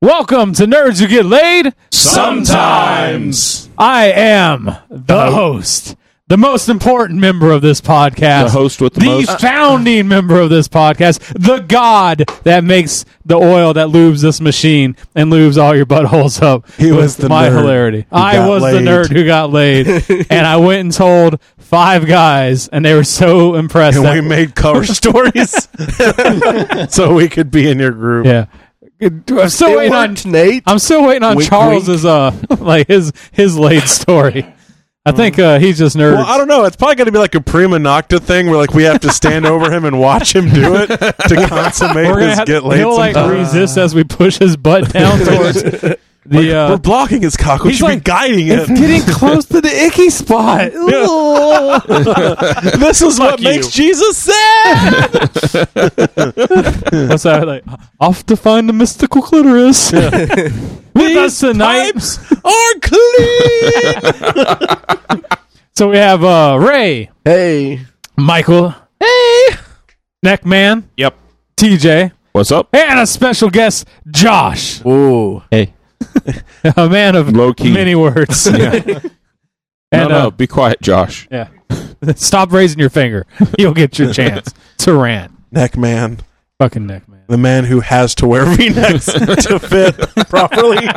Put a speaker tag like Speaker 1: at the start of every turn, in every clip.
Speaker 1: Welcome to Nerds Who Get Laid.
Speaker 2: Sometimes.
Speaker 1: I am the host, the most important member of this podcast,
Speaker 2: The host with the most-
Speaker 1: founding member of this podcast, the god that makes the oil that lubes this machine and lubes all your buttholes up.
Speaker 3: He
Speaker 1: with
Speaker 3: was the
Speaker 1: my
Speaker 3: nerd
Speaker 1: hilarity.
Speaker 3: who
Speaker 1: I
Speaker 3: got
Speaker 1: was the
Speaker 3: laid.
Speaker 1: nerd who got laid, and I went and told five guys, and they were so impressed.
Speaker 3: and
Speaker 1: that-
Speaker 3: we made cover stories so we could be in your group.
Speaker 1: yeah, I'm still
Speaker 4: It
Speaker 1: waiting on
Speaker 4: worked, Nate.
Speaker 1: I'm still waiting on
Speaker 4: Wink,
Speaker 1: Charles's uh like his his late story. I think uh he's just nerd.
Speaker 3: Well, I don't know. It's probably going to be like a prima nocta thing where like we have to stand over him and watch him do it to consummate
Speaker 1: We're gonna
Speaker 3: his
Speaker 1: have,
Speaker 3: get laid.
Speaker 1: he'll like
Speaker 3: sometime.
Speaker 1: resist as we push his butt down towards the
Speaker 3: We're
Speaker 1: uh
Speaker 3: blocking his cock. We
Speaker 1: he's
Speaker 3: should
Speaker 1: like,
Speaker 3: be guiding
Speaker 1: it's
Speaker 3: it.
Speaker 1: getting close to the icky spot.
Speaker 3: this is what
Speaker 1: you.
Speaker 3: makes Jesus sad.
Speaker 1: What's that like? Off to find the mystical clitoris. With us tonight.
Speaker 3: Are clean.
Speaker 1: So we have uh Ray,
Speaker 4: Hey,
Speaker 1: Michael, hey, Neckman,
Speaker 2: Yep.
Speaker 1: TJ,
Speaker 2: What's up?
Speaker 1: and a special guest, Josh.
Speaker 4: ooh,
Speaker 2: Hey.
Speaker 1: a man of
Speaker 2: Low key.
Speaker 1: many words.
Speaker 2: No,
Speaker 1: And
Speaker 2: no,
Speaker 1: uh,
Speaker 2: be quiet, Josh.
Speaker 1: yeah, stop raising your finger. You'll get your chance to rant.
Speaker 3: Neck man,
Speaker 1: Fucking Nick, man.
Speaker 3: the man who has to wear V necks to fit properly.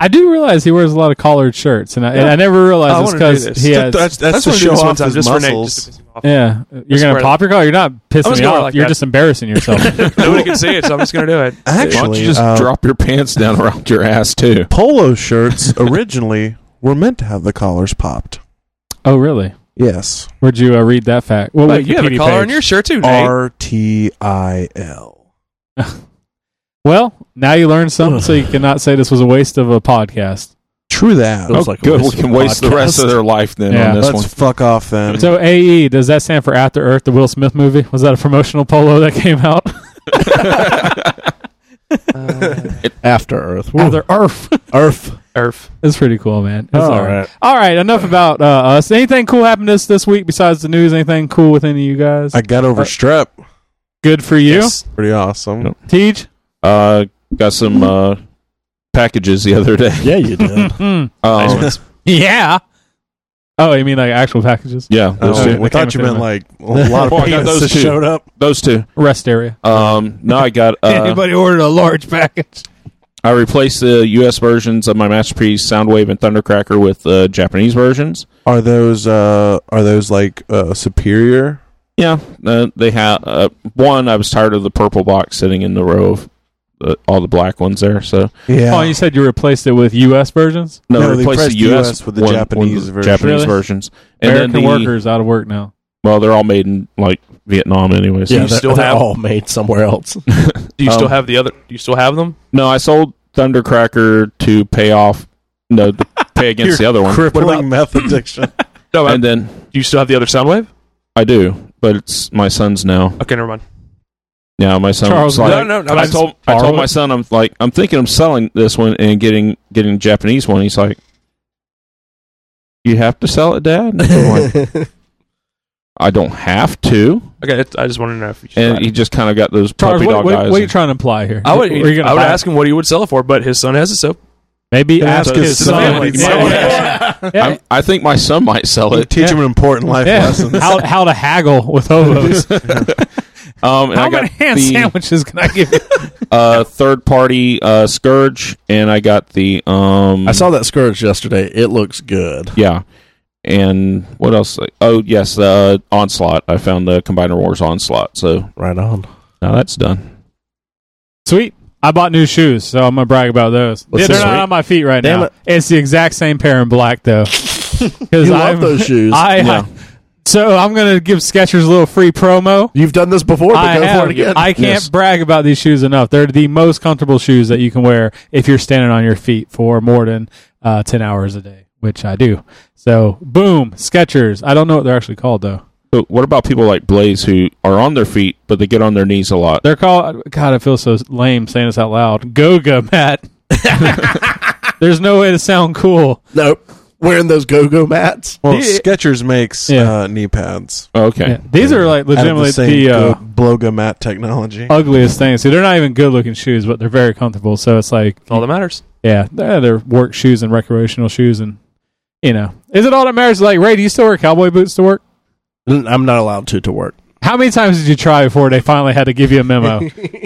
Speaker 1: I do realize he wears a lot of collared shirts, and I, and I never realized
Speaker 4: Oh, I
Speaker 1: it's
Speaker 4: wanna do
Speaker 1: because
Speaker 4: this.
Speaker 1: he has.
Speaker 3: that's that's,
Speaker 4: That's
Speaker 3: to
Speaker 4: what I do
Speaker 3: show
Speaker 4: this one
Speaker 3: off
Speaker 4: time,
Speaker 3: his
Speaker 4: just for Nate,
Speaker 3: muscles.
Speaker 5: just to piss him off.
Speaker 1: yeah, you're gonna
Speaker 5: wear
Speaker 1: pop your collar. You're not pissing
Speaker 5: just
Speaker 1: me
Speaker 5: gonna wear
Speaker 1: off.
Speaker 5: like
Speaker 1: you're
Speaker 5: that.
Speaker 1: just embarrassing yourself.
Speaker 5: Nobody can see it, so I'm just gonna do it.
Speaker 2: Why don't
Speaker 3: Actually,
Speaker 2: you just
Speaker 3: uh,
Speaker 2: drop your pants down around your ass too?
Speaker 3: polo shirts originally were meant to have the collars popped.
Speaker 1: oh, really?
Speaker 3: Yes.
Speaker 1: Where'd you uh, read that fact? Well,
Speaker 5: But you have a
Speaker 1: Wikipedia
Speaker 5: collar on
Speaker 1: page.
Speaker 5: your shirt too, Nate.
Speaker 3: R T I L.
Speaker 1: Well, now you learned something, so you cannot say this was a waste of a podcast.
Speaker 3: True that.
Speaker 4: Feels
Speaker 2: Oh,
Speaker 4: like a
Speaker 2: good. We
Speaker 4: waste of
Speaker 2: can
Speaker 4: a
Speaker 2: waste the rest
Speaker 4: podcast.
Speaker 2: of their life then
Speaker 1: Yeah.
Speaker 2: on this
Speaker 3: Let's
Speaker 2: one.
Speaker 3: fuck off then.
Speaker 1: So AE does that stand for After Earth, the Will Smith movie? Was that a promotional polo that came out?
Speaker 3: After Earth.
Speaker 1: After Earth.
Speaker 3: Earth. Oh.
Speaker 5: Erf.
Speaker 1: It's pretty cool, man. It's
Speaker 3: All
Speaker 1: all right.
Speaker 3: right.
Speaker 1: All right. Enough about uh, us. Anything cool happened this this week besides the news? Anything cool with any of you guys?
Speaker 3: I got over strep.
Speaker 1: Good for you,
Speaker 3: That's pretty awesome.
Speaker 2: Yep.
Speaker 1: Teej.
Speaker 2: Uh, got some uh, packages the other day.
Speaker 3: Yeah, you did.
Speaker 1: Mm.
Speaker 2: Um,
Speaker 1: Yeah. Oh, you mean like actual packages?
Speaker 2: yeah, those
Speaker 3: oh,
Speaker 2: two.
Speaker 3: we thought you meant like a lot
Speaker 2: Well,
Speaker 3: of
Speaker 2: I got
Speaker 3: penises
Speaker 2: those two.
Speaker 3: showed up.
Speaker 2: Those two.
Speaker 1: Rest area.
Speaker 2: Um, no, I got. Uh,
Speaker 1: ordered a large package?
Speaker 2: I replaced the U.S. versions of my masterpiece Soundwave and Thundercracker with uh, Japanese versions.
Speaker 3: Are those uh are those like uh superior?
Speaker 2: Yeah, uh, they have uh, one. I was tired of the purple box sitting in the row of uh, all the black ones there. So
Speaker 3: Yeah.
Speaker 1: Oh, you said you replaced it with U.S. versions.
Speaker 2: no,
Speaker 3: No, they
Speaker 2: replace
Speaker 3: pressed
Speaker 2: the U.S.
Speaker 3: US with the
Speaker 2: one-
Speaker 3: Japanese
Speaker 2: one of the
Speaker 3: version.
Speaker 2: Japanese
Speaker 1: Really?
Speaker 2: versions.
Speaker 1: American
Speaker 2: the-
Speaker 1: workers out of work now.
Speaker 2: Well, they're all made in like Vietnam, anyway. So
Speaker 4: yeah,
Speaker 2: you
Speaker 4: they're,
Speaker 2: still
Speaker 4: they're
Speaker 2: have
Speaker 4: all made somewhere else.
Speaker 5: Do you
Speaker 2: Um,
Speaker 5: still have the other? Do you still have them?
Speaker 2: no. I sold Thundercracker to pay off. No, to pay against the other one,
Speaker 3: Crippling meth addiction.
Speaker 5: No, I-
Speaker 2: and then
Speaker 5: do you still have the other Soundwave?
Speaker 2: I do, but it's my son's now.
Speaker 5: Okay, never mind.
Speaker 2: Yeah, my son.
Speaker 1: Charles,
Speaker 2: was like-
Speaker 5: no, no, no.
Speaker 2: I
Speaker 5: I'm
Speaker 2: told I
Speaker 1: borrow
Speaker 2: told my
Speaker 1: it?
Speaker 2: son I'm like I'm thinking of selling this one and getting getting a Japanese one. He's like, you have to sell it, Dad. And I'm like, I don't have to.
Speaker 5: okay. that's- I just wanted to know if you.
Speaker 2: And he just kind of got those
Speaker 1: Charles,
Speaker 2: puppy
Speaker 1: what,
Speaker 2: dog
Speaker 1: what,
Speaker 2: eyes.
Speaker 1: what are you trying to imply here?
Speaker 5: I would.
Speaker 1: Were you gonna
Speaker 5: I would
Speaker 1: buy-
Speaker 5: ask him what he would sell it for, but his son has it, so
Speaker 1: Maybe
Speaker 3: Can I
Speaker 1: ask
Speaker 3: ask
Speaker 1: his
Speaker 3: his
Speaker 1: son.
Speaker 3: son what he
Speaker 1: Yeah.
Speaker 3: might
Speaker 1: Yeah. Yeah.
Speaker 2: I'm- I think my son might sell
Speaker 3: You
Speaker 2: it.
Speaker 3: teach him an important life
Speaker 1: Yeah.
Speaker 3: lesson.
Speaker 1: How, how to haggle with hobos.
Speaker 2: Um, and
Speaker 1: how
Speaker 2: I got
Speaker 1: many hand
Speaker 2: the
Speaker 1: sandwiches can I give you?
Speaker 2: uh, third party uh, scourge, and I got the um.
Speaker 4: I saw that scourge yesterday. It looks good.
Speaker 2: yeah. And what else? Oh yes, uh, onslaught. I found the combiner wars onslaught. So
Speaker 4: Right on.
Speaker 2: now that's done.
Speaker 1: Sweet. I bought new shoes, so I'm gonna brag about those.
Speaker 4: What's
Speaker 1: They're
Speaker 4: this,
Speaker 1: not
Speaker 4: sweet?
Speaker 1: on my feet right
Speaker 4: Damn
Speaker 1: now.
Speaker 4: it.
Speaker 1: It's the exact same pair in black though. Because
Speaker 4: You love those shoes.
Speaker 1: I,
Speaker 2: Yeah.
Speaker 1: so I'm gonna give Skechers a little free promo.
Speaker 4: You've done this before, but
Speaker 1: I,
Speaker 4: go
Speaker 1: have-
Speaker 4: for it again.
Speaker 1: I can't
Speaker 2: Yes.
Speaker 1: brag about these shoes enough. They're the most comfortable shoes that you can wear if you're standing on your feet for more than uh, ten hours a day, which I do. So boom, Skechers. I don't know what they're actually called though.
Speaker 2: But what about people like Blaze who are on their feet but they get on their knees a lot?
Speaker 1: They're called. God, I feel so lame saying this out loud. Goga, Matt. There's no way to sound cool.
Speaker 4: Nope. wearing those go-go mats.
Speaker 3: Well,
Speaker 1: Yeah.
Speaker 3: Skechers makes
Speaker 1: Yeah.
Speaker 3: uh, knee pads.
Speaker 2: Oh, Okay.
Speaker 1: Yeah, these are like
Speaker 3: Out of
Speaker 1: legitimately
Speaker 3: the, same
Speaker 1: the uh,
Speaker 3: good bloga mat technology.
Speaker 1: ugliest things. So they're not even good looking shoes, but they're very comfortable. So it's like,
Speaker 5: That's all that matters.
Speaker 1: yeah, they're, they're work shoes and recreational shoes, and you know, is it all that matters? Like Ray, do you still wear cowboy boots to work?
Speaker 4: N- I'm not allowed to to work.
Speaker 1: How many times did you try before they finally had to give you a memo?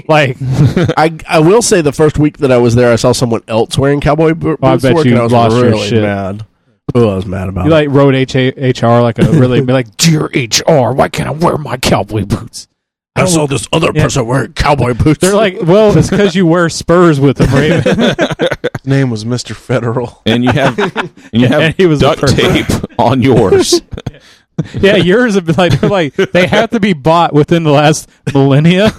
Speaker 1: like,
Speaker 4: I I will say the first week that I was there, I saw someone else wearing cowboy bo- boots.
Speaker 1: Oh, I
Speaker 4: to
Speaker 1: bet
Speaker 4: work,
Speaker 1: you
Speaker 4: and I was
Speaker 1: lost your
Speaker 4: really
Speaker 1: shit.
Speaker 4: mad. Oh, I was mad about
Speaker 1: you
Speaker 4: it.
Speaker 1: like wrote H- HR like a really be like, dear HR, why can't I wear my cowboy boots? I don't
Speaker 4: saw this other
Speaker 1: Oh. Yeah.
Speaker 4: person wearing cowboy boots.
Speaker 1: They're like, well, it's because you wear spurs with them, Raven.
Speaker 3: His name was Mr. Federal.
Speaker 2: And you have and you have
Speaker 1: And he was a
Speaker 2: duct
Speaker 1: pervert.
Speaker 2: tape on yours.
Speaker 1: yeah, yours have been like, they're like, they have to be bought within the last millennia,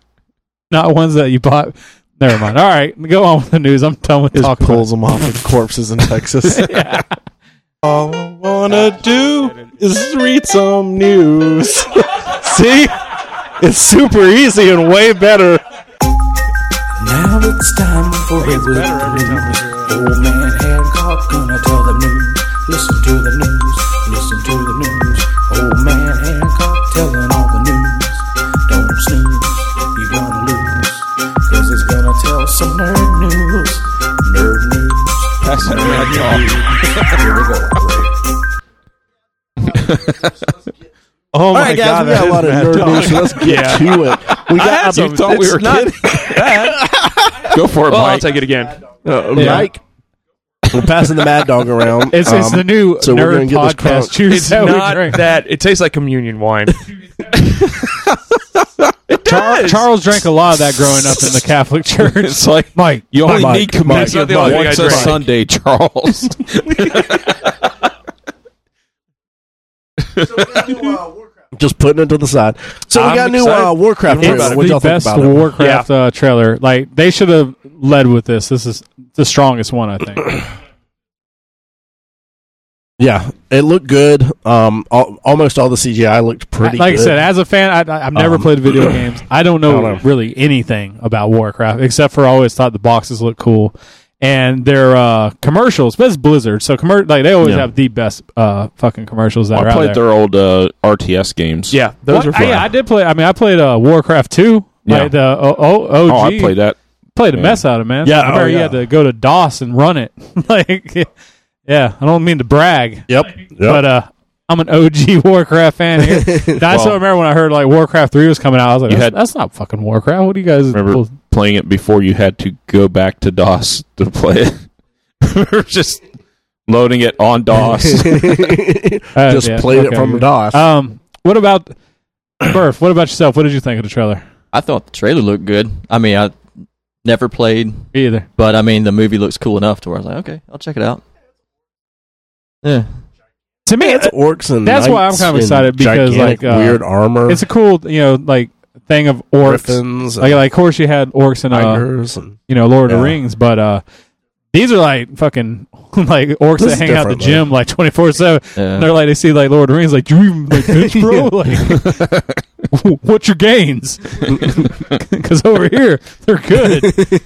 Speaker 1: not ones that you bought. Never mind. All right, go on with the news. I'm done with
Speaker 3: Just
Speaker 1: talking.
Speaker 3: pulls them off of corpses in Texas.
Speaker 1: Yeah.
Speaker 3: All I wanna do is read some news. See? It's super easy and way better.
Speaker 6: Now it's time for Hillbilly News. Old man Hancock gonna tell the news. Listen to the news. Listen to the news. Old man Hancock telling all the news. Don't snooze, you're gonna lose. Cause he's gonna tell some nerd news. Nerd news.
Speaker 2: That's a red dog.
Speaker 6: Here we go.
Speaker 3: Oh
Speaker 4: All
Speaker 3: my
Speaker 4: right,
Speaker 3: god, that
Speaker 4: guys, we got a
Speaker 3: is
Speaker 4: lot of
Speaker 3: mad
Speaker 4: nerd
Speaker 3: talk.
Speaker 4: news. so Let's get to it. We
Speaker 2: I
Speaker 4: got
Speaker 2: had some- thought we were kidding. Go for it,
Speaker 5: Well, I'll
Speaker 2: Mike.
Speaker 5: take it again.
Speaker 4: uh,
Speaker 1: Yeah.
Speaker 4: Mike. We're passing the mad dog around.
Speaker 1: It's, it's
Speaker 4: Um,
Speaker 1: the new
Speaker 4: so we're gonna
Speaker 1: nerd
Speaker 4: get this
Speaker 1: podcast.
Speaker 4: crunk.
Speaker 1: Choose
Speaker 5: It's
Speaker 1: how we
Speaker 5: not
Speaker 1: drink.
Speaker 5: that. It tastes like communion wine.
Speaker 1: Char- Charles drank a lot of that growing up in the Catholic Church.
Speaker 2: It's like
Speaker 1: Mike,
Speaker 2: you only
Speaker 1: Mike,
Speaker 2: need
Speaker 1: Mike,
Speaker 2: communion
Speaker 5: Mike, Mike.
Speaker 2: once a
Speaker 5: Mike.
Speaker 2: Sunday, Charles.
Speaker 4: Just putting it to the side. So we
Speaker 5: I'm
Speaker 4: got a new
Speaker 5: excited.
Speaker 4: uh, Warcraft
Speaker 1: It's
Speaker 4: trailer. What
Speaker 1: the
Speaker 4: y'all think
Speaker 1: best
Speaker 4: about it?
Speaker 1: Warcraft uh, trailer. Like they should have led with this. This is the strongest one, I think.
Speaker 4: Yeah, it looked good. Um, al- almost all the CGI looked pretty.
Speaker 1: like
Speaker 4: good.
Speaker 1: I said, as a fan, I, I- I've never
Speaker 4: Um,
Speaker 1: played video games. I don't know,
Speaker 4: I don't know.
Speaker 1: really anything about Warcraft except for I always thought the boxes looked cool and their uh, commercials. But it's Blizzard, so commer- like they always
Speaker 4: Yeah.
Speaker 1: have the best uh, fucking commercials that are
Speaker 2: I
Speaker 1: out
Speaker 2: played
Speaker 1: there.
Speaker 2: their old uh, RTS games.
Speaker 5: yeah, those
Speaker 1: What-
Speaker 5: are
Speaker 1: I,
Speaker 5: fun.
Speaker 1: yeah, I did play. I mean, I played uh, Warcraft two.
Speaker 2: Yeah.
Speaker 1: Like the oh, oh,
Speaker 2: Oh,
Speaker 1: OG.
Speaker 2: I played that.
Speaker 1: played a
Speaker 2: Yeah.
Speaker 1: mess out of it, man.
Speaker 4: Yeah,
Speaker 1: I remember
Speaker 4: oh,
Speaker 1: you
Speaker 4: yeah.
Speaker 1: had to go to DOS and run it. like, yeah, I don't mean to brag,
Speaker 4: yep, yep.
Speaker 1: but uh, I'm an OG Warcraft fan. Here. And I still
Speaker 2: Well-
Speaker 1: remember when I heard like Warcraft three was coming out. I was like,
Speaker 2: You
Speaker 1: that's,
Speaker 2: had-
Speaker 1: that's not fucking Warcraft. What do you guys
Speaker 2: Remember playing it before you had to go back to DOS to play it. Remember just loading it on DOS.
Speaker 1: Uh,
Speaker 4: just
Speaker 1: yeah,
Speaker 4: played it
Speaker 1: okay,
Speaker 4: from
Speaker 1: good.
Speaker 4: DOS.
Speaker 1: Um, what about Burf? What about yourself? What did you think of the trailer?
Speaker 7: I thought the trailer looked good. I mean, I never played,
Speaker 1: Me either.
Speaker 7: but I mean, the movie looks cool enough to where I was like, okay, I'll check it out. Yeah.
Speaker 1: To me, it's,
Speaker 4: Orcs and
Speaker 1: that's why I'm
Speaker 4: knights
Speaker 1: kind of
Speaker 4: in
Speaker 1: excited because,
Speaker 4: gigantic,
Speaker 1: like, uh,
Speaker 4: weird armor.
Speaker 1: it's a cool, you know, like thing of orcs.
Speaker 4: griffins, uh,
Speaker 1: Like, like, of course, you had orcs and
Speaker 4: and
Speaker 1: uh,
Speaker 4: tigers, and
Speaker 1: you know, Lord of the
Speaker 4: Yeah.
Speaker 1: Rings, but uh these are like fucking like orcs
Speaker 4: This
Speaker 1: that
Speaker 4: is
Speaker 1: hang out the
Speaker 4: different, though.
Speaker 1: gym like twenty four seven.
Speaker 7: yeah.
Speaker 1: And they're like they see like Lord of the Rings, like do you even like bitch, bro? Like what's your gains? Because over here they're good.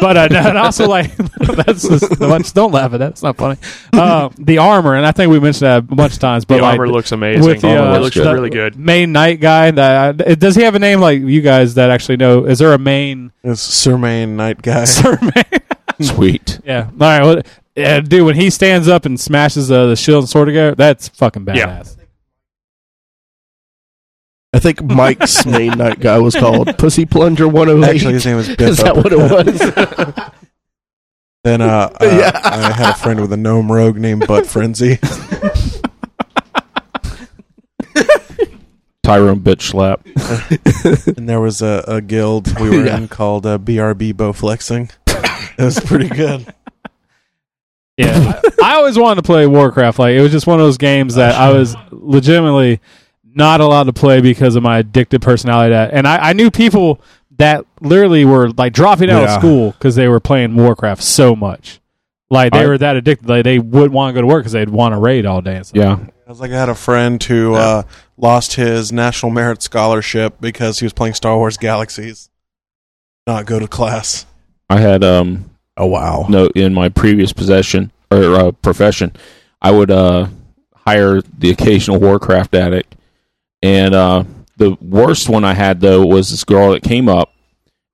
Speaker 1: But uh, and also like that's just, much, don't laugh at that. It's not funny. Uh, the armor, and I think we mentioned that a bunch of times. But
Speaker 5: the
Speaker 1: like,
Speaker 5: armor looks amazing.
Speaker 1: with the,
Speaker 2: Armor
Speaker 1: uh,
Speaker 5: it looks
Speaker 1: the
Speaker 5: really good.
Speaker 1: Main knight guy. That uh, does he have a name like you guys that actually know? Is there a main
Speaker 3: It's Surmain Night Guy.
Speaker 1: surname?
Speaker 2: Sweet.
Speaker 1: Yeah. All right. Well, yeah, dude, when he stands up and smashes uh, the shield and sword together, that's fucking badass.
Speaker 5: Yeah.
Speaker 4: I think Mike's main night guy was called Pussy Plunger 108.
Speaker 3: Actually, his name was Biff.
Speaker 4: is that what it
Speaker 3: Uppercut.
Speaker 4: was?
Speaker 3: Then uh, uh,
Speaker 4: Yeah.
Speaker 3: I had a friend with a gnome rogue named Butt Frenzy.
Speaker 2: Tyrone bitch slap.
Speaker 3: And there was a, a guild we were
Speaker 4: Yeah.
Speaker 3: in called uh, BRB Bow Flexing. It was pretty good.
Speaker 1: Yeah. I, I always wanted to play Warcraft. Like it was just one of those games that I was legitimately not allowed to play because of my addictive personality. That, and I, I knew people that literally were like dropping out
Speaker 4: Yeah.
Speaker 1: of school because they were playing Warcraft so much. Like they
Speaker 2: I-
Speaker 1: were that addicted, like they would want to go to work because they'd want to raid all day. And stuff.
Speaker 2: Yeah.
Speaker 3: I was like, I had a friend who uh, lost his National Merit Scholarship because he was playing Star Wars Galaxies. Not go to class.
Speaker 2: I had um
Speaker 4: oh, wow.
Speaker 2: no in my previous possession or uh, profession, I would uh, hire the occasional Warcraft addict. And uh, the worst one I had though was this girl that came up,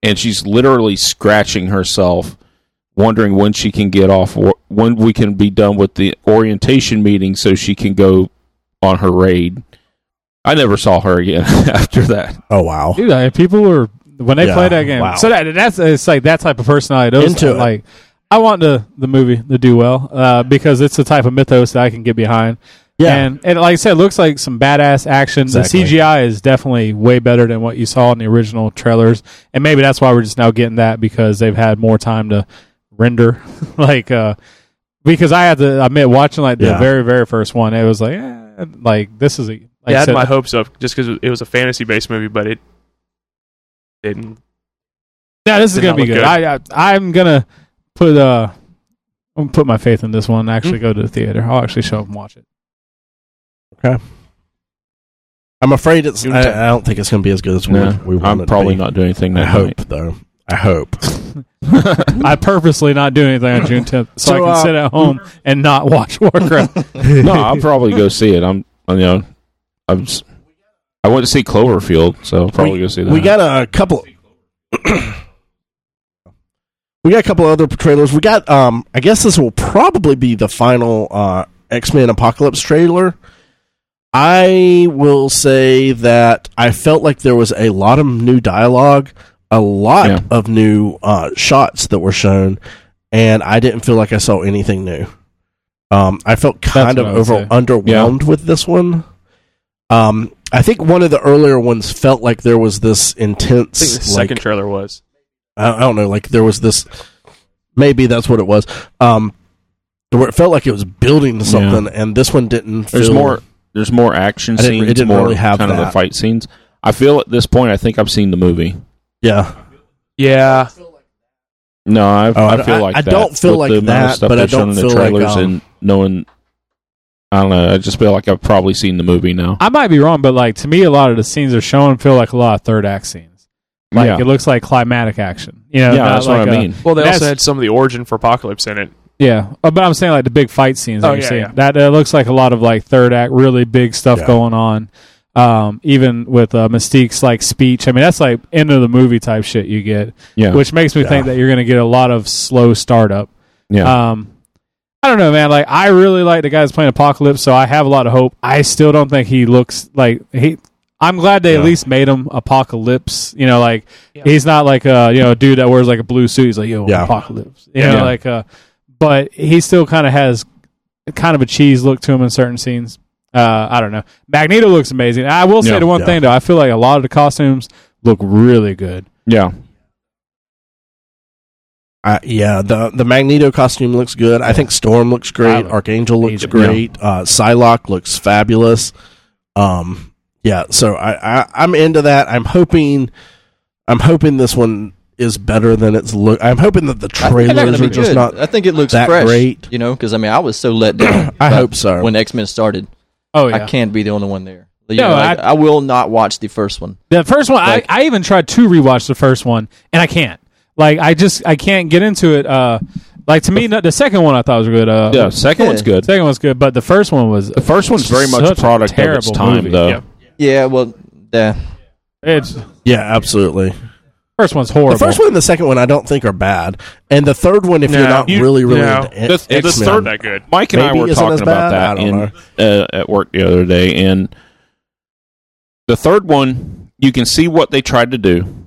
Speaker 2: and she's literally scratching herself, wondering when she can get off, or when we can be done with the orientation meeting, so she can go on her raid. I never saw her again after that.
Speaker 4: Oh wow.
Speaker 1: Dude, I, people are when they
Speaker 4: Yeah,
Speaker 1: play that game.
Speaker 4: wow.
Speaker 1: So that that's it's like that type of personality. Those,
Speaker 4: Into it.
Speaker 1: like I want the the movie to do well uh, because it's the type of mythos that I can get behind.
Speaker 4: Yeah.
Speaker 1: and, and like I said, it looks like some badass action.
Speaker 4: Exactly.
Speaker 1: The CGI is definitely way better than what you saw in the original trailers, and maybe that's why we're just now getting that because they've had more time to render. like, uh, because I had to admit, watching like the
Speaker 4: Yeah.
Speaker 1: very very first one, it was like, eh, like this is a like
Speaker 5: yeah, I
Speaker 1: I
Speaker 5: had
Speaker 1: said,
Speaker 5: my hopes up just because it was a fantasy based movie, but it didn't.
Speaker 1: Yeah, this is
Speaker 5: Did
Speaker 1: gonna
Speaker 5: not
Speaker 1: be
Speaker 5: look
Speaker 1: good.
Speaker 5: good.
Speaker 1: I, I I'm gonna put uh I'm gonna put my faith in this one and actually
Speaker 2: Hmm.
Speaker 1: go to the theater. I'll actually show up and watch it.
Speaker 4: I'm afraid it's.
Speaker 5: Doom
Speaker 4: I,
Speaker 5: Time.
Speaker 4: I don't think it's going to be as good as we,
Speaker 2: No,
Speaker 4: we want it
Speaker 2: I'm
Speaker 4: to
Speaker 2: probably
Speaker 4: be.
Speaker 2: not doing anything.
Speaker 4: I
Speaker 2: That
Speaker 4: hope though. I hope.
Speaker 2: night.
Speaker 1: I purposely not do anything on June 10th so, I
Speaker 4: So,
Speaker 1: can
Speaker 4: uh,
Speaker 1: sit at home and not watch Warcraft.
Speaker 2: no, I'll probably go see it. I'm, you know, I'm. s- I went to see Cloverfield, so I'll probably go see that.
Speaker 4: We got a couple. we got a couple other trailers. We got. Um, I guess this will probably be the final uh, X Men Apocalypse trailer. I will say that I felt like there was a lot of new dialogue, a lot
Speaker 2: Yeah.
Speaker 4: of new uh, shots that were shown, and I didn't feel like I saw anything new. Um, I felt kind
Speaker 1: what
Speaker 4: of
Speaker 1: I would
Speaker 4: over
Speaker 1: say.
Speaker 4: underwhelmed with this one. Um, I think one of the earlier ones felt like there was this
Speaker 5: I think the
Speaker 4: intense, like
Speaker 5: second trailer was.
Speaker 4: I, I don't know, like there was this. Maybe that's what it was. Um, where it felt like it was building to something, and this one didn't.
Speaker 2: There's
Speaker 4: feel-
Speaker 2: more. There's more action
Speaker 4: I didn't- it
Speaker 2: scenes.
Speaker 4: didn't
Speaker 2: more
Speaker 4: really have
Speaker 2: kind of the
Speaker 4: that.
Speaker 2: fight scenes. I feel at this point, I think I've seen the movie.
Speaker 4: Yeah,
Speaker 5: Yeah,
Speaker 2: No, I,
Speaker 4: Oh, I
Speaker 2: I
Speaker 4: don't-
Speaker 2: feel
Speaker 4: I-
Speaker 2: like
Speaker 4: I
Speaker 2: that.
Speaker 4: don't feel
Speaker 2: With
Speaker 4: like
Speaker 2: the amount
Speaker 4: that,
Speaker 2: of stuff
Speaker 4: but I
Speaker 2: they've shown
Speaker 4: don't
Speaker 2: in the
Speaker 4: feel like,
Speaker 2: trailers
Speaker 4: um,
Speaker 2: and knowing. I don't know. I just feel like I've probably seen the movie now.
Speaker 1: I might be wrong, but like to me a lot of the scenes are showing feel like a lot of third act scenes. Like
Speaker 2: yeah,
Speaker 1: it looks like climatic action. You know,
Speaker 2: yeah,
Speaker 1: not
Speaker 2: that's
Speaker 1: like
Speaker 2: what I
Speaker 1: a-
Speaker 2: mean.
Speaker 5: well, they
Speaker 1: That's-
Speaker 5: also had some of the origin for Apocalypse in it.
Speaker 1: Yeah, Uh, but I'm saying like the big fight scenes that
Speaker 5: Oh,
Speaker 1: you're
Speaker 5: yeah,
Speaker 1: seeing.
Speaker 5: yeah.
Speaker 1: That uh, looks like a lot of like third act, really big stuff
Speaker 4: Yeah.
Speaker 1: going on. Um, even with uh, Mystique's like speech, I mean that's like end of the movie type shit you get,
Speaker 2: yeah,
Speaker 1: which makes me
Speaker 4: Yeah.
Speaker 1: think that you're going to get a lot of slow startup.
Speaker 4: uh,
Speaker 2: yeah.
Speaker 1: Um, I don't know, man. Like I really like the guy that's playing Apocalypse, so I have a lot of hope. I still don't think he looks like he. I'm glad they at
Speaker 4: Yeah.
Speaker 1: least made him Apocalypse. You know, like
Speaker 5: Yeah.
Speaker 1: he's not like a you know a dude that wears like a blue suit. He's like yo
Speaker 4: Yeah.
Speaker 1: Apocalypse. You know,
Speaker 2: Yeah.
Speaker 1: like uh, but he still kind of has kind of a cheese look to him in certain scenes. Uh, I don't know. Magneto looks amazing. I will say
Speaker 2: Yeah.
Speaker 1: the one
Speaker 4: Yeah.
Speaker 1: thing though, I feel like a lot of the costumes look really good.
Speaker 2: yeah.
Speaker 4: I, yeah. the The Magneto costume looks good. I think Storm looks
Speaker 1: I
Speaker 4: great.
Speaker 1: look-
Speaker 4: Archangel looks
Speaker 1: Egypt,
Speaker 4: great. Uh, Psylocke looks fabulous. Um, yeah. So I, I I'm into that. I'm hoping, I'm hoping this one is better than it's look. I'm hoping that the
Speaker 7: I think they're
Speaker 4: trailers
Speaker 7: gonna
Speaker 4: are
Speaker 7: be
Speaker 4: just
Speaker 7: good.
Speaker 4: not.
Speaker 7: I think it looks
Speaker 4: that
Speaker 7: fresh,
Speaker 4: great.
Speaker 7: You know, because I mean, I was so let down.
Speaker 4: I
Speaker 7: by-
Speaker 4: hope so.
Speaker 7: When X Men started,
Speaker 1: Oh yeah,
Speaker 7: I can't be the only one there. You
Speaker 1: No,
Speaker 7: know, like,
Speaker 1: I-
Speaker 7: I, will not watch the first one.
Speaker 1: The first one,
Speaker 7: Like-
Speaker 1: I, I even tried to rewatch the first one, and I can't. Like, I just I can't get into it. Uh, like to me, no, the second one I thought was good. Uh,
Speaker 2: Yeah, second
Speaker 7: Yeah.
Speaker 2: one's good.
Speaker 1: the second one's good, but the first one was
Speaker 2: The first one's very much
Speaker 1: Such
Speaker 2: a
Speaker 1: a
Speaker 2: product of its
Speaker 1: terrible
Speaker 2: time,
Speaker 1: movie.
Speaker 2: though.
Speaker 1: Yeah.
Speaker 7: Yeah, well, yeah,
Speaker 1: it's
Speaker 4: Yeah, absolutely.
Speaker 1: first one's horrible.
Speaker 4: The first one and the second one I don't think are bad, and the third one, if
Speaker 5: No,
Speaker 4: you're not
Speaker 5: you-
Speaker 4: really, really
Speaker 5: no.
Speaker 4: into
Speaker 2: The- the
Speaker 4: X-Men,
Speaker 2: third-
Speaker 5: That good.
Speaker 2: Mike and I
Speaker 4: Maybe
Speaker 2: were
Speaker 4: isn't
Speaker 2: talking
Speaker 4: as bad.
Speaker 2: about that
Speaker 4: I don't
Speaker 2: in, uh, at work the other day, and the third one, you can see what they tried to do,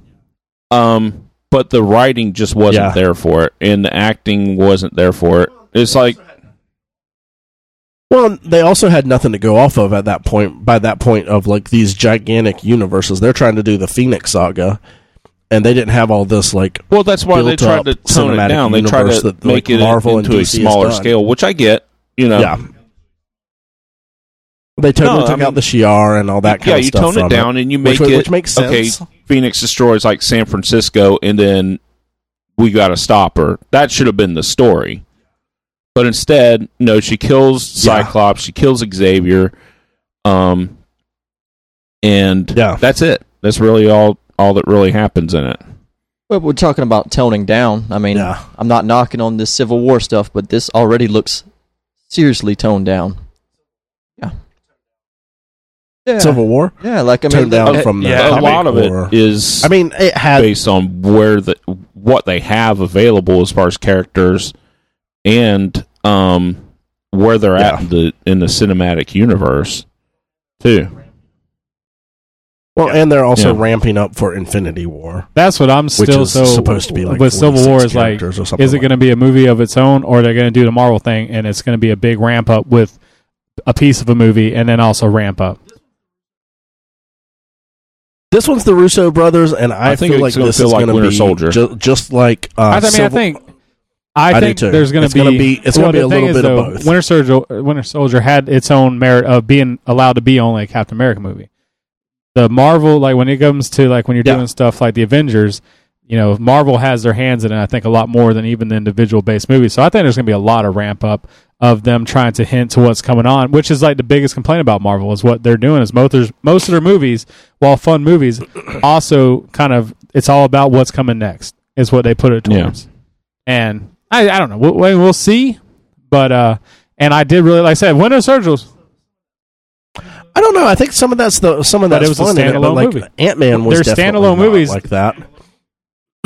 Speaker 2: um, but the writing just wasn't
Speaker 4: Yeah.
Speaker 2: there for it, and the acting wasn't there for it. It's like,
Speaker 4: well, they also had nothing to go off of at that point. By that point of like these gigantic universes, they're trying to do the Phoenix Saga, and they didn't have all this like
Speaker 2: well, that's why they
Speaker 4: Built
Speaker 2: tried
Speaker 4: up
Speaker 2: to tone it
Speaker 4: cinematic
Speaker 2: down. They tried
Speaker 4: universe
Speaker 2: to
Speaker 4: that, like,
Speaker 2: make it
Speaker 4: Marvel and
Speaker 2: into
Speaker 4: DC
Speaker 2: a
Speaker 4: has
Speaker 2: smaller
Speaker 4: done.
Speaker 2: scale, which I get. You know,
Speaker 4: yeah. They totally
Speaker 2: No, I
Speaker 4: took
Speaker 2: mean-
Speaker 4: out the Shi'ar and all that kind
Speaker 2: yeah,
Speaker 4: of
Speaker 2: you
Speaker 4: stuff.
Speaker 2: tone
Speaker 4: from
Speaker 2: it down and you make
Speaker 4: which, wa-
Speaker 2: it
Speaker 4: which makes sense.
Speaker 2: okay. Phoenix destroys like San Francisco, and then we got to stop her. That should have been the story, but instead, no, she kills
Speaker 4: Yeah.
Speaker 2: Cyclops. She kills Xavier, um, and
Speaker 4: Yeah.
Speaker 2: that's it. That's really all all that really happens in it.
Speaker 7: Well, we're talking about toning down. I mean,
Speaker 4: Yeah.
Speaker 7: I'm not knocking on this Civil War stuff, but this already looks seriously toned down. Yeah. Yeah.
Speaker 4: Civil War.
Speaker 7: yeah, like I mean,
Speaker 4: Toned down
Speaker 7: uh,
Speaker 4: from the
Speaker 5: yeah,
Speaker 2: a
Speaker 5: I mean,
Speaker 2: lot of
Speaker 4: or-
Speaker 2: it is
Speaker 4: I mean, it had
Speaker 2: based on where the what they have available as far as characters and um where they're at
Speaker 4: Yeah.
Speaker 2: in the in the cinematic universe too.
Speaker 4: well, and they're also
Speaker 2: Yeah.
Speaker 4: ramping up for Infinity War,
Speaker 1: That's what I'm
Speaker 4: which
Speaker 1: still
Speaker 4: is
Speaker 1: so
Speaker 4: supposed to be like.
Speaker 1: with Civil
Speaker 4: 46
Speaker 1: War is like,
Speaker 4: characters or something
Speaker 1: is it
Speaker 4: like
Speaker 1: going to be a movie of its own, or they're going to do the Marvel thing, and it's going to be a big ramp up with a piece of a movie, and then also ramp up.
Speaker 4: This one's the Russo brothers, and I,
Speaker 2: I think
Speaker 4: feel like
Speaker 2: it's gonna
Speaker 4: this
Speaker 2: feel
Speaker 4: is
Speaker 2: like
Speaker 4: going to
Speaker 2: Winter
Speaker 4: be
Speaker 2: Soldier.
Speaker 4: ju- just like. Uh,
Speaker 1: I, th- I mean, I
Speaker 4: Civil-
Speaker 1: think I,
Speaker 4: I do
Speaker 1: think
Speaker 4: too.
Speaker 1: there's going
Speaker 4: It's
Speaker 1: to be,
Speaker 4: gonna be- it's gonna
Speaker 1: well,
Speaker 4: be
Speaker 1: the
Speaker 4: a
Speaker 1: thing
Speaker 4: little
Speaker 1: is,
Speaker 4: bit of
Speaker 1: though,
Speaker 4: both.
Speaker 1: Winter Soldier, Winter Soldier had its own merit of being allowed to be only a Captain America movie. The Marvel, like when it comes to like when you're
Speaker 4: Yeah.
Speaker 1: doing stuff like the Avengers, you know, Marvel has their hands in it. I think a lot more than even the individual based movies. So I think there's going to be a lot of ramp up of them trying to hint to what's coming on, which is like the biggest complaint about Marvel is what they're doing is most their, most of their movies, while fun movies, also kind of it's all about what's coming next is what they put it
Speaker 2: Yeah.
Speaker 1: towards. And I, I don't know, we'll, we'll see. But uh, and I did really like I said Winter Soldier. was-
Speaker 4: I don't know. I think some of that's the some of
Speaker 1: But it
Speaker 4: that's
Speaker 1: was a
Speaker 4: fun in it, but
Speaker 1: standalone
Speaker 4: like
Speaker 1: movie.
Speaker 4: Ant Man was
Speaker 1: They're
Speaker 4: definitely
Speaker 1: standalone
Speaker 4: not
Speaker 1: movies.
Speaker 4: like that.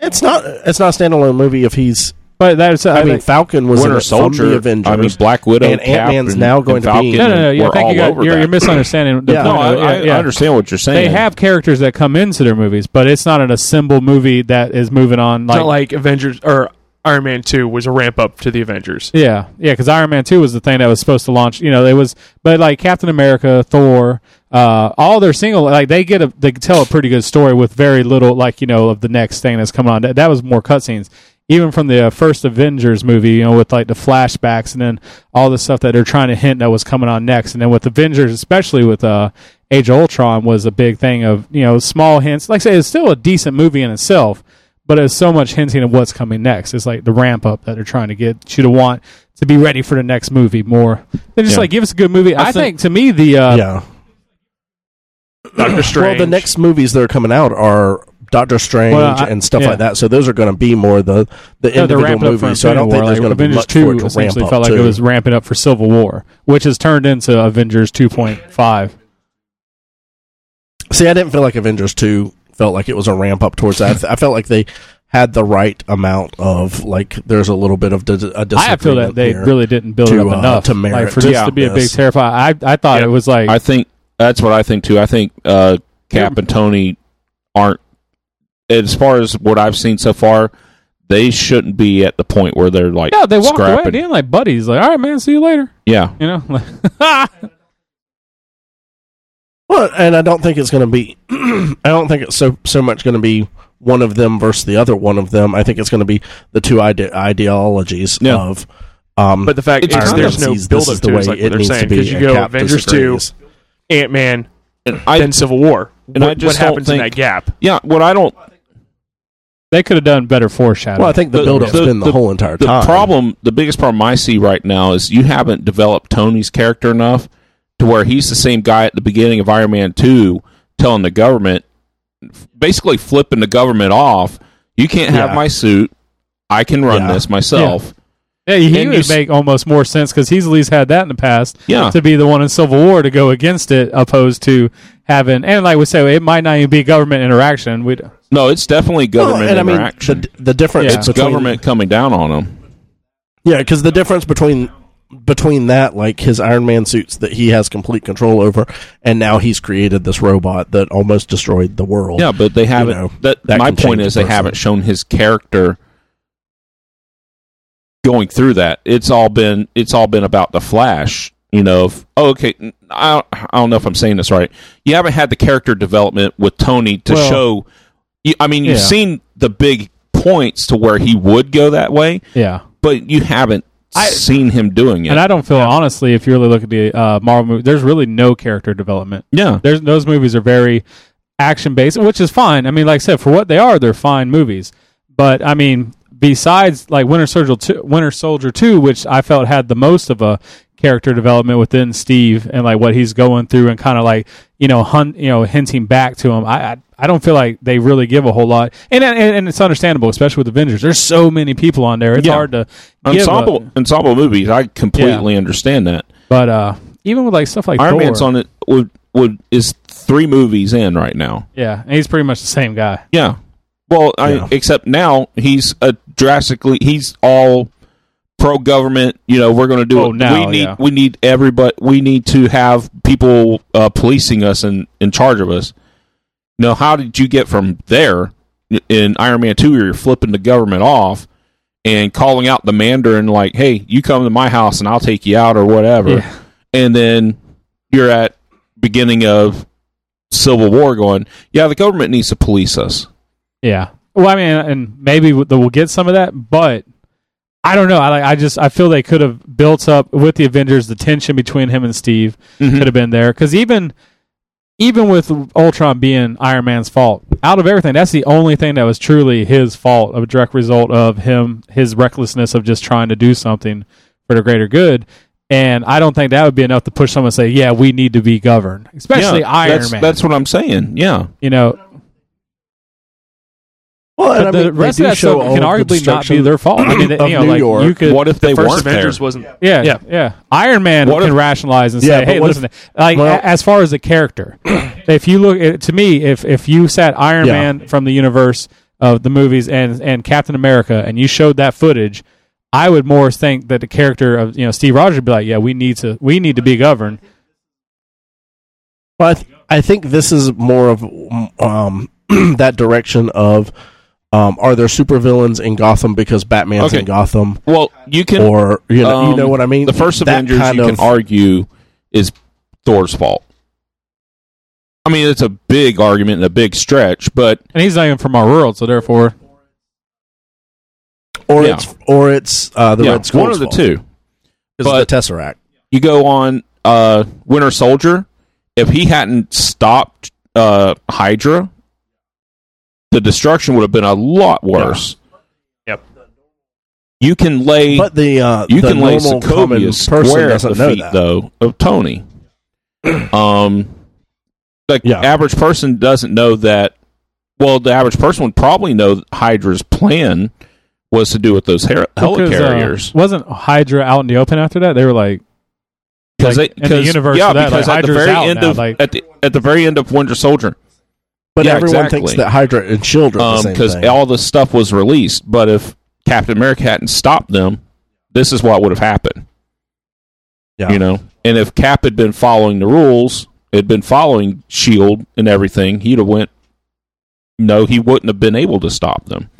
Speaker 4: it's not. It's not a standalone movie if he's.
Speaker 1: But that's uh,
Speaker 4: I,
Speaker 1: I,
Speaker 4: mean,
Speaker 1: think-
Speaker 4: Falcon was in
Speaker 2: Winter
Speaker 4: it from
Speaker 2: Soldier,
Speaker 4: the Avengers.
Speaker 2: I mean Black Widow,
Speaker 4: And
Speaker 2: Cap,
Speaker 4: Ant-Man's
Speaker 2: and-
Speaker 4: now going
Speaker 2: and
Speaker 4: to be-
Speaker 2: Falcon,
Speaker 1: no, no, no.
Speaker 2: we're
Speaker 1: yeah, I think
Speaker 2: all
Speaker 1: you got,
Speaker 2: over
Speaker 1: you're,
Speaker 2: that.
Speaker 1: you're misunderstanding. The
Speaker 4: Yeah.
Speaker 2: no,
Speaker 1: point
Speaker 2: I,
Speaker 1: of it.
Speaker 2: I,
Speaker 1: Yeah.
Speaker 2: I understand what you're saying.
Speaker 1: They have characters that come into their movies, but it's not an assembled movie that is moving on.
Speaker 5: It's
Speaker 1: Like,
Speaker 5: not like Avengers or Iron Man Two was a ramp up to the Avengers.
Speaker 1: yeah, yeah, because Iron Man Two was the thing that was supposed to launch. You know, it was, but like Captain America, Thor, uh, all their single like they get a they tell a pretty good story with very little like you know of the next thing that's coming on. That, that was more cutscenes. Even from the uh, first Avengers movie, you know, with like the flashbacks and then all the stuff that they're trying to hint that was coming on next, and then with Avengers, especially with uh, Age of Ultron, was a big thing of you know small hints. Like I say, it's still a decent movie in itself, but it's so much hinting of what's coming next. It's like the ramp up that they're trying to get you to want to be ready for the next movie more. They're just
Speaker 2: Yeah.
Speaker 1: like give us a good movie. I, think, to me the uh,
Speaker 4: yeah.
Speaker 5: Doctor Strange.
Speaker 4: Well, the next movies that are coming out are Doctor Strange
Speaker 1: Well, I-
Speaker 4: and stuff
Speaker 1: yeah.
Speaker 4: like that. So those are going to be more the the
Speaker 1: No, they're
Speaker 4: individual
Speaker 1: ramping up for
Speaker 4: movies. So I don't
Speaker 1: Infinity
Speaker 4: think
Speaker 1: War.
Speaker 4: there's
Speaker 1: Like,
Speaker 4: going to be
Speaker 1: Avengers
Speaker 4: much for it to ramp
Speaker 1: essentially
Speaker 4: up
Speaker 1: felt like
Speaker 4: to.
Speaker 1: it was ramping up for Civil War, which has turned into Avengers 2.5.
Speaker 4: See, I didn't feel like Avengers two felt like it was a ramp up towards that. I, th- I felt like they had the right amount of like. There's a little bit of dis- a disagreement.
Speaker 1: I feel that they
Speaker 4: there.
Speaker 1: really didn't build it
Speaker 4: to,
Speaker 1: up
Speaker 4: uh,
Speaker 1: enough
Speaker 4: to
Speaker 1: like,
Speaker 4: merit
Speaker 1: for this
Speaker 2: Yeah.
Speaker 1: to be a big
Speaker 4: this.
Speaker 1: terrify. I I thought
Speaker 5: Yeah.
Speaker 1: it was like
Speaker 2: I think that's what I think too. I think uh, Cap and Tony aren't as far as what I've seen so far. They shouldn't be at the point where they're like
Speaker 1: yeah they walked away
Speaker 2: scrapping.
Speaker 1: at the end like buddies like all right man see you later
Speaker 2: Yeah,
Speaker 1: you know like,
Speaker 4: Well, and I don't think it's going to be. I don't think it's so so much going to be one of them versus the other one of them. I think it's going to be the two ide- ideologies
Speaker 2: Yeah.
Speaker 4: of. Um,
Speaker 5: but the fact
Speaker 2: It's
Speaker 5: is,
Speaker 2: Iron
Speaker 5: there's
Speaker 4: Man
Speaker 5: no
Speaker 4: sees
Speaker 5: build
Speaker 4: this
Speaker 5: up
Speaker 4: is the
Speaker 5: to it, is
Speaker 4: way
Speaker 5: like what
Speaker 4: it
Speaker 5: they're
Speaker 4: needs to
Speaker 5: saying.
Speaker 4: be,
Speaker 5: Because you
Speaker 4: and
Speaker 5: go
Speaker 4: Cap
Speaker 5: Avengers Two,
Speaker 4: disagrees.
Speaker 5: Ant Man,
Speaker 2: I
Speaker 5: then Civil War.
Speaker 2: And I
Speaker 5: what,
Speaker 2: just
Speaker 5: what
Speaker 2: don't
Speaker 5: happens in
Speaker 2: think-
Speaker 5: that gap?
Speaker 2: yeah. What I don't
Speaker 1: they could have done better foreshadowing.
Speaker 4: well, I think the,
Speaker 2: the-
Speaker 4: build up's
Speaker 2: the-
Speaker 4: been the,
Speaker 2: the-
Speaker 4: whole entire
Speaker 2: the
Speaker 4: time.
Speaker 2: problem the biggest problem i see right now is you haven't developed tony's character enough to where he's the same guy at the beginning of iron man 2 telling the government basically flipping the government off you can't have
Speaker 4: Yeah.
Speaker 2: my suit i can run
Speaker 4: Yeah.
Speaker 2: this myself
Speaker 1: Yeah, he
Speaker 2: And
Speaker 1: would
Speaker 2: you s-
Speaker 1: make almost more sense because he's at least had that in the past.
Speaker 2: Yeah.
Speaker 1: to be the one in Civil War to go against it, opposed to having and like we say, it might not even be government interaction. We
Speaker 2: no it's definitely
Speaker 4: Well,
Speaker 2: government
Speaker 4: and I mean,
Speaker 2: interaction
Speaker 4: the, the difference
Speaker 1: Yeah.
Speaker 2: it's
Speaker 4: between
Speaker 2: government coming down on him
Speaker 4: Yeah, because the difference between between that, like his Iron Man suits that he has complete control over, and now he's created this robot that almost destroyed the world.
Speaker 2: yeah but they haven't
Speaker 4: know,
Speaker 2: that,
Speaker 4: that
Speaker 2: my
Speaker 4: can
Speaker 2: point
Speaker 4: change
Speaker 2: is
Speaker 4: a
Speaker 2: they
Speaker 4: person.
Speaker 2: haven't shown his character going through that it's all been it's all been about the flash you know of, oh, okay I, I don't know if i'm saying this right you haven't had the character development with tony to
Speaker 1: Well-
Speaker 2: show you, i mean you've
Speaker 1: Yeah.
Speaker 2: seen the big points to where he would go that way
Speaker 1: yeah,
Speaker 2: but you haven't
Speaker 1: I-
Speaker 2: seen him doing it
Speaker 1: and I don't feel honestly, if you really look at the uh, Marvel movie, there's really no character development.
Speaker 2: yeah
Speaker 1: There's those movies are very action based, which is fine. I mean, like I said, for what they are, they're fine movies. But I mean, besides like Winter Soldier two, Winter Soldier two, which I felt had the most of a character development within Steve and like what he's going through and kind of like you know, hunt, you know, hinting back to him. I, I, I don't feel like they really give a whole lot, and and, and it's understandable, especially with Avengers. There's so many people on there; it's
Speaker 2: Yeah.
Speaker 1: hard to give
Speaker 2: ensemble
Speaker 1: a-
Speaker 2: ensemble movies. I completely understand that.
Speaker 1: but uh, even with like stuff like
Speaker 2: Iron
Speaker 1: Thor,
Speaker 2: Man's on it would would is three movies in right now.
Speaker 1: yeah, and he's pretty much the same guy.
Speaker 2: Yeah. Well, I
Speaker 4: Yeah.
Speaker 2: except now he's a drastically he's all pro government. You know, we're going to do
Speaker 1: Oh,
Speaker 2: it.
Speaker 1: now,
Speaker 2: we need
Speaker 1: yeah.
Speaker 2: we need everybody. We need to have people uh, policing us and in charge of us. Now, how did you get from there in Iron Man Two? where You're flipping the government off and calling out the Mandarin, like, "Hey, you come to my house and I'll take you out or whatever."
Speaker 1: Yeah.
Speaker 2: And then you're at beginning of Civil War, going, "Yeah, the government needs to police us."
Speaker 1: Yeah. Well, I mean, and maybe w- we'll get some of that, but I don't know. I like. I just I feel they could have built up with the Avengers the tension between him and Steve
Speaker 2: Mhm.
Speaker 1: could have been there because even even with Ultron being Iron Man's fault, out of everything, that's the only thing that was truly his fault, a direct result of him his recklessness of just trying to do something for the greater good. And I don't think that would be enough to push someone to say, "Yeah, we need to be governed," especially
Speaker 2: Yeah,
Speaker 1: Iron
Speaker 2: that's,
Speaker 1: Man.
Speaker 2: That's what I'm saying. Yeah,
Speaker 1: you know,
Speaker 4: Well, and
Speaker 1: but
Speaker 4: I
Speaker 1: the
Speaker 4: mean, they
Speaker 1: rest
Speaker 4: do
Speaker 1: of that
Speaker 4: show
Speaker 1: stuff
Speaker 4: all
Speaker 1: can
Speaker 4: of the
Speaker 1: arguably not be
Speaker 4: destruction.
Speaker 1: their fault. I mean, they,
Speaker 4: of
Speaker 1: you know,
Speaker 4: New
Speaker 1: like
Speaker 4: York.
Speaker 1: you could,
Speaker 2: what if they
Speaker 5: First
Speaker 2: weren't
Speaker 5: Avengers
Speaker 2: there?
Speaker 5: wasn't.
Speaker 1: yeah, yeah,
Speaker 5: Yeah.
Speaker 1: Iron Man
Speaker 2: What
Speaker 1: can
Speaker 2: if-
Speaker 1: rationalize and
Speaker 4: Yeah,
Speaker 1: say,
Speaker 4: but
Speaker 1: "Hey,
Speaker 4: what
Speaker 1: listen, like
Speaker 4: well-
Speaker 1: a- as far as the character, if you look it, to me, if if you sat Iron
Speaker 4: Yeah.
Speaker 1: Man from the universe of the movies and and Captain America, and you showed that footage." I would more think that the character of you know Steve Rogers would be like, yeah, we need to we need to be governed.
Speaker 4: But I think this is more of um, that direction of um, are there supervillains in Gotham because Batman's
Speaker 2: Okay.
Speaker 4: in Gotham,
Speaker 2: Well, you can.
Speaker 4: or you know, you
Speaker 2: um,
Speaker 4: know what I mean?
Speaker 2: The first
Speaker 4: That
Speaker 2: Avengers,
Speaker 4: kind
Speaker 2: you
Speaker 4: of-
Speaker 2: can argue, is Thor's fault. I mean, it's a big argument and a big stretch, but
Speaker 1: And he's not even from our world, so therefore,
Speaker 4: or
Speaker 2: yeah.
Speaker 4: it's or it's uh, the
Speaker 2: yeah,
Speaker 4: Red Skull.
Speaker 2: one of the two.
Speaker 4: the Tesseract.
Speaker 2: You go on uh, Winter Soldier. If he hadn't stopped uh, Hydra, the destruction would have been a lot worse.
Speaker 5: Yep.
Speaker 2: You can lay
Speaker 4: But the uh,
Speaker 2: you
Speaker 4: the
Speaker 2: can lay
Speaker 4: normal common
Speaker 2: Sokovia
Speaker 4: person
Speaker 2: square at the
Speaker 4: doesn't know
Speaker 2: feet,
Speaker 4: that.
Speaker 2: though, of Tony. um, the
Speaker 4: Yeah.
Speaker 2: average person doesn't know that. Well, the average person would probably know Hydra's plan was to do with those her-
Speaker 1: because, uh,
Speaker 2: helicarriers
Speaker 1: wasn't Hydra out in the open after that? They were like, like,
Speaker 2: they-
Speaker 1: in the universe
Speaker 2: yeah,
Speaker 1: of that,
Speaker 2: because
Speaker 1: like,
Speaker 2: at the
Speaker 1: Hydra's
Speaker 2: very
Speaker 1: out
Speaker 2: end
Speaker 1: now,
Speaker 2: of
Speaker 1: like-
Speaker 2: at the at the very end of Winter Soldier,
Speaker 4: But
Speaker 2: Yeah,
Speaker 4: everyone
Speaker 2: exactly.
Speaker 4: thinks that Hydra and Shield
Speaker 1: Um,
Speaker 4: are the same
Speaker 2: because
Speaker 4: thing.
Speaker 2: all this stuff was released. But if Captain America hadn't stopped them, this is what would have happened.
Speaker 4: Yeah.
Speaker 2: You know, and if Cap had been following the rules, had been following Shield E and everything, he'd have went. No, he wouldn't have been able to stop them.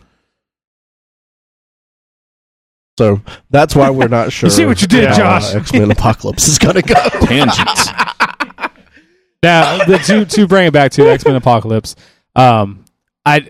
Speaker 4: so that's why we're not sure.
Speaker 1: see what you did, Josh?
Speaker 4: X Men Apocalypse is going to go.
Speaker 2: Tangents.
Speaker 1: now the, to to bring it back to X Men Apocalypse, um, I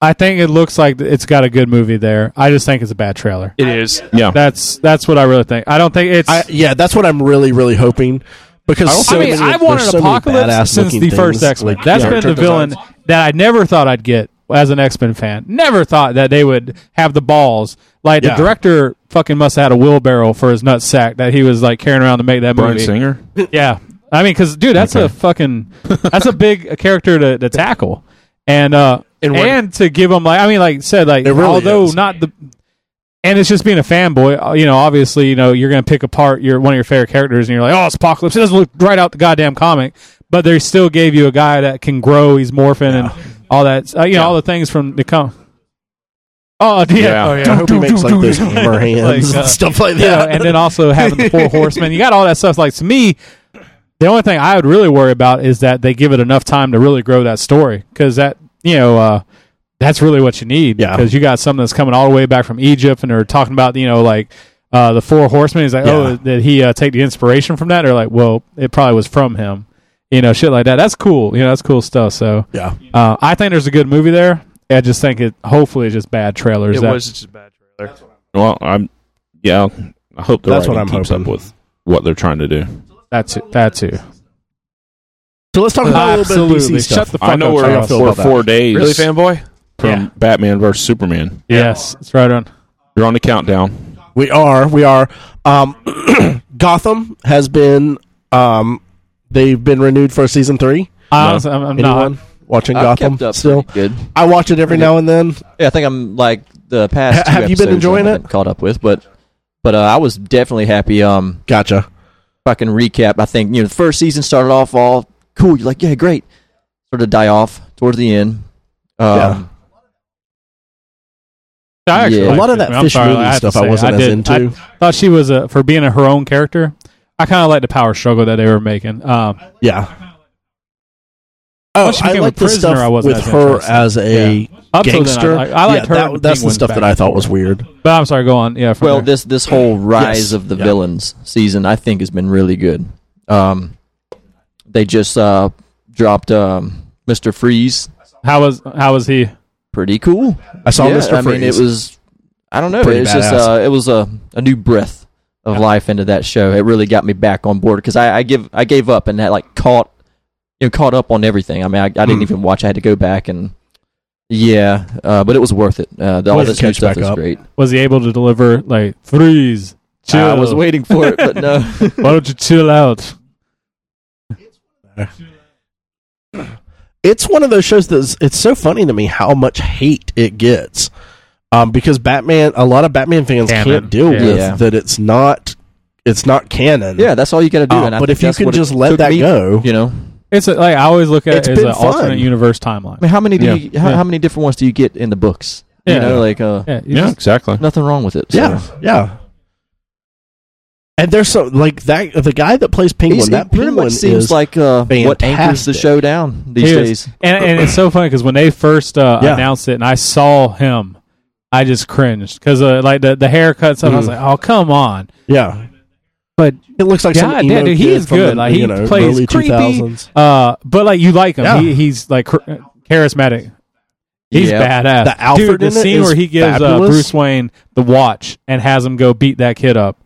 Speaker 1: I think it looks like it's got a good movie there. I just think it's a bad trailer.
Speaker 5: It is.
Speaker 2: yeah.
Speaker 1: That's that's what I really think. I don't think it's.
Speaker 4: I, yeah, that's what I'm really, really hoping. Because so
Speaker 1: I mean,
Speaker 4: many,
Speaker 1: I want
Speaker 4: there's
Speaker 1: an
Speaker 4: so many
Speaker 1: apocalypse since
Speaker 4: badass-looking
Speaker 1: the first
Speaker 4: things,
Speaker 1: X Men.
Speaker 4: like
Speaker 1: That's been
Speaker 4: character
Speaker 1: the villain
Speaker 4: designs.
Speaker 1: that I never thought I'd get as an X Men fan. Never thought that they would have the balls. Like
Speaker 4: Yeah.
Speaker 1: the director fucking must have had a wheelbarrow for his nut sack that he was like carrying around to make that
Speaker 2: Brian
Speaker 1: movie.
Speaker 2: Singer.
Speaker 1: Yeah, I mean, because dude, that's a fucking that's a big character to, to tackle, and uh, and,
Speaker 5: And what-
Speaker 1: to give him like I mean, like said, like
Speaker 4: It really
Speaker 1: although
Speaker 4: is.
Speaker 1: not the, and it's just being a fanboy. uh, You know, obviously, you know, you're gonna pick apart your one of your favorite characters, and you're like, oh, it's Apocalypse. It doesn't look right out the goddamn comic, but they still gave you a guy that can grow. He's morphing and all that. Uh, you know, all the things from the com. Oh yeah,
Speaker 2: Yeah.
Speaker 1: Oh,
Speaker 4: I hope he makes like those hammer hands
Speaker 1: Like, uh,
Speaker 4: and stuff like
Speaker 1: you know,
Speaker 4: that.
Speaker 1: and then also having the four horsemen. You got all that stuff. Like to me, the only thing I would really worry about is that they give it enough time to really grow that story because that you know uh, that's really what you need.
Speaker 4: Yeah.
Speaker 1: because you got something that's coming all the way back from Egypt, and they're talking about you know like. Uh, the four horsemen. He's like, oh,
Speaker 4: Yeah.
Speaker 1: did he uh, take the inspiration from that? Or like, well, it probably was from him, you know, shit like that. That's cool, you know, that's cool stuff. So,
Speaker 4: yeah,
Speaker 1: uh, I think there's a good movie there. I just think it. Hopefully, it's just bad trailers.
Speaker 5: It
Speaker 1: that-
Speaker 5: was just a bad trailer.
Speaker 2: Well, I'm. Yeah, I hope the
Speaker 4: That's
Speaker 2: writing
Speaker 4: what I'm
Speaker 2: keeps
Speaker 4: hoping.
Speaker 2: up with what they're trying to do.
Speaker 1: That's it. That's it.
Speaker 4: so let's talk about a little bit of
Speaker 1: Absolutely.
Speaker 4: DC stuff.
Speaker 1: Shut the fuck
Speaker 2: I know
Speaker 1: up.
Speaker 2: we're,
Speaker 4: how y'all
Speaker 1: Charles.
Speaker 4: feel
Speaker 2: we're
Speaker 4: about
Speaker 2: four days
Speaker 5: Really, fanboy?
Speaker 2: from
Speaker 1: Yeah.
Speaker 2: Batman versus Superman.
Speaker 1: Yes, it's right on.
Speaker 2: You're on the countdown.
Speaker 4: We are. We are. Um, Gotham has been um, They've been renewed for season three.
Speaker 1: I honestly, I'm, I'm not.
Speaker 4: Anyone watching
Speaker 7: I've
Speaker 4: Gotham
Speaker 7: kept up
Speaker 4: still?
Speaker 7: pretty good.
Speaker 4: I watch it every now and then.
Speaker 7: Yeah, I think I'm like the past.
Speaker 4: Ha-
Speaker 7: two
Speaker 4: have you been
Speaker 7: episodes I
Speaker 4: enjoying
Speaker 7: haven't Caught up with, but but uh, I was definitely happy. Um,
Speaker 4: Gotcha.
Speaker 7: fucking recap. I think you know the first season started off all cool. You're like, yeah, great. Sort of die off towards the end.
Speaker 4: Yeah.
Speaker 7: Um,
Speaker 1: I actually
Speaker 7: Yeah.
Speaker 1: liked
Speaker 7: A
Speaker 4: lot of
Speaker 1: it.
Speaker 4: that
Speaker 1: I'm
Speaker 4: Fish
Speaker 1: sorry,
Speaker 4: Movie
Speaker 1: have to
Speaker 4: stuff I
Speaker 1: say,
Speaker 4: wasn't as
Speaker 1: did-
Speaker 4: into.
Speaker 1: I thought she was a, for being a, her own character. I kind of like the power struggle that they were making. Um,
Speaker 4: Yeah. Oh,
Speaker 1: Once she
Speaker 4: I
Speaker 1: became a
Speaker 4: like the
Speaker 1: prisoner, I
Speaker 4: stuff
Speaker 1: wasn't
Speaker 4: with
Speaker 1: as
Speaker 4: her
Speaker 1: interested.
Speaker 4: as a
Speaker 1: Yeah. up till then,
Speaker 4: gangster.
Speaker 1: I, liked- I liked
Speaker 4: Yeah,
Speaker 1: her.
Speaker 4: that-
Speaker 1: and the
Speaker 4: that's the
Speaker 1: Penguin
Speaker 4: stuff that
Speaker 1: back
Speaker 4: I
Speaker 1: and
Speaker 4: thought
Speaker 1: forth.
Speaker 4: was weird.
Speaker 1: But I'm sorry, go on. Yeah. From
Speaker 7: well,
Speaker 1: there.
Speaker 7: this this whole rise
Speaker 4: Yes.
Speaker 7: of the
Speaker 4: Yeah.
Speaker 7: villains season, I think, has been really good. Um, they just uh, dropped um, Mister Freeze.
Speaker 1: how was how was he?
Speaker 7: Pretty cool.
Speaker 4: I saw
Speaker 7: yeah,
Speaker 4: Mr.
Speaker 7: I mean, it
Speaker 4: Freeze.
Speaker 7: was. I don't know.
Speaker 4: Pretty
Speaker 7: It's just
Speaker 4: badass.
Speaker 7: uh, it was a, a new breath of life into that show. It really got me back on board because I, I give I gave up and that like caught you know caught up on everything. I mean, I, I didn't
Speaker 4: Hmm.
Speaker 7: even watch. I had to go back and yeah, uh, but it was worth it. Uh, the, all
Speaker 4: Well,
Speaker 7: this new
Speaker 4: catch
Speaker 7: stuff
Speaker 4: back
Speaker 7: is
Speaker 4: up.
Speaker 7: great.
Speaker 1: Was he able to deliver like threes? Chill.
Speaker 7: I was waiting for it, but no.
Speaker 1: Why don't you chill out?
Speaker 4: it's one of those shows that's it's so funny to me how much hate it gets um, because batman a lot of batman fans
Speaker 5: Canon.
Speaker 4: can't deal
Speaker 5: Yeah.
Speaker 4: with
Speaker 7: Yeah.
Speaker 4: that it's not it's not canon
Speaker 7: yeah, that's all you got to do.
Speaker 4: Uh,
Speaker 7: and I
Speaker 4: but
Speaker 7: think
Speaker 4: if you
Speaker 7: that's
Speaker 4: can
Speaker 7: what it
Speaker 4: just let
Speaker 7: took
Speaker 4: that
Speaker 7: me,
Speaker 4: go
Speaker 7: you know.
Speaker 1: It's a, like I always look at
Speaker 4: It's
Speaker 1: it as
Speaker 4: been
Speaker 1: an
Speaker 4: fun.
Speaker 1: alternate universe timeline.
Speaker 7: I mean, how many do
Speaker 2: Yeah.
Speaker 7: you, how,
Speaker 1: Yeah.
Speaker 7: how many different ones do you get in the books?
Speaker 1: Yeah.
Speaker 7: You know, like uh,
Speaker 1: Yeah, you
Speaker 2: Yeah,
Speaker 1: just-
Speaker 2: exactly.
Speaker 7: nothing wrong with it. so.
Speaker 4: yeah yeah and there's so like that the guy that plays penguin
Speaker 7: He's-
Speaker 4: that
Speaker 7: he pretty
Speaker 4: penguin
Speaker 7: much seems
Speaker 4: is,
Speaker 7: like uh, what anchors the
Speaker 4: fantastic.
Speaker 7: show down these
Speaker 1: He is.
Speaker 7: days.
Speaker 1: and, and it's so funny because when they first uh,
Speaker 4: Yeah.
Speaker 1: announced it and I saw him, I just cringed because uh, like the the haircuts and I was
Speaker 4: Mm.
Speaker 1: like, oh come on.
Speaker 4: yeah
Speaker 1: But
Speaker 4: it looks like
Speaker 1: God
Speaker 4: some emo
Speaker 1: damn, dude, he
Speaker 4: kid
Speaker 1: is
Speaker 4: from
Speaker 1: good.
Speaker 4: the,
Speaker 1: Like, he
Speaker 4: you know,
Speaker 1: plays
Speaker 4: early
Speaker 1: creepy.
Speaker 4: 2000s
Speaker 1: uh, but like you like him.
Speaker 4: Yeah.
Speaker 1: He, he's like cr- charismatic. He's
Speaker 7: Yeah.
Speaker 1: badass.
Speaker 4: The Alfred
Speaker 1: Dude, the
Speaker 4: in it
Speaker 1: scene
Speaker 4: is
Speaker 1: where he gives uh,
Speaker 4: fabulous.
Speaker 1: Bruce Wayne the watch and has him go beat that kid up.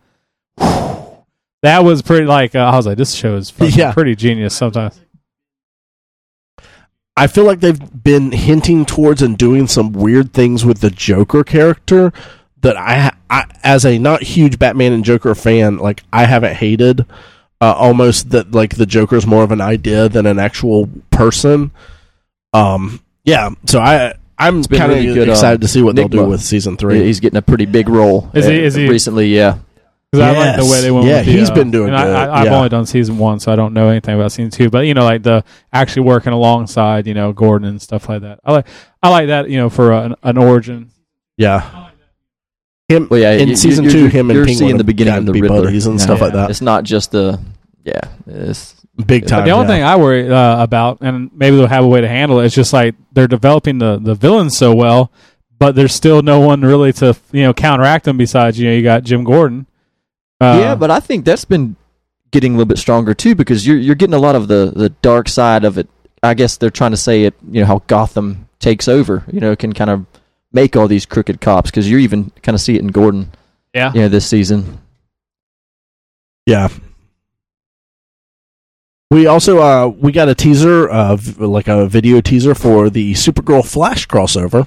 Speaker 1: That was pretty. Like uh, I was like, this show is fucking
Speaker 4: Yeah.
Speaker 1: pretty genius. Sometimes
Speaker 4: I feel like they've been hinting towards and doing some weird things with the Joker character that I, I as a not huge Batman and Joker fan, like I haven't hated. Uh, almost that like the Joker's more of an idea than an actual person. Um, yeah. So I I'm
Speaker 7: been
Speaker 4: kind of
Speaker 7: really good,
Speaker 4: excited
Speaker 7: um,
Speaker 4: to see what they'll do
Speaker 7: Enigma.
Speaker 4: with season
Speaker 7: Yeah,
Speaker 4: three.
Speaker 7: He's getting a pretty big role.
Speaker 1: Is he-
Speaker 7: uh,
Speaker 1: is he-
Speaker 7: recently? Yeah,
Speaker 1: because I like the
Speaker 4: Yes.
Speaker 1: way they went.
Speaker 4: Yeah,
Speaker 1: with the,
Speaker 4: he's
Speaker 1: uh,
Speaker 4: been doing
Speaker 1: and I-
Speaker 4: good.
Speaker 1: I, I've
Speaker 4: Yeah.
Speaker 1: only done season one, so I don't know anything about season two. But you know, like the actually working alongside, you know, Gordon and stuff like that. I like I like that. You know, for uh, an, an origin.
Speaker 4: yeah. Him
Speaker 7: well, yeah.
Speaker 4: in
Speaker 7: you-
Speaker 4: season
Speaker 7: you're,
Speaker 4: 2
Speaker 7: you're,
Speaker 4: him and
Speaker 7: you're
Speaker 4: Penguin
Speaker 7: seeing the
Speaker 4: have
Speaker 7: beginning
Speaker 4: gotten
Speaker 7: of
Speaker 4: to
Speaker 7: the
Speaker 4: be
Speaker 7: Riddler
Speaker 4: buddies and
Speaker 7: Yeah.
Speaker 4: stuff like
Speaker 1: Yeah.
Speaker 4: that.
Speaker 7: It's not just the yeah. It's,
Speaker 4: Big time.
Speaker 1: But the only
Speaker 4: yeah.
Speaker 1: thing I worry uh, about, and maybe they'll have a way to handle it, is just like they're developing the the villains so well, but there's still no one really to you know counteract them besides you know you got Jim Gordon. Uh,
Speaker 7: yeah, but I think that's been getting a little bit stronger too because you're you're getting a lot of the the dark side of it. I guess they're trying to say it. You know how Gotham takes over. You know can kind of make all these crooked cops because you even kind of see it in Gordon.
Speaker 1: Yeah.
Speaker 7: Yeah, this season.
Speaker 4: Yeah. We also uh, we got a teaser, uh, v- like a video teaser for the Supergirl Flash crossover,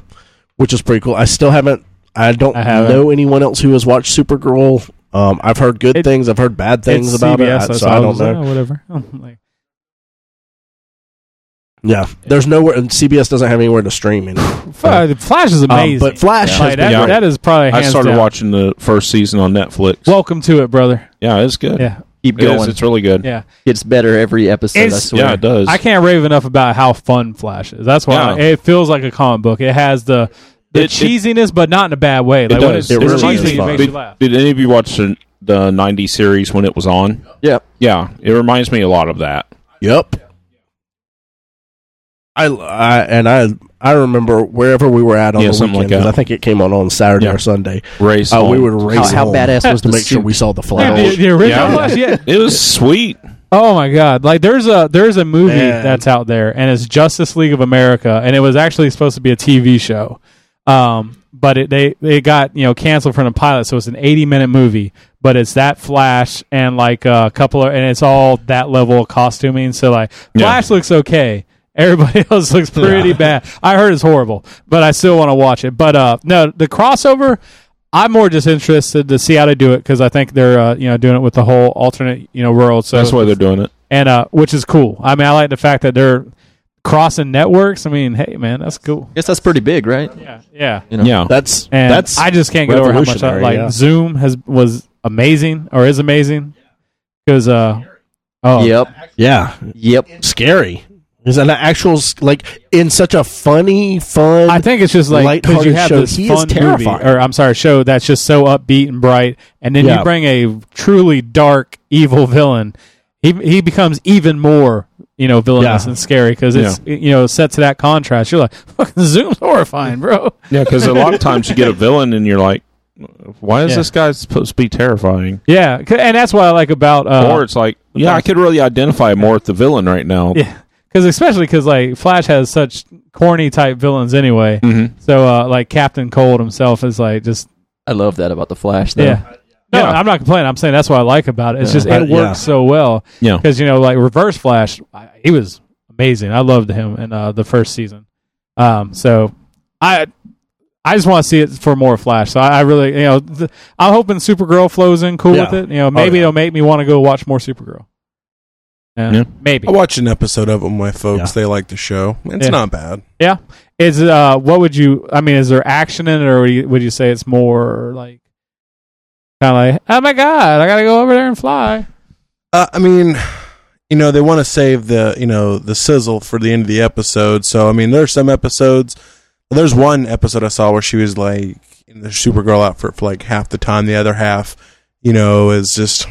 Speaker 4: which is pretty cool. I still haven't. I don't
Speaker 1: I haven't.
Speaker 4: know anyone else who has watched Supergirl. Um, I've heard good
Speaker 1: It-
Speaker 4: things. I've heard bad things
Speaker 1: it's
Speaker 4: about
Speaker 1: CBS,
Speaker 4: it, I- so
Speaker 1: what
Speaker 4: I don't
Speaker 1: was
Speaker 4: know.
Speaker 1: like, "Oh, whatever. Like,
Speaker 4: Yeah, there's nowhere, and CBS doesn't have anywhere to stream it. Um,
Speaker 1: Fuck, the Flash is amazing.
Speaker 4: but Flash,
Speaker 1: Like,
Speaker 4: has
Speaker 1: that,
Speaker 4: been
Speaker 2: Yeah.
Speaker 1: that is probably.
Speaker 2: I
Speaker 1: hands
Speaker 2: started
Speaker 1: down.
Speaker 2: watching the first season on Netflix.
Speaker 1: Welcome to it, brother.
Speaker 2: yeah, it's good.
Speaker 1: Yeah,
Speaker 7: Keep
Speaker 2: It is.
Speaker 7: going.
Speaker 2: It's really good.
Speaker 1: yeah.
Speaker 7: Gets better every episode. I
Speaker 1: It's-
Speaker 7: swear.
Speaker 2: Yeah, it does.
Speaker 1: I can't rave enough about how fun Flash is. That's why
Speaker 2: Yeah.
Speaker 1: it feels like a comic book. It has the the
Speaker 2: It- it-
Speaker 1: cheesiness, but not in a bad way. Like when
Speaker 2: does.
Speaker 1: it's,
Speaker 4: It
Speaker 1: it's
Speaker 4: really
Speaker 1: cheesy,
Speaker 4: is
Speaker 1: it
Speaker 4: fun.
Speaker 1: makes you
Speaker 2: Did,
Speaker 1: laugh.
Speaker 2: did any of you watch the, the 90 series when it was on?
Speaker 7: Yeah.
Speaker 2: Yeah, it reminds me a lot of that.
Speaker 4: Yep. I, I and I I remember wherever we were at on
Speaker 2: Yeah,
Speaker 4: the
Speaker 2: something like
Speaker 4: weekend 'cause
Speaker 2: that.
Speaker 4: I think it came on on Saturday
Speaker 2: Yeah.
Speaker 4: or Sunday.
Speaker 2: Race.
Speaker 4: Oh, we
Speaker 2: home.
Speaker 4: would race
Speaker 7: how
Speaker 4: home
Speaker 7: badass was
Speaker 4: to
Speaker 7: the
Speaker 4: make sure
Speaker 7: suit?
Speaker 4: we saw the
Speaker 1: Yeah,
Speaker 4: flash.
Speaker 1: the, the original
Speaker 2: Yeah.
Speaker 1: Flash, yeah.
Speaker 2: It was sweet.
Speaker 1: Oh my god! Like there's a there's a movie
Speaker 4: Man.
Speaker 1: that's out there, and it's Justice League of America, and it was actually supposed to be a TV show, um, but it they it got you know canceled from the pilot, so it's an 80 minute movie, but it's that Flash and like a couple of, and it's all that level of costuming. So like
Speaker 2: Yeah.
Speaker 1: Flash looks okay. Everybody else looks pretty bad. I heard it's horrible, but I still want to watch it. But uh, no, the crossover, I'm more just interested to see how they do it because I think they're uh, you know doing it with the whole alternate you know world. So
Speaker 2: That's why they're doing it.
Speaker 1: and uh, which is cool. I mean, I like the fact that they're crossing networks. I mean, hey, man, that's cool.
Speaker 7: guess that's pretty big, right?
Speaker 1: Yeah, yeah.
Speaker 7: You know?
Speaker 2: Yeah.
Speaker 4: That's
Speaker 1: And
Speaker 4: that's
Speaker 1: I just can't get over how much I,
Speaker 4: revolutionary,
Speaker 1: like
Speaker 4: yeah.
Speaker 1: Zoom has was amazing or is amazing because uh oh
Speaker 7: Yep.
Speaker 4: yeah,
Speaker 7: Yep.
Speaker 4: scary. Is an actual s- like in such a funny, fun.
Speaker 1: I think it's just like because you
Speaker 4: Lighthearted
Speaker 1: have
Speaker 4: show.
Speaker 1: this
Speaker 4: He is
Speaker 1: fun movie,
Speaker 4: terrifying.
Speaker 1: or I'm sorry, show that's just so upbeat and bright, and then
Speaker 4: Yeah.
Speaker 1: you bring a truly dark evil villain. He he becomes even more you know villainous
Speaker 4: Yeah.
Speaker 1: and scary because it's you know set to that contrast. You're like fucking Zoom's horrifying, bro.
Speaker 2: Yeah, because a lot of times you get a villain and you're like, why is
Speaker 1: Yeah.
Speaker 2: this guy supposed to be terrifying?
Speaker 1: Yeah, c- and that's what I like about uh,
Speaker 2: or it's like, yeah, I could really identify more with the villain right now.
Speaker 1: Yeah, because especially because like Flash has such corny type villains anyway.
Speaker 2: Mhm.
Speaker 1: So uh, like Captain Cold himself is like just
Speaker 7: I love that about the Flash. Though.
Speaker 1: yeah. No,
Speaker 2: Yeah.
Speaker 1: I'm not complaining. I'm saying that's what I like about it. It's
Speaker 7: Yeah.
Speaker 1: just
Speaker 4: Uh,
Speaker 1: it works
Speaker 4: yeah.
Speaker 1: so well
Speaker 2: Yeah.
Speaker 1: because you know like Reverse Flash, I, he was amazing. I loved him in uh, the first season. Um, so I. I just want to see it for more Flash. So I, I really, you know, th- I'm hoping Supergirl flows in cool
Speaker 4: Yeah. Oh,
Speaker 1: with it. You know, maybe
Speaker 4: yeah.
Speaker 1: it'll make me want to go watch more Supergirl. Yeah,
Speaker 2: Yeah.
Speaker 1: maybe.
Speaker 4: Oh,
Speaker 8: I watched an episode of it with my folks. They like the show. It's
Speaker 1: Yeah.
Speaker 8: not bad.
Speaker 1: Yeah. Is uh what would you I mean, is there action in it or would you, would you say it's more like kind of like, "Oh my god, I got to go over there and fly."
Speaker 8: Uh, I mean, you know, they want to save the you know the sizzle for the end of the episode. So I mean, there's some episodes. There's one episode I saw where she was like in the Supergirl outfit for like half the time. The other half, you know, is just.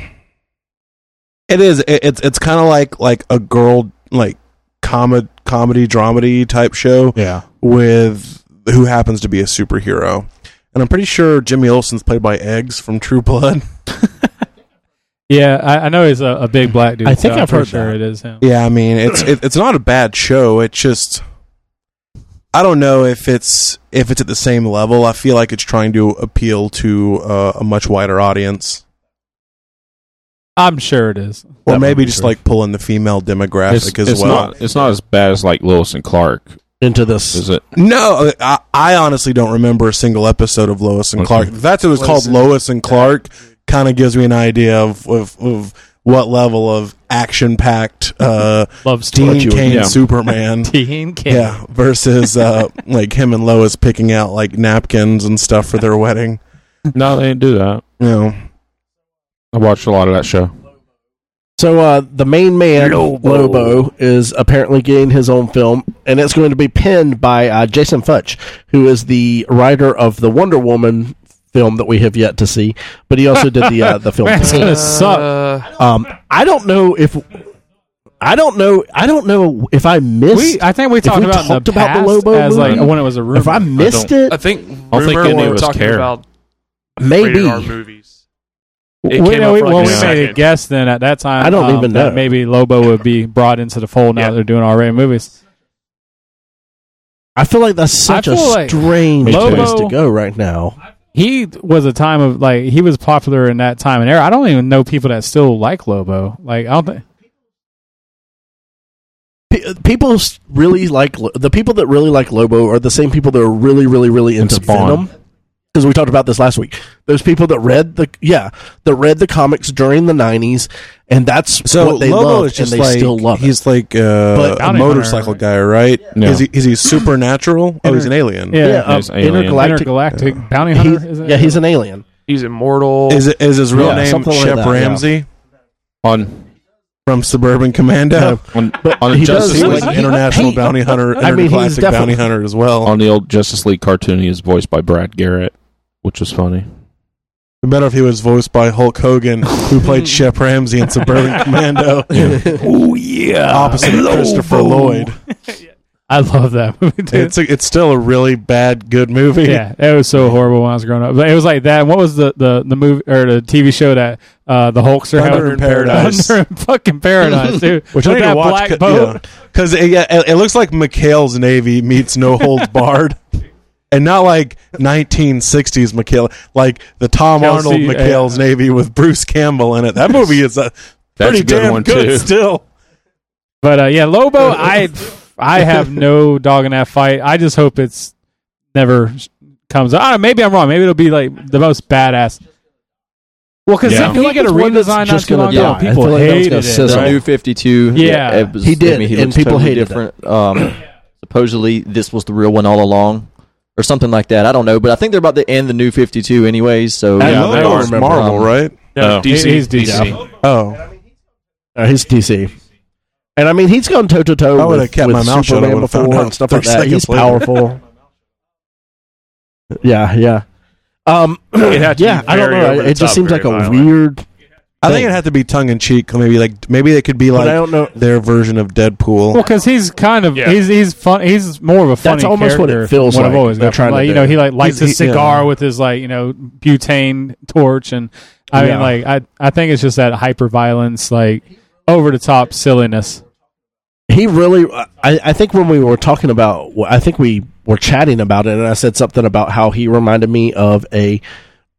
Speaker 8: It is. It, it's it's kind of like like a girl like comedy comedy dramedy type show
Speaker 4: yeah,
Speaker 8: with who happens to be a superhero. And I'm pretty sure Jimmy Olsen's played by Eggs from True Blood.
Speaker 1: Yeah, I, I know he's a, a big black dude.
Speaker 4: I think
Speaker 1: so I'm
Speaker 4: I've
Speaker 1: pretty
Speaker 4: heard
Speaker 1: sure
Speaker 4: that.
Speaker 1: it is him.
Speaker 8: Yeah, I mean, it's it, it's not a bad show. It's just I don't know if it's if it's at the same level. I feel like it's trying to appeal to uh, a much wider audience,
Speaker 1: I'm sure it is.
Speaker 8: or
Speaker 4: That would
Speaker 8: maybe
Speaker 4: be
Speaker 8: just
Speaker 4: true.
Speaker 8: like pull in the female demographic
Speaker 2: It's,
Speaker 8: as
Speaker 2: it's
Speaker 8: well.
Speaker 2: not, it's not as bad as like Lewis and Clark,
Speaker 4: into this.
Speaker 2: is it?
Speaker 8: No, I, I honestly don't remember a single episode of Lois and
Speaker 2: Okay.
Speaker 8: Clark. The fact that it was called Lois and Clark kind of gives me an idea of of, of what level of action packed uh,
Speaker 1: Love story.
Speaker 8: Dean
Speaker 4: you-
Speaker 8: Kane
Speaker 2: yeah.
Speaker 8: Superman
Speaker 1: Teen King.
Speaker 8: Yeah, versus uh, like him and Lois picking out like napkins and stuff for their wedding.
Speaker 2: No, they didn't do that.
Speaker 8: You know,
Speaker 2: I watched a lot of that show.
Speaker 4: So uh, the main man Lobo. is apparently getting his own film, and it's going to be penned by uh, Jason Futch, who is the writer of the Wonder Woman film that we have yet to see, but he also did the uh, the film.
Speaker 1: That's going to suck.
Speaker 5: Uh,
Speaker 4: Um, I don't know if I don't know I don't know if I missed
Speaker 1: We, I think we talked
Speaker 4: we
Speaker 1: about, in
Speaker 4: talked
Speaker 1: the,
Speaker 4: about the
Speaker 1: past
Speaker 4: Lobo
Speaker 1: as like
Speaker 4: movie,
Speaker 1: when it was a rumor.
Speaker 4: if I missed it.
Speaker 5: I think
Speaker 2: don't think
Speaker 5: rumor
Speaker 2: any of
Speaker 5: when we were
Speaker 2: us
Speaker 5: talking
Speaker 2: care.
Speaker 5: about
Speaker 4: maybe
Speaker 5: rated R movies. It
Speaker 1: we,
Speaker 5: came
Speaker 1: know,
Speaker 5: up
Speaker 1: we,
Speaker 5: for like
Speaker 1: well,
Speaker 5: a
Speaker 1: we made a
Speaker 5: second.
Speaker 1: guess then at that time.
Speaker 4: I don't
Speaker 1: um,
Speaker 4: even
Speaker 1: that
Speaker 4: know.
Speaker 1: Maybe Lobo would be brought into the fold now
Speaker 5: Yeah.
Speaker 1: that they're doing R-rated movies.
Speaker 4: I feel like that's such a
Speaker 1: feel like
Speaker 4: strange
Speaker 1: Lobo-
Speaker 4: place to go right now.
Speaker 1: he was a time of like he was popular in that time and era. I don't even know people that still like Lobo. Like I don't think
Speaker 4: P- people s- really like Lo- the people that really like Lobo are the same people that are really, really, really into
Speaker 2: Spawn.
Speaker 4: Venom. Because we talked about this last week. Those people that read the yeah that read the comics during the '90s, and that's
Speaker 8: so
Speaker 4: what they
Speaker 8: Lobo
Speaker 4: love,
Speaker 8: is
Speaker 4: and
Speaker 8: just
Speaker 4: they
Speaker 8: like
Speaker 4: still love it.
Speaker 8: he's like uh,
Speaker 4: But-
Speaker 1: I
Speaker 8: a
Speaker 1: don't even
Speaker 8: motorcycle
Speaker 1: remember.
Speaker 8: guy, right?
Speaker 2: Yeah.
Speaker 8: Is he is he supernatural? Oh, he's an alien.
Speaker 1: yeah,
Speaker 4: Yeah, um,
Speaker 2: He's alien.
Speaker 4: intergalactic.
Speaker 1: intergalactic bounty hunter.
Speaker 4: he's-
Speaker 1: is it?
Speaker 4: yeah, he's an alien.
Speaker 5: He's immortal.
Speaker 8: Is it is his real
Speaker 4: Yeah,
Speaker 8: name
Speaker 4: something like
Speaker 8: Shep
Speaker 4: that, yeah.
Speaker 8: Ramsey
Speaker 2: On,
Speaker 8: from Suburban Commando?
Speaker 4: No.
Speaker 2: on,
Speaker 4: But
Speaker 2: on,
Speaker 4: he
Speaker 2: Justice
Speaker 4: does-
Speaker 8: He was
Speaker 2: League,
Speaker 8: an
Speaker 4: Hey,
Speaker 8: international
Speaker 4: hey,
Speaker 8: bounty
Speaker 4: I mean,
Speaker 8: hunter,
Speaker 4: he's
Speaker 8: intergalactic bounty
Speaker 4: definitely-
Speaker 8: hunter as well.
Speaker 2: on the old Justice League cartoon, he is voiced by Brad Garrett, which was funny.
Speaker 8: It'd be better if he was voiced by Hulk Hogan, who played Shep Ramsey in Suburban Commando.
Speaker 2: oh, yeah.
Speaker 8: Opposite of Christopher Lloyd.
Speaker 1: I love that movie too.
Speaker 8: It's a, it's still a really bad good movie.
Speaker 1: yeah, it was so horrible when I was growing up. But it was like that. And what was the, the, the movie or the TV show that uh, the Hulkster had?
Speaker 8: Thunder in Paradise.
Speaker 1: Thunder in fucking paradise, dude.
Speaker 8: Which
Speaker 1: With
Speaker 8: I need
Speaker 1: that
Speaker 8: to watch
Speaker 1: black
Speaker 8: because
Speaker 1: boat.
Speaker 8: it, yeah, it, it looks like McHale's Navy meets No Holds Barred, and not like 1960s McHale, like the Tom
Speaker 1: Kelsey,
Speaker 8: Arnold
Speaker 1: yeah.
Speaker 8: McHale's Navy with Bruce Campbell in it. That movie is a
Speaker 2: That's
Speaker 8: pretty
Speaker 2: a good
Speaker 8: damn
Speaker 2: one,
Speaker 8: good
Speaker 2: too.
Speaker 8: still.
Speaker 1: But uh, yeah, Lobo, I I have no dog in that fight. I just hope it's never comes. I don't know, maybe I'm wrong. Maybe it'll be like the most badass. Well, because
Speaker 2: Yeah.
Speaker 1: I feel like it a redesign not
Speaker 7: just
Speaker 1: too
Speaker 7: gonna
Speaker 1: long ago.
Speaker 7: die. I
Speaker 1: People
Speaker 7: feel like that was
Speaker 1: hated
Speaker 7: gonna
Speaker 1: it.
Speaker 7: sizzle.
Speaker 1: right?
Speaker 7: New Fifty Two.
Speaker 1: Yeah.
Speaker 4: He did, and people hated
Speaker 7: different. Um, supposedly, this was the real one all along, or something like that. I don't know, but I think they're about to end the New Fifty Two, anyways. So
Speaker 4: I
Speaker 2: Yeah,
Speaker 4: don't
Speaker 2: they are.
Speaker 4: remember.
Speaker 8: Marvel,
Speaker 7: Um,
Speaker 8: right?
Speaker 5: No,
Speaker 2: Oh.
Speaker 1: It
Speaker 5: DC.
Speaker 1: is DC.
Speaker 8: Oh,
Speaker 4: Uh, he's DC. And I mean, he's gone toe to
Speaker 8: I
Speaker 4: toe
Speaker 8: would've
Speaker 4: with,
Speaker 8: kept
Speaker 4: with
Speaker 8: my mouth shut. I
Speaker 4: Superman
Speaker 8: would've found
Speaker 4: before
Speaker 8: out
Speaker 4: and stuff like
Speaker 8: 30
Speaker 4: that. He's
Speaker 8: seconds later.
Speaker 4: powerful. yeah, yeah. Um,
Speaker 5: It had to be
Speaker 4: yeah, I don't
Speaker 5: very
Speaker 4: know.
Speaker 5: over the
Speaker 4: It just
Speaker 5: top,
Speaker 4: seems
Speaker 5: very
Speaker 4: like a
Speaker 5: violent.
Speaker 4: weird.
Speaker 8: I think
Speaker 4: Thing.
Speaker 8: it had to be tongue in cheek. Maybe like maybe they could be
Speaker 4: But I don't
Speaker 8: like
Speaker 4: know.
Speaker 8: their version of Deadpool.
Speaker 1: Well, because he's kind of
Speaker 5: Yeah.
Speaker 1: he's he's fun. He's more of a funny.
Speaker 4: That's almost what it
Speaker 1: character,
Speaker 4: feels
Speaker 1: what I've
Speaker 4: like
Speaker 1: always
Speaker 4: they're
Speaker 1: got.
Speaker 4: trying to
Speaker 1: like, you
Speaker 4: do.
Speaker 1: know, he like lights
Speaker 8: He's-
Speaker 1: his
Speaker 8: he- yeah.
Speaker 1: cigar with his like you know butane torch, and I
Speaker 4: Yeah.
Speaker 1: mean, like I I think it's just that hyper violence, like over the top silliness.
Speaker 4: He really. I, I think when we were talking about, I think we were chatting about it, and I said something about how he reminded me of a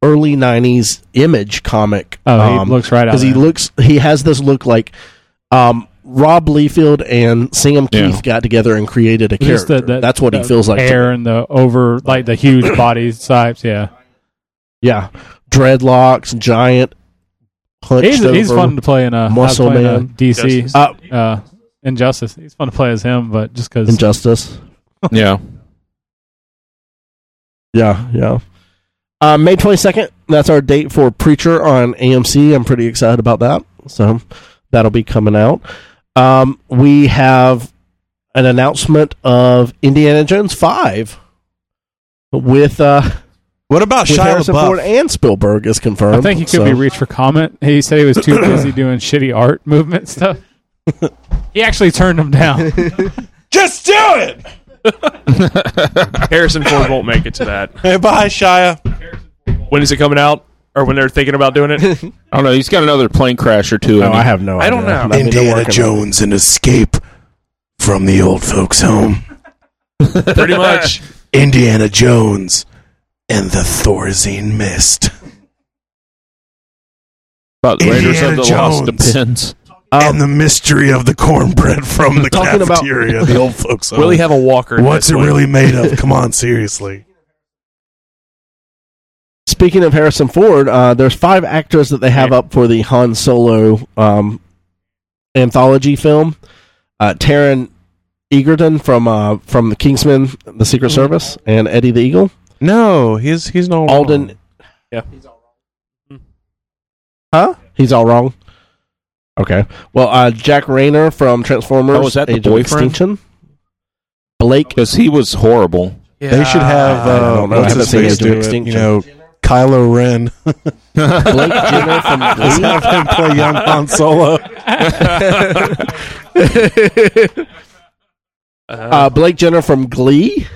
Speaker 4: early '90s image comic.
Speaker 1: Oh,
Speaker 4: um,
Speaker 1: he looks right out.
Speaker 4: because he
Speaker 1: there.
Speaker 4: looks he has this look like um, Rob Liefeld and Sam
Speaker 2: Yeah.
Speaker 4: Keith got together and created a
Speaker 1: Just
Speaker 4: character.
Speaker 1: the- the-
Speaker 4: That's what he
Speaker 1: the
Speaker 4: feels like. to me.
Speaker 1: Hair and the over like the huge body types. Yeah,
Speaker 4: Yeah, dreadlocks, giant, hunched
Speaker 1: he's he's
Speaker 4: over.
Speaker 1: fun to play in uh, a
Speaker 4: Muscle Man.
Speaker 1: DC
Speaker 4: Uh,
Speaker 1: uh, Injustice. He's fun to play as him, but just because
Speaker 4: injustice.
Speaker 2: yeah.
Speaker 4: Yeah, yeah. Uh, May twenty second. That's our date for Preacher on AMC. I'm pretty excited about that. So that'll be coming out. Um, we have an announcement of Indiana Jones five with uh,
Speaker 8: What about
Speaker 4: with
Speaker 8: Shia
Speaker 4: Harrison Ford
Speaker 8: LaBeouf?
Speaker 4: and Spielberg is confirmed.
Speaker 1: I think he could
Speaker 4: so-
Speaker 1: be reached for comment. He said he was too busy doing shitty art movement stuff. he actually turned him down.
Speaker 8: Just do it.
Speaker 5: Harrison Ford won't make it to that.
Speaker 8: Hey, bye, Shia.
Speaker 5: When is it coming out? Or when they're thinking about doing it?
Speaker 2: I don't know. He's got another plane crash or two.
Speaker 4: No,
Speaker 2: in him.
Speaker 4: I have
Speaker 8: Oh,
Speaker 4: no.
Speaker 5: I don't
Speaker 4: idea.
Speaker 5: know.
Speaker 4: I mean, they're working on
Speaker 8: Indiana
Speaker 4: it.
Speaker 8: Jones and escape from the old folks' home.
Speaker 5: Pretty much.
Speaker 8: Indiana Jones and the Thorazine Mist.
Speaker 2: About the Raiders of
Speaker 8: Indiana
Speaker 2: the Lost
Speaker 8: Jones.
Speaker 2: Depends.
Speaker 9: Um,
Speaker 8: and the mystery of the cornbread from the
Speaker 4: Talking about-
Speaker 8: cafeteria of the old folks' home.
Speaker 5: Will he have a walker? in
Speaker 8: What's
Speaker 5: this
Speaker 8: it
Speaker 5: one?
Speaker 8: really made of? Come on, seriously.
Speaker 4: Speaking of Harrison Ford, uh, there's five actors that they have up for the Han Solo um, anthology film. Uh, Taron Egerton from uh, from the Kingsman, The Secret
Speaker 1: Mm-hmm.
Speaker 4: Service, and Eddie the Eagle.
Speaker 8: No, he's he's no
Speaker 4: Alden. Hmm.
Speaker 5: Yeah.
Speaker 4: Huh? He's all wrong. Okay. Well, uh, Jack Rayner from Transformers.
Speaker 2: Oh, was that the
Speaker 4: Age of
Speaker 2: boyfriend?
Speaker 4: Extinction. Blake
Speaker 2: Because he was horrible.
Speaker 8: They should have
Speaker 4: I
Speaker 8: uh,
Speaker 4: don't know. I
Speaker 8: what's
Speaker 4: haven't
Speaker 8: his
Speaker 4: seen
Speaker 8: face
Speaker 4: Age of
Speaker 8: do it. You
Speaker 4: Extinction.
Speaker 8: know, Kylo Ren.
Speaker 4: Blake Jenner from
Speaker 8: Let's have him play young Han Solo.
Speaker 4: uh, Blake Jenner from Glee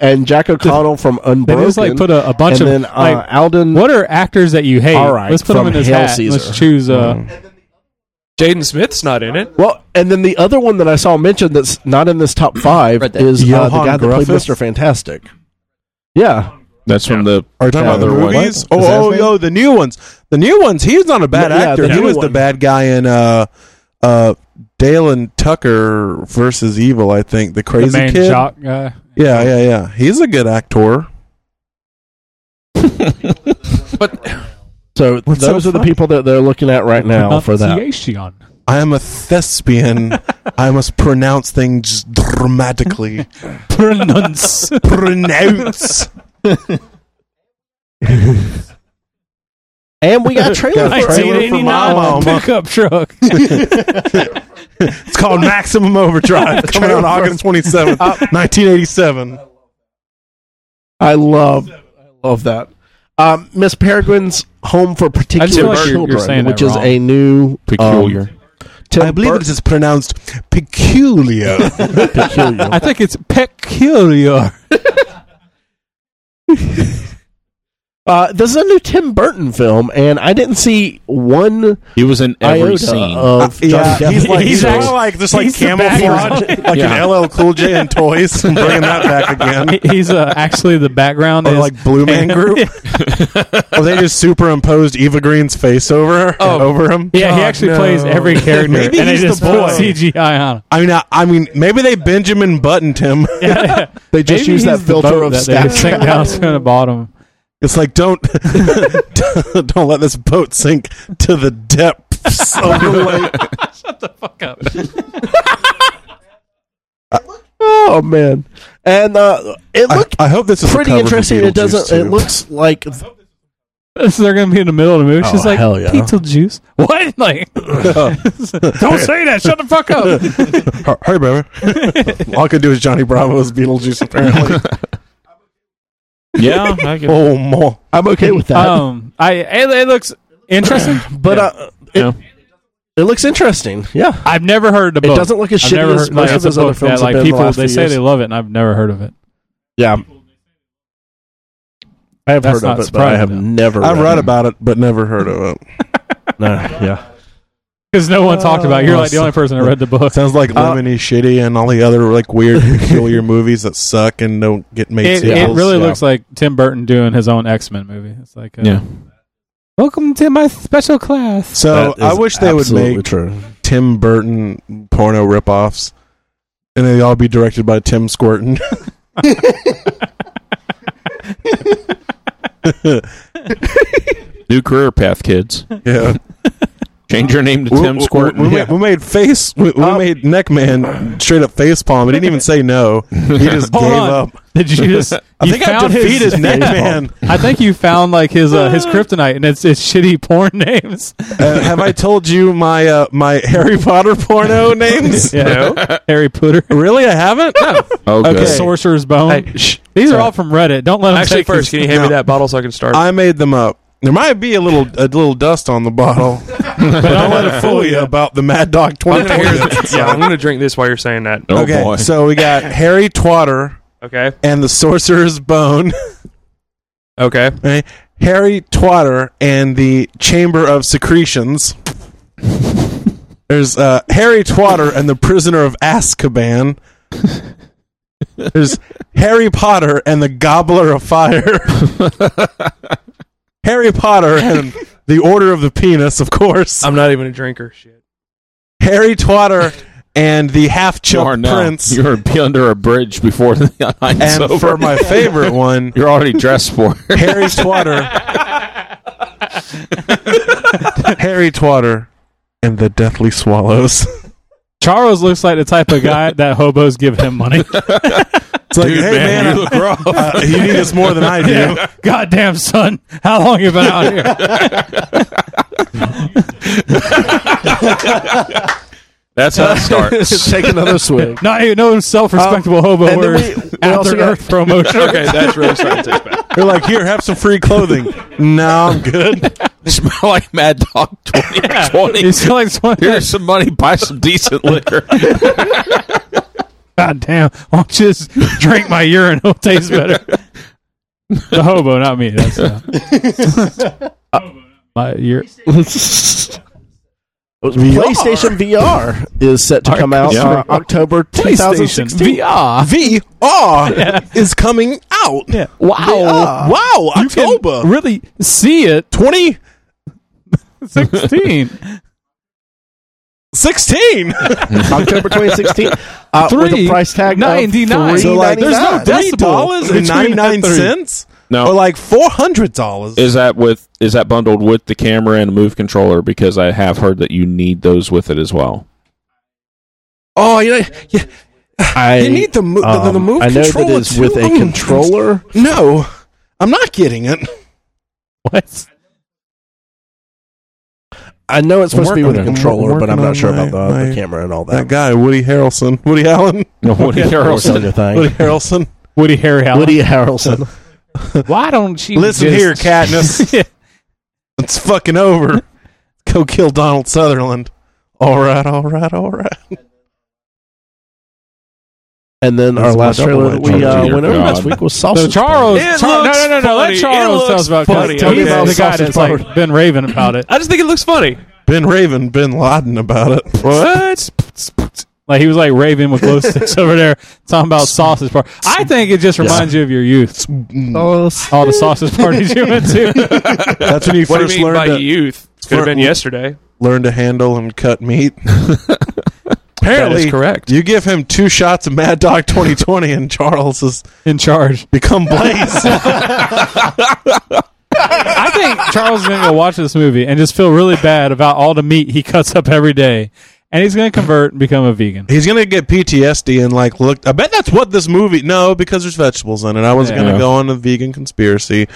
Speaker 4: and Jack O'Connell from
Speaker 1: They
Speaker 4: Unbroken.
Speaker 1: just like put a, a bunch
Speaker 4: and
Speaker 1: of
Speaker 4: then uh,
Speaker 1: like,
Speaker 4: Alden.
Speaker 1: what are actors that you hate?
Speaker 4: All right,
Speaker 1: let's put them
Speaker 4: from
Speaker 1: in this
Speaker 4: Hail
Speaker 1: hat.
Speaker 4: Caesar.
Speaker 1: Let's choose. Uh,
Speaker 5: Jaden Smith's not in it.
Speaker 4: Well, and then the other one that I saw mentioned that's not in this top five
Speaker 7: Read that.
Speaker 4: is uh, the
Speaker 8: Johann
Speaker 4: guy that played
Speaker 8: Griffith?
Speaker 4: Mr. Fantastic. Yeah,
Speaker 2: That's from the.
Speaker 8: Are you talking
Speaker 2: Yeah,
Speaker 8: about the
Speaker 2: the
Speaker 8: movies?
Speaker 2: what?
Speaker 8: Is Oh,
Speaker 4: that
Speaker 8: oh,
Speaker 4: his name?
Speaker 8: yo, the new ones. The new ones. He's not a bad
Speaker 4: Yeah, yeah,
Speaker 8: actor.
Speaker 4: the
Speaker 8: he
Speaker 4: new
Speaker 8: was the
Speaker 4: one.
Speaker 8: bad guy in uh, uh, Dale and Tucker versus Evil. I think the
Speaker 1: the
Speaker 8: crazy
Speaker 1: main
Speaker 8: kid.
Speaker 1: jock uh, guy.
Speaker 8: Yeah, yeah, yeah. He's a good actor.
Speaker 4: so
Speaker 8: What's so
Speaker 4: those are the
Speaker 8: funny?
Speaker 4: people that they're looking at right now for that.
Speaker 1: Pronunciation.
Speaker 8: I am a thespian. I must pronounce things dramatically.
Speaker 1: Pronounce.
Speaker 8: pronounce.
Speaker 4: And we got a trailer for it.
Speaker 1: 1989
Speaker 8: Mama.
Speaker 1: pickup truck.
Speaker 8: It's called Maximum Overdrive. Uh, Coming out August twenty seventh, nineteen eighty seven.
Speaker 4: I love, I love that. Um, Miss Peregrine's Home for Particular
Speaker 1: feel like you're- you're
Speaker 4: Children,
Speaker 1: saying that
Speaker 4: which is
Speaker 1: wrong.
Speaker 4: a new
Speaker 2: Peculiar.
Speaker 4: Um, Tim
Speaker 8: I believe
Speaker 4: Burton-
Speaker 8: it is pronounced peculiar.
Speaker 4: peculiar.
Speaker 1: I think it's peculiar.
Speaker 4: Uh, this is a new Tim Burton film, and I didn't see one
Speaker 2: he was uh, in every
Speaker 4: iota
Speaker 2: scene.
Speaker 4: of Johnny Depp.
Speaker 8: Uh, he's like
Speaker 1: He's
Speaker 8: he's, kinda
Speaker 1: actually-
Speaker 8: like just
Speaker 1: he's
Speaker 8: like
Speaker 1: the
Speaker 8: camouflage, like
Speaker 2: Yeah.
Speaker 8: an LL Cool J and toys, and bringing that back again.
Speaker 1: He's uh, actually the background.
Speaker 8: Or
Speaker 1: is,
Speaker 8: Oh, like Blue Man Group. or they just superimposed Eva Green's face over her-
Speaker 1: Oh.
Speaker 8: over him.
Speaker 1: Yeah, he actually plays every character,
Speaker 8: Maybe
Speaker 1: and they
Speaker 8: he's the
Speaker 1: just put
Speaker 8: boy.
Speaker 1: CGI on. him.
Speaker 8: I mean, I, I mean, maybe they Benjamin buttoned him.
Speaker 4: They just
Speaker 1: Maybe
Speaker 4: use that
Speaker 1: he's the
Speaker 4: filter
Speaker 1: boat
Speaker 4: of
Speaker 1: that they
Speaker 4: static.
Speaker 1: sink down to the bottom.
Speaker 8: It's like don't don't let this boat sink to the depths. of the lake.
Speaker 1: Fuck up.
Speaker 4: Oh man, and uh, it
Speaker 8: I,
Speaker 4: looked
Speaker 8: I hope this is a
Speaker 4: pretty
Speaker 8: cover for
Speaker 4: interesting. It
Speaker 8: Beetlejuice,
Speaker 4: doesn't. It
Speaker 8: too.
Speaker 4: looks like
Speaker 1: So they're gonna be in the middle of the movie.
Speaker 4: Oh,
Speaker 1: She's like,
Speaker 4: hell yeah.
Speaker 1: Beetlejuice. What? Like, don't say that. Shut the fuck up.
Speaker 8: Hey, baby. All I could do is Johnny Bravo's Beetlejuice. Apparently,
Speaker 2: Yeah, I can.
Speaker 8: oh more.
Speaker 4: I'm okay with that,
Speaker 1: Um, I it, it looks interesting,
Speaker 4: but uh, it,
Speaker 2: Yeah.
Speaker 4: it looks interesting. Yeah,
Speaker 1: I've never heard about.
Speaker 4: it doesn't look as
Speaker 1: I've
Speaker 4: shitty
Speaker 1: never
Speaker 4: as
Speaker 1: heard like,
Speaker 4: most of
Speaker 1: it's a
Speaker 4: his other
Speaker 1: book
Speaker 4: films.
Speaker 1: that, like
Speaker 4: have been
Speaker 1: people
Speaker 4: the last
Speaker 1: they
Speaker 4: few
Speaker 1: say
Speaker 4: years.
Speaker 1: they love it, and I've never heard of it.
Speaker 4: yeah. I have
Speaker 1: That's
Speaker 4: heard of
Speaker 1: not
Speaker 4: it, but I have
Speaker 1: surprising,
Speaker 4: never.
Speaker 8: I've read
Speaker 4: it.
Speaker 8: about it, but never heard of it.
Speaker 4: No, yeah,
Speaker 1: Because no one talked about. it. You're like the only person that read the book.
Speaker 8: Sounds like
Speaker 4: Uh,
Speaker 8: Lemony Shitty and all the other like weird, peculiar movies that suck and don't get made.
Speaker 1: It, it
Speaker 8: sequels.
Speaker 1: really
Speaker 8: Yeah.
Speaker 1: looks like Tim Burton doing his own X Men movie. It's like, uh,
Speaker 2: Yeah.
Speaker 1: Welcome to my special class.
Speaker 8: So
Speaker 4: That
Speaker 8: I
Speaker 4: is
Speaker 8: wish they would
Speaker 4: absolutely
Speaker 8: make
Speaker 4: true.
Speaker 8: Tim Burton porno ripoffs, and they all be directed by Tim Squirtin.
Speaker 2: New career path, kids.
Speaker 8: yeah,
Speaker 2: Change your name to Tim Squirtin.
Speaker 8: We, we-
Speaker 2: Yeah.
Speaker 8: we made face. We, we made neck man straight up face palm. He didn't even say no. He just gave
Speaker 1: Hold on.
Speaker 8: up.
Speaker 1: Did you just?
Speaker 8: I
Speaker 1: you
Speaker 8: think I
Speaker 1: found his-
Speaker 8: defeated neck man.
Speaker 1: I think you found like his uh, his kryptonite, and it's it's shitty porn names.
Speaker 8: Uh, have I told you my uh, my Harry Potter porno names?
Speaker 1: Yeah, Harry Potter,
Speaker 8: Really, I haven't. No.
Speaker 2: Oh, good.
Speaker 8: Okay.
Speaker 1: Sorcerer's Bone.
Speaker 5: Hey, shh.
Speaker 1: These are all from Reddit. Don't let them
Speaker 5: Actually,
Speaker 1: take this-
Speaker 5: first, can you hand me
Speaker 8: No.
Speaker 5: that bottle so I can start?
Speaker 8: I made them up. There might be a little a little dust on the bottle.
Speaker 1: but
Speaker 8: Don't let it fool you about the Mad Dog
Speaker 5: I'm gonna
Speaker 8: 2020.
Speaker 5: hear this. yeah, I'm gonna drink this while you're saying that.
Speaker 2: Oh,
Speaker 8: okay,
Speaker 2: boy.
Speaker 8: so we got Harry Twatter
Speaker 5: Okay.
Speaker 8: and the Sorcerer's Bone.
Speaker 5: Okay.
Speaker 8: right? Eh? Harry Twatter and the Chamber of Secretions. There's uh, Harry Twatter and the Prisoner of Azkaban. There's Harry Potter and the Gobbler of Fire. Harry Potter and the Order of the Penis, of course.
Speaker 5: I'm not even a drinker. Shit.
Speaker 8: Harry Twatter and the Half
Speaker 2: you are
Speaker 8: Chump
Speaker 2: now.
Speaker 8: Prince.
Speaker 2: You're gonna be under a bridge before the night's
Speaker 8: And
Speaker 2: over.
Speaker 8: for my favorite one,
Speaker 2: You're already dressed for. it.
Speaker 8: Harry Twatter. Harry Twatter and the Deathly Swallows.
Speaker 1: Charles looks like the type of guy that hobos give him money.
Speaker 8: It's like, hey
Speaker 2: man,
Speaker 8: man,
Speaker 2: you
Speaker 8: you, uh, you need this more than I do.
Speaker 1: Goddamn son, how long you been out here?
Speaker 2: That's how it starts.
Speaker 4: Take another swig.
Speaker 1: Not even no self-respectable hobo
Speaker 4: Um, and then
Speaker 1: wears
Speaker 4: we- we also
Speaker 1: after
Speaker 4: got-
Speaker 1: Earth promotion.
Speaker 5: Okay, that's really starting to taste bad.
Speaker 8: They're like, here, have some free clothing. no, I'm good.
Speaker 2: Smell like Mad Dog 2020.
Speaker 1: You smell like someone.
Speaker 2: Here's some money. Buy some decent liquor.
Speaker 1: God damn! Why don't you just drink my urine? It'll taste better. The hobo, not me. That's uh, my ur-
Speaker 4: PlayStation VR is set to come out
Speaker 2: Yeah.
Speaker 4: uh, October 2016.
Speaker 1: VR.
Speaker 8: VR is coming out.
Speaker 1: Yeah.
Speaker 8: Wow. Wow,
Speaker 1: You can
Speaker 8: October.
Speaker 1: really see it. 2016.
Speaker 8: 16.
Speaker 4: October 2016 uh, with a
Speaker 1: Three
Speaker 4: price tag
Speaker 1: ninety-nine.
Speaker 4: Of
Speaker 1: So,
Speaker 8: like, there's no
Speaker 4: $3.99.
Speaker 1: That's
Speaker 8: $3 dollars and
Speaker 1: between the
Speaker 8: 99
Speaker 1: three.
Speaker 8: cents
Speaker 2: No,
Speaker 8: or like $400.
Speaker 2: is that with is that bundled with the camera and a move controller? Because I have heard that you need those with it as well.
Speaker 8: oh, you know, yeah,
Speaker 4: I,
Speaker 8: you need the, mo- the- the, the
Speaker 4: um,
Speaker 8: move
Speaker 4: I know that
Speaker 8: controller
Speaker 4: it's
Speaker 8: too.
Speaker 4: with a
Speaker 8: Mm.
Speaker 4: controller.
Speaker 8: No, I'm not getting it.
Speaker 1: What?
Speaker 4: I know it's supposed to be with
Speaker 8: Working
Speaker 4: a
Speaker 8: on it.
Speaker 4: controller, but I'm
Speaker 8: Working on
Speaker 4: not sure
Speaker 8: my-
Speaker 4: about the, the
Speaker 8: my-
Speaker 4: camera and all that.
Speaker 8: That guy, Woody Harrelson. Woody Allen.
Speaker 2: No, Woody
Speaker 4: Harrelson.
Speaker 2: Harrelson.
Speaker 4: your thing.
Speaker 8: Woody Harrelson.
Speaker 1: Woody Harryhausen.
Speaker 4: Woody Harrelson.
Speaker 1: Why don't you
Speaker 8: Listen
Speaker 1: just-
Speaker 8: here, Katniss.
Speaker 1: Yeah.
Speaker 8: It's fucking over. Go kill Donald Sutherland. All right, all right, all right.
Speaker 4: And then
Speaker 8: That's
Speaker 4: our
Speaker 8: my
Speaker 4: last
Speaker 8: double
Speaker 4: trailer that
Speaker 8: edge.
Speaker 4: we
Speaker 2: Oh,
Speaker 4: uh,
Speaker 2: dear
Speaker 4: went over
Speaker 2: God.
Speaker 4: last week was Sausage
Speaker 1: So Charles,
Speaker 5: It
Speaker 1: Char-
Speaker 5: looks
Speaker 1: no, no, no, no.
Speaker 5: funny.
Speaker 1: Let
Speaker 5: It
Speaker 1: Charles
Speaker 5: looks
Speaker 1: tell us about
Speaker 5: funny.
Speaker 1: it. He's
Speaker 8: Okay.
Speaker 1: the guy
Speaker 8: Sausage
Speaker 1: that's like
Speaker 8: Party.
Speaker 1: been raving about it.
Speaker 5: I just think it looks funny.
Speaker 8: Ben Raven, Ben Laden about it.
Speaker 5: What?
Speaker 1: Like he was like raving with glow sticks over there, talking about sausage party. I think it just reminds you of your youth.
Speaker 4: Sauce.
Speaker 1: All the sausage parties you went to.
Speaker 8: That's when you
Speaker 5: What do
Speaker 8: first
Speaker 5: you mean by
Speaker 8: learned to,
Speaker 5: youth? Could have been yesterday.
Speaker 8: learn to handle and cut meat. Apparently,
Speaker 1: That is correct.
Speaker 8: You give him two shots of Mad Dog 2020, and Charles has
Speaker 1: in charge.
Speaker 8: become Blaze.
Speaker 1: I think Charles is going to go watch this movie and just feel really bad about all the meat he cuts up every day, and he's going to convert and become a vegan.
Speaker 8: He's gonna get PTSD and like look. I bet that's what this movie. No, because there's vegetables in it. I was
Speaker 1: Yeah.
Speaker 8: gonna go on a vegan conspiracy,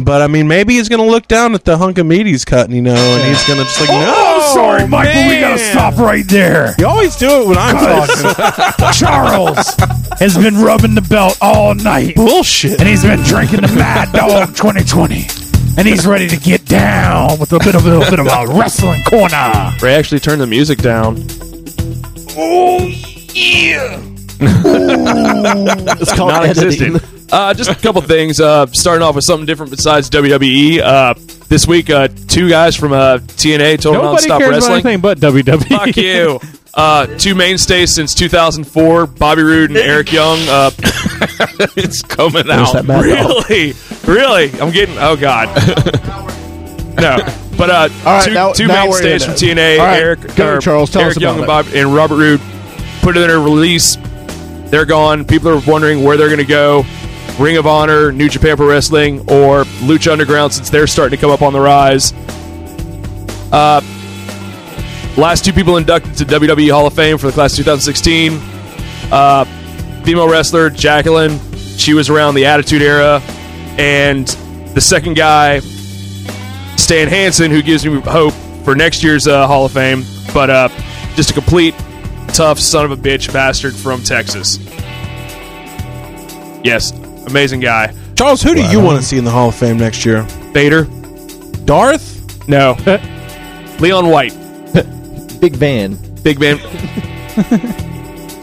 Speaker 8: but I mean, maybe he's gonna look down at the hunk of meat he's cutting, you know, and he's gonna just like, no,
Speaker 9: Oh,
Speaker 8: sorry, Michael, we gotta stop right there. You always do it when I'm talking.
Speaker 9: Charles has been rubbing the belt all night,
Speaker 8: Bullshit.
Speaker 9: and he's been drinking the Mad Dog 2020, and he's ready to get down with a bit of a little bit of a wrestling corner.
Speaker 5: Ray actually turned the music down.
Speaker 4: It's called
Speaker 5: Non-existent.
Speaker 4: editing.
Speaker 5: Uh, just a couple things. Uh, starting off with something different besides WWE. Uh, this week, uh, two guys from uh, TNA, Total
Speaker 1: Nobody
Speaker 5: Nonstop
Speaker 1: cares about
Speaker 5: Wrestling.
Speaker 1: anything but E. WWE.
Speaker 5: Fuck you. Uh, two mainstays since 2004, Bobby Roode and Eric Young. Uh,
Speaker 2: it's coming out.
Speaker 7: that Mad Dog.
Speaker 5: really? Really? I'm getting. Oh, God. no. But uh,
Speaker 4: right,
Speaker 5: two,
Speaker 4: now-
Speaker 5: two
Speaker 4: now we're in
Speaker 5: mainstays
Speaker 4: it.
Speaker 5: from TNA,
Speaker 4: All right,
Speaker 5: Eric,
Speaker 4: go,
Speaker 5: or
Speaker 4: Charles, tell us
Speaker 5: Eric Young and,
Speaker 4: about
Speaker 5: Bob, and Robert Roode, put in a release. They're gone. People are wondering where they're going to go. Ring of Honor, New Japan Pro Wrestling, or Lucha Underground, since they're starting to come up on the rise. Uh, Last two people inducted to WWE Hall of Fame for the class of 2016. Uh, female wrestler Jacqueline. She was around the Attitude Era, and the second guy, Stan Hansen, who gives me hope for next year's uh, Hall of Fame. But uh, just a complete tough son of a bitch bastard from Texas. Yes, amazing guy.
Speaker 8: Charles, who do you want to see in the Hall of Fame next year?
Speaker 5: Vader.
Speaker 8: Darth.
Speaker 5: No. Leon White.
Speaker 7: Big Van.
Speaker 5: Big man.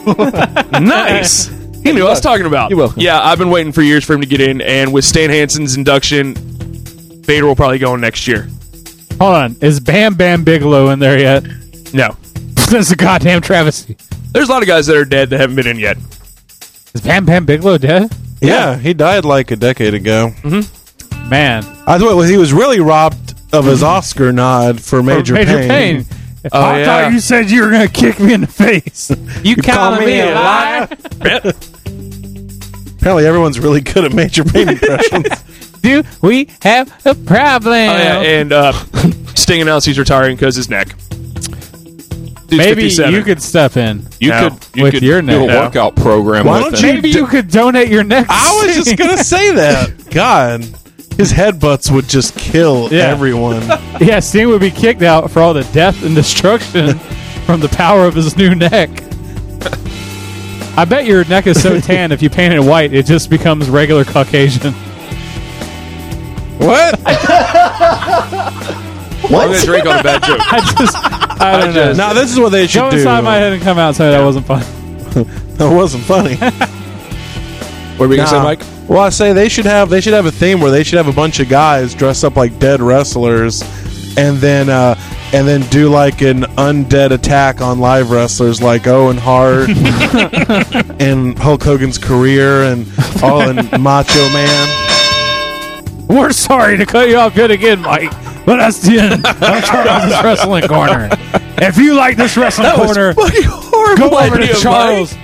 Speaker 5: nice. He knew what I was talking about.
Speaker 7: You're welcome.
Speaker 5: Yeah, I've been waiting for years for him to get in, and with Stan Hansen's induction, Vader will probably go in next year.
Speaker 1: Hold on. Is Bam Bam Bigelow in there yet?
Speaker 5: No.
Speaker 1: That's a goddamn travesty.
Speaker 5: There's a lot of guys that are dead that haven't been in yet.
Speaker 1: Is Bam Bam Bigelow dead?
Speaker 8: Yeah, he died like a decade ago.
Speaker 1: Man.
Speaker 8: I thought he was really robbed of his Oscar nod for Major,
Speaker 1: Major
Speaker 8: Payne.
Speaker 1: Payne. Oh, I
Speaker 5: yeah.
Speaker 1: thought you said you were going to kick me in the face.
Speaker 5: You,
Speaker 8: calling me a
Speaker 5: liar?
Speaker 8: Apparently, everyone's really good at Major Payne impressions.
Speaker 1: Do we have a problem?
Speaker 5: Oh, yeah, and uh, Sting announced he's retiring because his neck. Dude's
Speaker 1: Maybe
Speaker 5: 57.
Speaker 1: you could step in.
Speaker 2: You
Speaker 5: No.
Speaker 2: could you
Speaker 1: With
Speaker 2: could
Speaker 1: your
Speaker 2: do a
Speaker 1: neck.
Speaker 2: workout program.
Speaker 8: Why
Speaker 2: with
Speaker 8: don't
Speaker 2: it.
Speaker 8: you
Speaker 1: Maybe
Speaker 8: do-
Speaker 1: you could donate your next.
Speaker 8: I was just
Speaker 1: thing.
Speaker 8: gonna say that. God, his headbutts would just kill
Speaker 1: Yeah.
Speaker 8: everyone.
Speaker 1: Yeah, Sting would be kicked out for all the death and destruction from the power of his new neck. I bet your neck is so tan if you paint it white, it just becomes regular Caucasian.
Speaker 8: what?
Speaker 5: I'm going to drink on a bad joke.
Speaker 1: I just, I don't know.
Speaker 8: Now this is what they should
Speaker 1: Go
Speaker 8: do.
Speaker 1: inside my head and come outside. That wasn't fun.
Speaker 8: That wasn't funny.
Speaker 2: What were you
Speaker 8: Nah.
Speaker 2: gonna say, Mike?
Speaker 8: Well, I say they should have they should have a theme where they should have a bunch of guys dressed up like dead wrestlers, and then uh, and then do like an undead attack on live wrestlers like Owen Hart and Hulk Hogan's career and all in Macho Man.
Speaker 1: We're sorry to cut you off yet again, Mike, but that's the end of Charles' Wrestling Corner. If you like this Wrestling Corner, go over to Charles,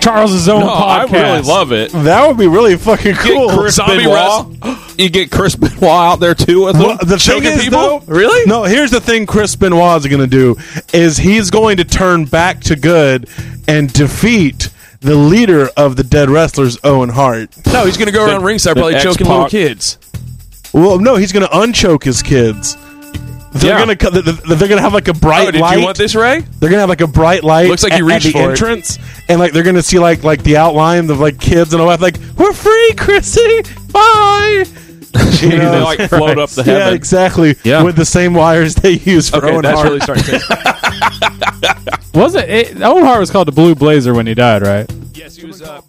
Speaker 1: Charles's own
Speaker 2: No, I
Speaker 1: podcast.
Speaker 2: really love it.
Speaker 8: That would be really fucking cool.
Speaker 2: Chris
Speaker 5: Zombie
Speaker 2: Benoit. You get Chris Benoit out there too with
Speaker 8: Well,
Speaker 2: him.
Speaker 8: the thing
Speaker 2: choking
Speaker 8: is,
Speaker 2: people.
Speaker 8: though, really? No, here's the thing: Chris Benoit is going to do is he's going to turn back to good and defeat the leader of the Dead Wrestlers, Owen Hart.
Speaker 5: No, he's going to go around ringside
Speaker 2: the
Speaker 5: probably choking little
Speaker 2: X-Pac.
Speaker 5: kids.
Speaker 8: Well, no, he's going to unchoke his kids. They're
Speaker 5: Yeah.
Speaker 8: gonna co- th- th- they're gonna have like a bright
Speaker 5: Oh, did
Speaker 8: light.
Speaker 5: you want this, Ray?
Speaker 8: They're gonna have like a bright light.
Speaker 5: Looks like
Speaker 8: at,
Speaker 5: you reached
Speaker 8: at the
Speaker 5: for it.
Speaker 8: entrance, and like they're gonna see like like the outline of like kids and all that. Like we're free, Chrissy. Bye.
Speaker 2: They, like float up the
Speaker 8: Yeah,
Speaker 2: heaven.
Speaker 8: exactly.
Speaker 2: Yeah.
Speaker 8: With the same wires they use for
Speaker 5: Okay,
Speaker 8: Owen
Speaker 5: that's
Speaker 8: Hart.
Speaker 5: really starting to.
Speaker 1: Wasn't it? Owen Hart was called the Blue Blazer when he died, right?
Speaker 5: yes, he was. Uh,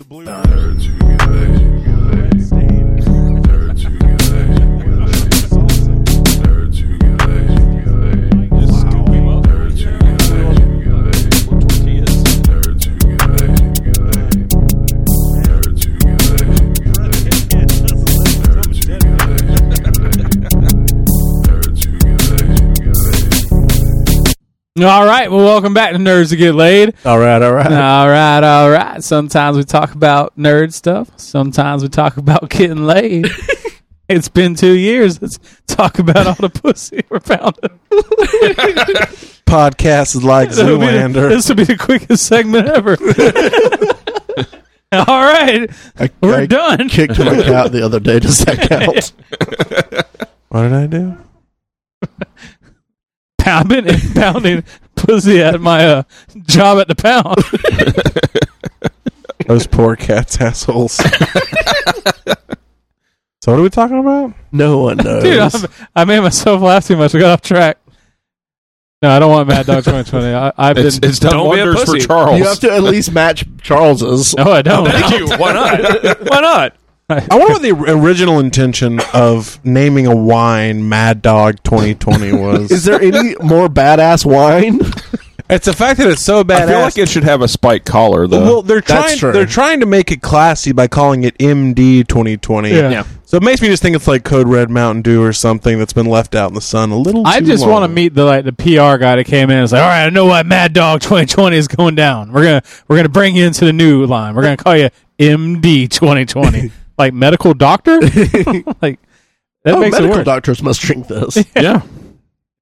Speaker 1: All right. Well, welcome back to Nerds to Get Laid.
Speaker 4: All right, all right.
Speaker 1: All right, all right. Sometimes we talk about nerd stuff. Sometimes we talk about getting laid. it's been two years. Let's talk about all the pussy we're pounding.
Speaker 8: Podcast is like
Speaker 1: This will be the-
Speaker 8: Zoolander.
Speaker 1: This will be the quickest segment ever. all right,
Speaker 4: I,
Speaker 1: we're
Speaker 4: I
Speaker 1: done.
Speaker 4: kicked my cat the other day. Does that count?
Speaker 8: What did I do?
Speaker 1: Pounding and pounding pussy at my uh, job at the pound.
Speaker 8: Those poor cats, assholes. so what are we talking about?
Speaker 4: no one knows.
Speaker 1: Dude, I'm, I made myself laugh too much. I got off track. No, I don't want Mad Dog 2020. I, I've been.
Speaker 2: It's, it's done
Speaker 5: Don't be a
Speaker 2: wonders for
Speaker 5: pussy.
Speaker 2: Charles.
Speaker 4: you have to at least match Charles's.
Speaker 1: no, I don't.
Speaker 5: Thank you. Why not? Why not?
Speaker 8: I wonder what the original intention of naming a wine Mad Dog 2020 was.
Speaker 4: Is there any more badass wine?
Speaker 8: it's the fact that it's so Uh,
Speaker 2: I
Speaker 8: bad.
Speaker 2: feel like it should have a spike collar though.
Speaker 8: well, they're trying.
Speaker 4: true.
Speaker 8: They're trying to make it classy by calling it MD 2020.
Speaker 1: Yeah. Yeah.
Speaker 8: So it makes me just think it's like Code Red Mountain Dew or something that's been left out in the sun a little.
Speaker 1: I
Speaker 8: too
Speaker 1: just
Speaker 8: long.
Speaker 1: want to meet the like the PR guy that came in and was like, "All right, I know why Mad Dog 2020 is going down. We're gonna we're gonna bring you into the new line. We're gonna call you MD 2020, like medical doctor. like that
Speaker 4: oh,
Speaker 1: makes it
Speaker 4: medical
Speaker 1: worse.
Speaker 4: doctors must drink this. It's
Speaker 2: yeah,
Speaker 1: If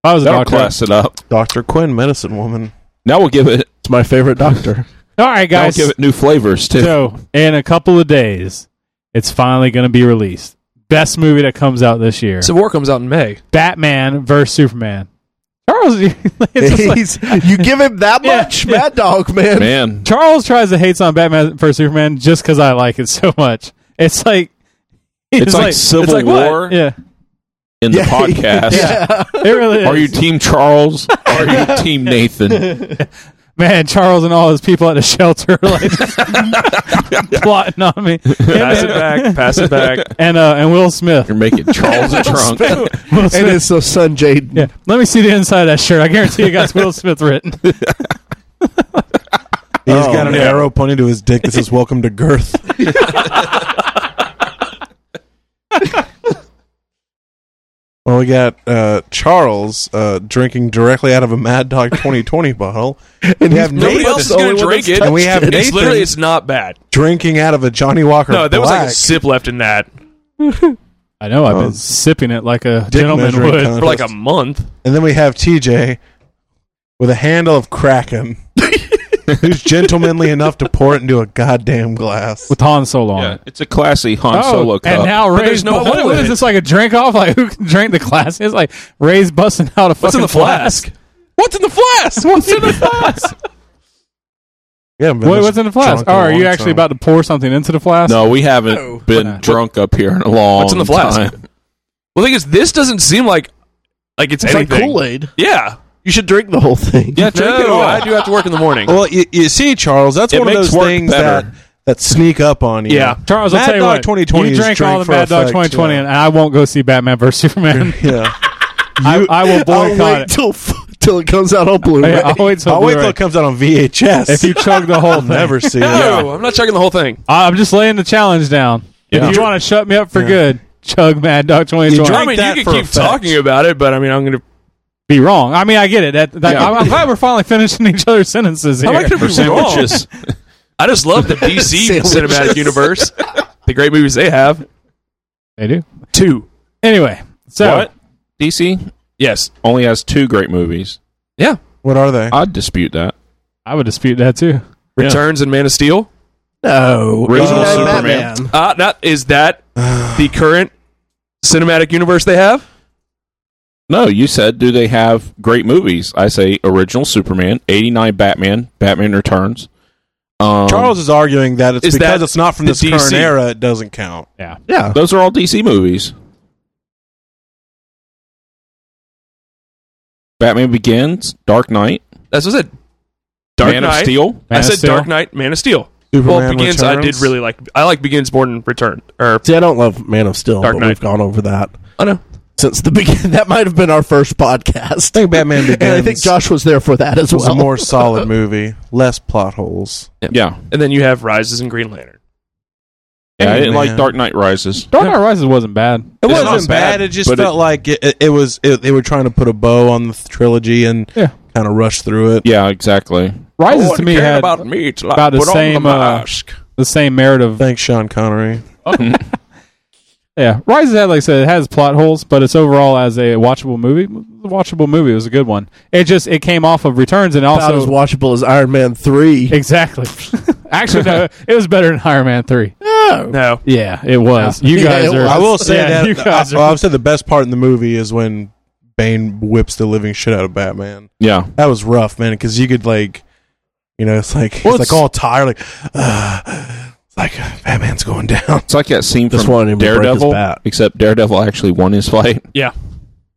Speaker 1: I was a
Speaker 2: that'll
Speaker 1: doctor.
Speaker 2: class it up.
Speaker 8: Dr. Quinn, medicine woman.
Speaker 2: Now we'll give it.
Speaker 4: my favorite doctor.
Speaker 1: All right,
Speaker 2: Now we'll
Speaker 1: guys.
Speaker 2: give it new flavors too.
Speaker 1: So in a couple of days, it's finally gonna be released. Best movie that comes out this year:
Speaker 5: Civil War comes out in May.
Speaker 1: Batman versus Superman. Charles, it's just like-
Speaker 4: He's- you give him that
Speaker 1: Yeah,
Speaker 4: much,
Speaker 1: yeah.
Speaker 4: Mad Dog, man.
Speaker 2: Man,
Speaker 1: Charles tries to hate on Batman versus Superman just because I like it so much. It's like
Speaker 2: it's like Civil
Speaker 5: like what?
Speaker 2: War
Speaker 1: yeah,
Speaker 2: in the
Speaker 4: Yeah.
Speaker 2: podcast.
Speaker 4: Yeah.
Speaker 1: it really is.
Speaker 2: Are you Team Charles? Are you Team Nathan?
Speaker 1: man, Charles and all his people at the shelter like plotting on me.
Speaker 5: Pass it back. Pass it back.
Speaker 1: And uh, and Will Smith.
Speaker 2: You're making Charles a trunk.
Speaker 1: Will
Speaker 4: And
Speaker 1: Smith.
Speaker 4: it's the son Jaden.
Speaker 1: Yeah, let me see the inside of that shirt. I guarantee it got Will Smith written.
Speaker 8: He's
Speaker 4: Oh,
Speaker 8: got an
Speaker 4: man.
Speaker 8: arrow pointing to his dick that says "Welcome to Girth." well, we got uh, Charles uh, drinking directly out of a Mad Dog 2020 bottle, and we have
Speaker 5: Nobody
Speaker 8: Nathan
Speaker 5: else is going to drink it.
Speaker 8: and we have
Speaker 5: It's literally,
Speaker 8: Nathan
Speaker 5: it's not bad.
Speaker 8: drinking out of a Johnny Walker.
Speaker 5: No, there was like a
Speaker 8: Black
Speaker 5: sip left in that
Speaker 1: I know. I've
Speaker 8: Oh.
Speaker 1: been sipping it like a
Speaker 8: dick
Speaker 1: gentleman
Speaker 8: measuring
Speaker 1: would.
Speaker 8: contest.
Speaker 5: for like a month.
Speaker 8: and then we have TJ with a handle of Kraken, who's gentlemanly enough to pour it into a goddamn glass.
Speaker 1: With Han Solo on
Speaker 2: Yeah,
Speaker 1: it.
Speaker 2: it's a classy Han Solo cup.
Speaker 1: Oh, and now Ray's
Speaker 5: there's no
Speaker 1: what-
Speaker 5: hole
Speaker 1: what
Speaker 5: in
Speaker 1: is
Speaker 5: it.
Speaker 1: this like a drink off? Like who can drink the class? It's like Ray's busting out a
Speaker 5: What's
Speaker 1: fucking
Speaker 5: in the flask?
Speaker 8: What's in the flask?
Speaker 1: What's in the flask?
Speaker 8: Yeah,
Speaker 1: Wait, what's in the flask? Oh, are you actually about to pour something into the flask?
Speaker 2: no, we haven't been
Speaker 1: What-
Speaker 2: drunk up here in a long
Speaker 5: What's in the flask?
Speaker 2: time.
Speaker 5: Well, the thing is, this doesn't seem like like it's,
Speaker 4: It's like
Speaker 5: anything.
Speaker 4: Kool Aid.
Speaker 5: yeah,
Speaker 4: You should drink the whole thing. Oh,
Speaker 5: yeah.
Speaker 2: drink it all.
Speaker 5: I do have to work in the morning.
Speaker 8: Well, you, you see, Charles, that's
Speaker 2: It
Speaker 8: one of
Speaker 2: makes
Speaker 8: those
Speaker 2: work
Speaker 8: things
Speaker 2: better.
Speaker 8: that that sneak up on you.
Speaker 5: Yeah.
Speaker 1: Charles, I'll
Speaker 8: Mad
Speaker 1: tell you
Speaker 8: Dog
Speaker 1: what.
Speaker 8: 2020
Speaker 1: you
Speaker 8: is
Speaker 1: drank
Speaker 8: drink
Speaker 1: all the
Speaker 8: for
Speaker 1: Mad Dog
Speaker 8: effect,
Speaker 1: 2020,
Speaker 8: yeah.
Speaker 1: and I won't go see Batman versus Superman.
Speaker 8: yeah.
Speaker 1: I, I will
Speaker 4: I'll
Speaker 1: boycott
Speaker 4: wait
Speaker 1: it.
Speaker 4: till till it comes out on Blu-ray.
Speaker 1: Yeah, I'll wait till,
Speaker 8: I'll wait till
Speaker 1: Blu-ray.
Speaker 8: it comes out on VHS.
Speaker 1: if you chug the whole thing.
Speaker 8: never see it.
Speaker 5: No, I'm not checking the whole thing.
Speaker 1: I'm just laying the challenge down.
Speaker 2: Yeah.
Speaker 1: If you want to shut me up for good, chug Mad Dog 2020.
Speaker 5: I mean,
Speaker 8: that
Speaker 5: you
Speaker 8: for
Speaker 5: can keep
Speaker 8: effect.
Speaker 5: talking about it, but I mean, I'm gonna.
Speaker 1: be wrong. I mean, I get it. That, that,
Speaker 2: Yeah.
Speaker 1: I'm, I'm glad we're finally finishing each other's sentences here.
Speaker 5: How am I gonna
Speaker 2: For
Speaker 5: be wrong?
Speaker 2: sandwiches.
Speaker 5: I just love the DC
Speaker 4: Sandwiches.
Speaker 5: cinematic universe, the great movies they have.
Speaker 1: they do.
Speaker 5: Two,
Speaker 1: Anyway, so
Speaker 2: What? DC
Speaker 5: yes,
Speaker 2: only has two great movies.
Speaker 8: What are they?
Speaker 2: I'd dispute that.
Speaker 1: I would dispute that too.
Speaker 5: Returns and Man of Steel.
Speaker 4: no,
Speaker 2: Original
Speaker 4: Batman.
Speaker 2: Oh, Superman.
Speaker 5: Uh, not is that the current cinematic universe they have?
Speaker 2: No, you said do they have great movies? I say original Superman, eighty nine Batman, Batman Returns. Um,
Speaker 8: Charles is arguing that it's
Speaker 5: Is
Speaker 8: because
Speaker 5: that
Speaker 8: it's not from
Speaker 5: the
Speaker 8: this current
Speaker 5: DC?
Speaker 8: era, it doesn't count.
Speaker 4: Yeah,
Speaker 2: those are all DC movies. Batman Begins, Dark Knight,
Speaker 5: That's what I said. Dark
Speaker 2: Man
Speaker 5: Knight.
Speaker 2: of Steel.
Speaker 1: Man
Speaker 5: I
Speaker 1: of
Speaker 5: said
Speaker 1: Steel.
Speaker 5: Dark Knight, Man of Steel.
Speaker 8: Superman
Speaker 5: well, Begins. I did
Speaker 8: Returns?
Speaker 5: really like. I like Begins more than Return. Or
Speaker 4: see, I don't love Man of Steel,
Speaker 5: Dark
Speaker 4: but
Speaker 5: Knight.
Speaker 4: we've gone over that
Speaker 5: I know.
Speaker 4: since the beginning. That might have been our first podcast.
Speaker 8: I think Batman Begins.
Speaker 4: and I think Josh was there for that as
Speaker 8: was
Speaker 4: well.
Speaker 8: a more solid movie, less plot holes.
Speaker 2: Yeah,
Speaker 5: And then you have Rises and Green Lantern.
Speaker 2: yeah. I
Speaker 8: Hey,
Speaker 2: didn't like
Speaker 8: man.
Speaker 2: Dark Knight Rises.
Speaker 1: Dark Knight Rises wasn't bad.
Speaker 8: It
Speaker 2: It's
Speaker 8: wasn't
Speaker 2: not
Speaker 8: bad.
Speaker 2: bad,
Speaker 8: It just
Speaker 2: but it-
Speaker 8: felt like it, it, it was. It, they were trying to put a bow on the trilogy and
Speaker 1: Yeah.
Speaker 8: kind kind of rush through it.
Speaker 2: Yeah, exactly.
Speaker 1: Rises to me had
Speaker 5: me till
Speaker 1: about the same, uh, the same merit of
Speaker 8: Thanks, Sean Connery.
Speaker 1: yeah. Rises had like I said, it has plot holes, but it's overall as a watchable movie. a Watchable movie It was a good one. It just it came off of Returns and
Speaker 4: About
Speaker 1: also
Speaker 4: as watchable as Iron Man three.
Speaker 1: exactly. Actually, no, it was better than Iron Man three.
Speaker 5: no.
Speaker 1: Yeah, it was. You
Speaker 4: Yeah,
Speaker 1: guys
Speaker 4: it
Speaker 1: are.
Speaker 4: was.
Speaker 8: I will say
Speaker 1: Yeah,
Speaker 8: that
Speaker 1: you guys
Speaker 8: I,
Speaker 1: are.
Speaker 8: well, I've said the best part in the movie is when Bane whips the living shit out of Batman.
Speaker 2: Yeah.
Speaker 8: That was rough, man, because you could like, you know, it's like
Speaker 2: Well,
Speaker 8: it's
Speaker 2: it's-
Speaker 8: like all tired, like, uh, it's like Batman's going down.
Speaker 2: It's like that scene
Speaker 4: Just
Speaker 2: from
Speaker 4: wanted him to break his
Speaker 2: Daredevil,
Speaker 4: bat.
Speaker 2: except Daredevil actually won his fight.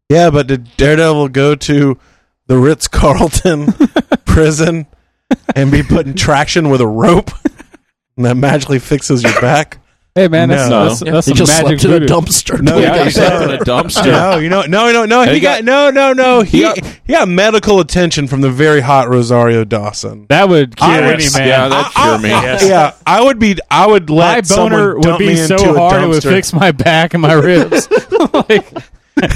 Speaker 8: Yeah, but did Daredevil go to the Ritz Carlton prison and be put in traction with a rope, and that magically fixes your back?
Speaker 1: Hey man, that's
Speaker 2: No.
Speaker 1: that's, that's
Speaker 4: He
Speaker 1: some
Speaker 4: just
Speaker 1: magic
Speaker 4: slept in a
Speaker 1: voodoo.
Speaker 4: dumpster.
Speaker 8: No,
Speaker 2: yeah,
Speaker 8: got
Speaker 2: he's
Speaker 8: that.
Speaker 2: up in a dumpster.
Speaker 8: No, you know, no, no, no.
Speaker 2: And
Speaker 8: He,
Speaker 2: he
Speaker 8: got,
Speaker 2: got-
Speaker 8: no, no, no. He
Speaker 2: he
Speaker 8: he
Speaker 2: got-
Speaker 8: got, medical attention from the very hot Rosario Dawson.
Speaker 1: That would cure
Speaker 8: I would-
Speaker 1: any man.
Speaker 2: Yeah, that
Speaker 8: I- I-
Speaker 2: cure me.
Speaker 5: Yes.
Speaker 8: Yeah, I would be. I would let
Speaker 1: my boner
Speaker 8: someone
Speaker 1: would
Speaker 8: dump
Speaker 1: be
Speaker 8: me
Speaker 1: so
Speaker 8: into
Speaker 1: hard
Speaker 8: a
Speaker 1: it would
Speaker 8: dumpster.
Speaker 1: fix my back and my ribs. like,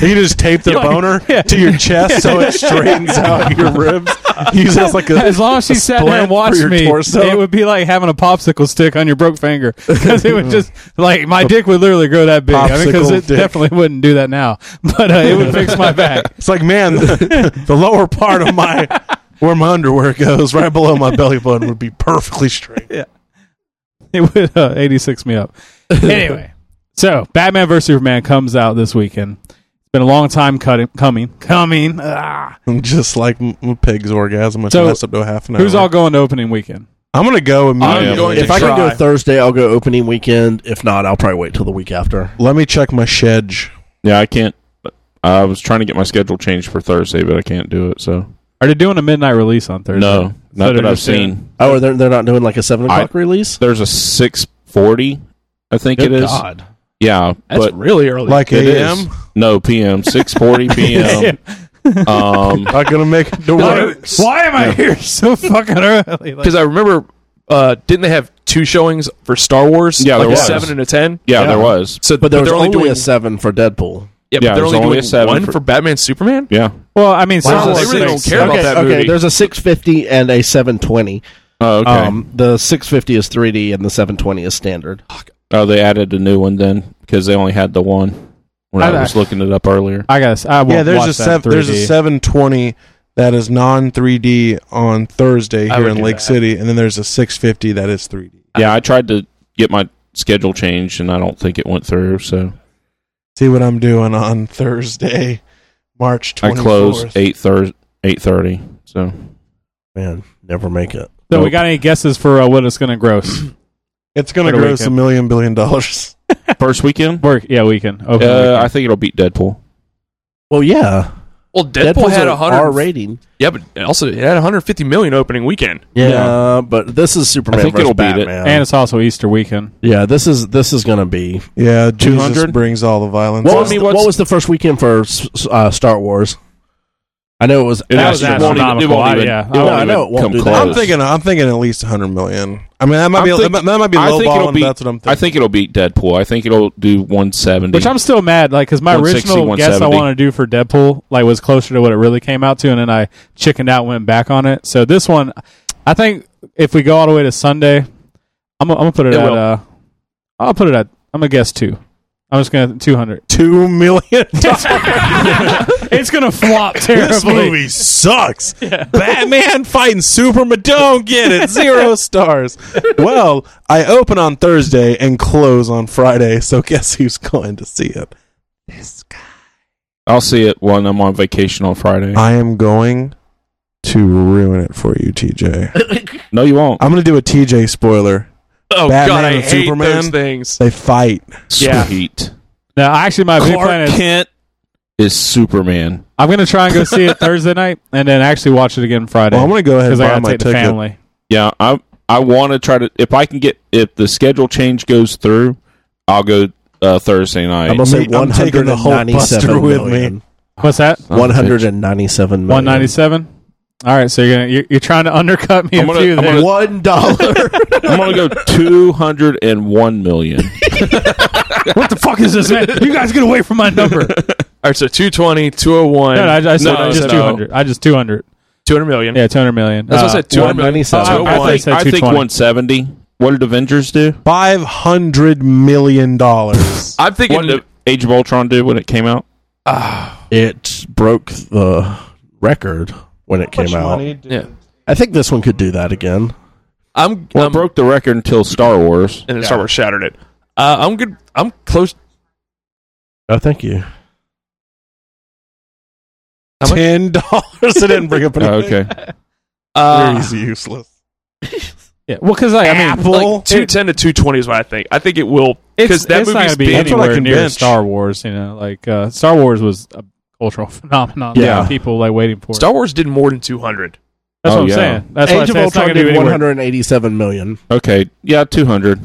Speaker 8: You just tape the boner to your chest so it straightens out your ribs. Use it as like a
Speaker 1: as long as she sat there
Speaker 8: splint
Speaker 1: and
Speaker 8: for
Speaker 1: watched
Speaker 8: your
Speaker 1: me,
Speaker 8: torso?
Speaker 1: it would be like having a popsicle stick on your broke finger because it would just like my dick would literally grow that big. I mean, because
Speaker 8: Popsicle
Speaker 1: it
Speaker 8: dick.
Speaker 1: definitely wouldn't do that now, but uh, it would fix my back.
Speaker 8: It's like, man, the, the lower part of my where my underwear goes, right below my belly button, would be perfectly straight.
Speaker 1: It would uh, eighty six me up. Anyway, so Batman vs Superman comes out this weekend. It's been a long time cutting, coming, coming. Ah.
Speaker 8: I'm just like m- a pig's orgasm, which
Speaker 1: So,
Speaker 8: lasts up to a half an hour.
Speaker 1: Who's all going to opening weekend?
Speaker 8: I'm gonna go immediately.
Speaker 2: am going
Speaker 4: If I can go Thursday, I'll go opening weekend. If not, I'll probably wait till the week after.
Speaker 8: Let me check my shedge.
Speaker 2: Yeah, I can't. I was trying to get my schedule changed for Thursday, but I can't do it. So
Speaker 1: Are they doing a midnight release on Thursday?
Speaker 2: no,
Speaker 1: So
Speaker 2: not
Speaker 1: they're
Speaker 2: that I've
Speaker 1: just doing-
Speaker 2: seen.
Speaker 4: Oh, are they they're not doing like a seven
Speaker 2: I-
Speaker 4: o'clock release?
Speaker 2: There's a six forty, I think it is.
Speaker 1: God,
Speaker 2: Yeah,
Speaker 1: that's
Speaker 2: but
Speaker 1: really early.
Speaker 8: Like
Speaker 2: it is.
Speaker 8: AM,
Speaker 2: No PM, six forty PM. um,
Speaker 8: not gonna make it to work.
Speaker 1: Why am I here so fucking early? Like,
Speaker 5: Because I remember, uh, didn't they have two showings for Star Wars?
Speaker 2: Yeah,
Speaker 5: like
Speaker 2: there
Speaker 5: a
Speaker 2: was.
Speaker 5: seven and a ten.
Speaker 2: yeah, there was.
Speaker 5: So,
Speaker 4: But there was
Speaker 5: they're
Speaker 4: only,
Speaker 5: only doing
Speaker 4: a seven for Deadpool.
Speaker 2: Yeah,
Speaker 5: yeah, but they're
Speaker 2: there's
Speaker 5: only,
Speaker 2: only a
Speaker 5: doing
Speaker 2: seven
Speaker 5: one
Speaker 2: for-
Speaker 5: for, Batman Superman.
Speaker 2: Yeah.
Speaker 1: well, I mean, Star
Speaker 5: Wow,
Speaker 1: Wars
Speaker 5: they really
Speaker 1: makes
Speaker 5: don't care
Speaker 1: sense.
Speaker 5: about that
Speaker 4: okay.
Speaker 5: movie.
Speaker 4: There's a six fifty and a seven twenty.
Speaker 2: Oh, okay.
Speaker 4: Um, the six fifty is three D and the seven twenty is standard.
Speaker 2: oh, they added a new one then because they only had the one when I,
Speaker 1: I-
Speaker 2: was looking it up earlier.
Speaker 1: I guess I won't
Speaker 8: Yeah, there's
Speaker 1: watch
Speaker 8: a
Speaker 1: that
Speaker 8: seven. There's a
Speaker 1: 3D.
Speaker 8: seven twenty that is non 3D on Thursday
Speaker 5: I
Speaker 8: here
Speaker 5: would
Speaker 8: in
Speaker 5: do
Speaker 8: Lake
Speaker 5: that.
Speaker 8: City, and then there's a 650 that is 3D.
Speaker 2: Yeah, I tried to get my schedule changed, and I don't think it went through. So
Speaker 8: See what I'm doing on Thursday, March 24th.
Speaker 2: I closed eight thir- eight thirty. So
Speaker 4: Man, never make it.
Speaker 1: So we got any guesses for uh, what it's going to gross?
Speaker 8: It's gonna
Speaker 1: For the
Speaker 8: gross a
Speaker 1: weekend.
Speaker 8: million billion dollars.
Speaker 2: first weekend,
Speaker 1: Work? Yeah, weekend. Open
Speaker 2: uh, I
Speaker 1: weekend.
Speaker 2: think it'll beat Deadpool.
Speaker 4: Well, yeah,
Speaker 5: Well, Deadpool had a
Speaker 4: R
Speaker 5: hundred.
Speaker 4: rating.
Speaker 5: Yeah, but also it had 150 million opening weekend.
Speaker 4: Yeah, but this is Superman
Speaker 2: I think
Speaker 4: versus
Speaker 2: it'll beat it.
Speaker 4: Batman.
Speaker 1: and it's also Easter weekend.
Speaker 4: yeah, this is this is gonna be.
Speaker 8: Yeah, Jesus
Speaker 2: 200?
Speaker 8: brings all the violence.
Speaker 4: What
Speaker 2: Well, I
Speaker 4: was,
Speaker 2: mean,
Speaker 4: the, what
Speaker 2: what's-
Speaker 4: was the first weekend for s- s- uh, Star Wars? I know it was.
Speaker 2: It
Speaker 1: That
Speaker 2: actually
Speaker 1: was
Speaker 2: won't
Speaker 1: astronomical.
Speaker 2: even- it won't
Speaker 1: I-
Speaker 2: even-
Speaker 1: yeah,
Speaker 2: it
Speaker 1: I
Speaker 2: won't
Speaker 4: know, I know
Speaker 2: even
Speaker 4: it won't
Speaker 2: come
Speaker 4: do that.
Speaker 2: close.
Speaker 8: I'm thinking. I'm thinking at least 100 million. I mean, that might
Speaker 2: I'm
Speaker 8: be.
Speaker 2: thinking-
Speaker 8: that might be
Speaker 2: I
Speaker 8: low
Speaker 2: think it'll
Speaker 8: ball,
Speaker 2: be-
Speaker 8: that's what I'm thinking.
Speaker 2: I think it'll beat Deadpool. I think it'll do 170.
Speaker 1: Which I'm still mad, like, because my
Speaker 2: 160,
Speaker 1: original guess I
Speaker 2: 170.
Speaker 1: wanted to do for Deadpool, like, was closer to what it really came out to, and then I chickened out, went back on it. So this one, I think if we go all the way to Sunday, I'm, gonna- I'm gonna put it,
Speaker 5: It
Speaker 1: at.
Speaker 5: will.
Speaker 1: Uh, I'll put it at. I'm gonna guess two. I'm just gonna two hundred.
Speaker 8: two million.
Speaker 1: It's gonna flop
Speaker 8: This
Speaker 1: terribly.
Speaker 8: movie sucks. Batman fighting Superman. Don't get it. Zero stars. Well, I open on Thursday and close on Friday, so guess who's going to see it?
Speaker 2: I'll see it when I'm on vacation on Friday.
Speaker 8: I am going to ruin it for you, TJ.
Speaker 2: no, you won't.
Speaker 8: I'm going to do a TJ spoiler.
Speaker 5: Oh
Speaker 8: Batman
Speaker 5: God, I
Speaker 8: and
Speaker 5: hate
Speaker 8: Superman?
Speaker 5: those things.
Speaker 8: They fight.
Speaker 5: Yeah.
Speaker 2: Sweet.
Speaker 1: No, actually, my big plan
Speaker 2: Clark
Speaker 1: is
Speaker 2: Kent is Superman.
Speaker 1: I'm gonna try and go see it Thursday night, and then actually watch it again Friday
Speaker 8: Well, I'm going to go ahead and
Speaker 1: because I
Speaker 8: buy
Speaker 1: gotta
Speaker 8: my
Speaker 1: take the
Speaker 8: ticket.
Speaker 1: family.
Speaker 2: Yeah, I I want to try to if I can get if the schedule change goes through, I'll go uh, Thursday night.
Speaker 4: I'm gonna say
Speaker 8: I'm
Speaker 4: one
Speaker 8: taking
Speaker 4: hundred
Speaker 8: the
Speaker 4: and
Speaker 8: whole buster
Speaker 4: ninety-seven
Speaker 8: with me.
Speaker 4: million.
Speaker 1: What's that?
Speaker 2: Son of a
Speaker 4: One
Speaker 2: bitch.
Speaker 4: hundred and ninety-seven
Speaker 1: One
Speaker 4: million.
Speaker 1: ninety seven. All right, so you're gonna you're, you're trying to undercut me
Speaker 2: I'm
Speaker 1: a
Speaker 2: gonna-
Speaker 1: few
Speaker 2: I'm
Speaker 1: there.
Speaker 2: gonna-
Speaker 4: One dollar.
Speaker 2: I'm gonna go two hundred and one million.
Speaker 1: what the fuck is this, man? You guys get away from my number.
Speaker 5: All right, so 220, 201.
Speaker 1: No, no, I, I said
Speaker 2: No,
Speaker 1: I just
Speaker 2: no.
Speaker 1: two hundred. I just two hundred.
Speaker 5: Two hundred million.
Speaker 1: Yeah, two hundred million. Uh,
Speaker 5: That's what I said, 200 million. oh
Speaker 4: 197.
Speaker 5: That's
Speaker 2: I,
Speaker 5: what
Speaker 2: I
Speaker 5: I
Speaker 2: think,
Speaker 1: said
Speaker 2: I think
Speaker 1: 220.
Speaker 2: 170. What did Avengers do?
Speaker 8: Five hundred million dollars.
Speaker 5: I'm
Speaker 2: What
Speaker 5: thinking.
Speaker 2: did Age of Ultron do when it came out?
Speaker 4: It broke the record when it came out.
Speaker 5: Yeah.
Speaker 4: I think this one could do that again.
Speaker 5: I'm.
Speaker 2: Well,
Speaker 5: I'm-
Speaker 2: it broke the record until Star Wars.
Speaker 5: and then Star Wars shattered it. Uh, I'm good. I'm close.
Speaker 4: Oh, thank you.
Speaker 5: How much?
Speaker 8: Ten dollars. it didn't bring up
Speaker 2: Oh,
Speaker 8: anything.
Speaker 2: okay.
Speaker 5: Uh,
Speaker 8: Crazy useless.
Speaker 1: yeah. Well, because like, I mean,
Speaker 5: like two ten to two twenty is what I think. I think it will because
Speaker 1: it's,
Speaker 5: that
Speaker 1: it's not
Speaker 5: movie's
Speaker 1: gonna be
Speaker 5: big.
Speaker 8: That's what I
Speaker 1: anywhere
Speaker 8: can
Speaker 1: near
Speaker 8: bench.
Speaker 1: Star Wars. You know, like uh, Star Wars was a cultural phenomenon.
Speaker 4: Yeah.
Speaker 1: Like, people like waiting for it.
Speaker 5: Star Wars did more than two hundred.
Speaker 1: That's
Speaker 2: Oh,
Speaker 1: what I'm
Speaker 2: yeah.
Speaker 1: saying. That's what
Speaker 4: Age
Speaker 1: I'm saying.
Speaker 4: of
Speaker 1: It's not
Speaker 4: Ultron
Speaker 1: going to
Speaker 4: did
Speaker 1: be
Speaker 4: 187
Speaker 1: 100.
Speaker 4: million.
Speaker 2: Okay. Yeah, 200.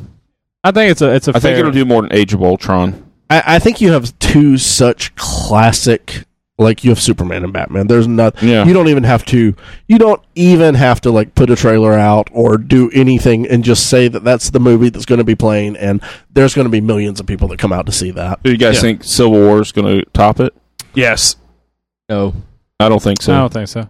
Speaker 1: I think it's a it's a
Speaker 2: I
Speaker 1: fair,
Speaker 2: think it'll do more than Age of Ultron.
Speaker 4: I, I think you have two such classic, like you have Superman and Batman. There's not.
Speaker 2: Yeah.
Speaker 4: You don't even have to. You don't even have to like put a trailer out or do anything and just say that that's the movie that's going to be playing, and there's going to be millions of people that come out to see that.
Speaker 2: Do you guys
Speaker 5: Yeah.
Speaker 2: think Civil War is going to top it?
Speaker 5: Yes,
Speaker 7: No.
Speaker 2: I don't think so.
Speaker 1: I don't think so.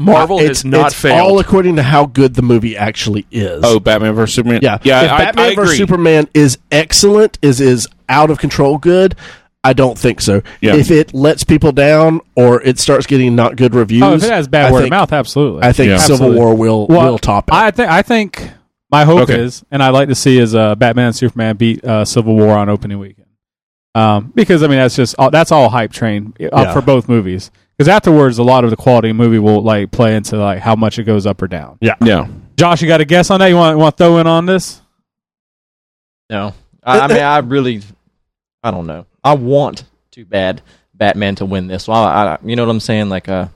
Speaker 5: Marvel
Speaker 4: Uh, It's-
Speaker 5: has not
Speaker 4: it's
Speaker 5: failed.
Speaker 4: All according to how good the movie actually is.
Speaker 2: Oh, Batman vs Superman.
Speaker 4: Yeah,
Speaker 2: yeah.
Speaker 4: If
Speaker 2: I,
Speaker 4: Batman
Speaker 2: I agree.
Speaker 4: versus Superman is excellent, is is out of control good. I don't think so.
Speaker 2: Yeah.
Speaker 4: If it lets people down or it starts getting not good reviews,
Speaker 1: Oh, if it has bad
Speaker 4: I
Speaker 1: word
Speaker 4: think-
Speaker 1: of mouth, absolutely.
Speaker 4: I think
Speaker 2: Yeah.
Speaker 4: Civil
Speaker 1: Absolutely.
Speaker 4: War will
Speaker 1: Well,
Speaker 4: will top it.
Speaker 1: I think I think my hope
Speaker 2: Okay.
Speaker 1: is, and I like to see is uh, Batman and Superman beat uh, Civil War on opening weekend. Um, because I mean that's just all, that's all hype train uh,
Speaker 4: Yeah.
Speaker 1: for both movies. Because afterwards, a lot of the quality of the movie will like play into like how much it goes up or down.
Speaker 2: yeah.
Speaker 1: Josh, you got a guess on that? You want want to throw in on this?
Speaker 7: No. I, I mean, I really, I don't know. I want too bad Batman to win this. So I, I you know what I'm saying? Like, uh,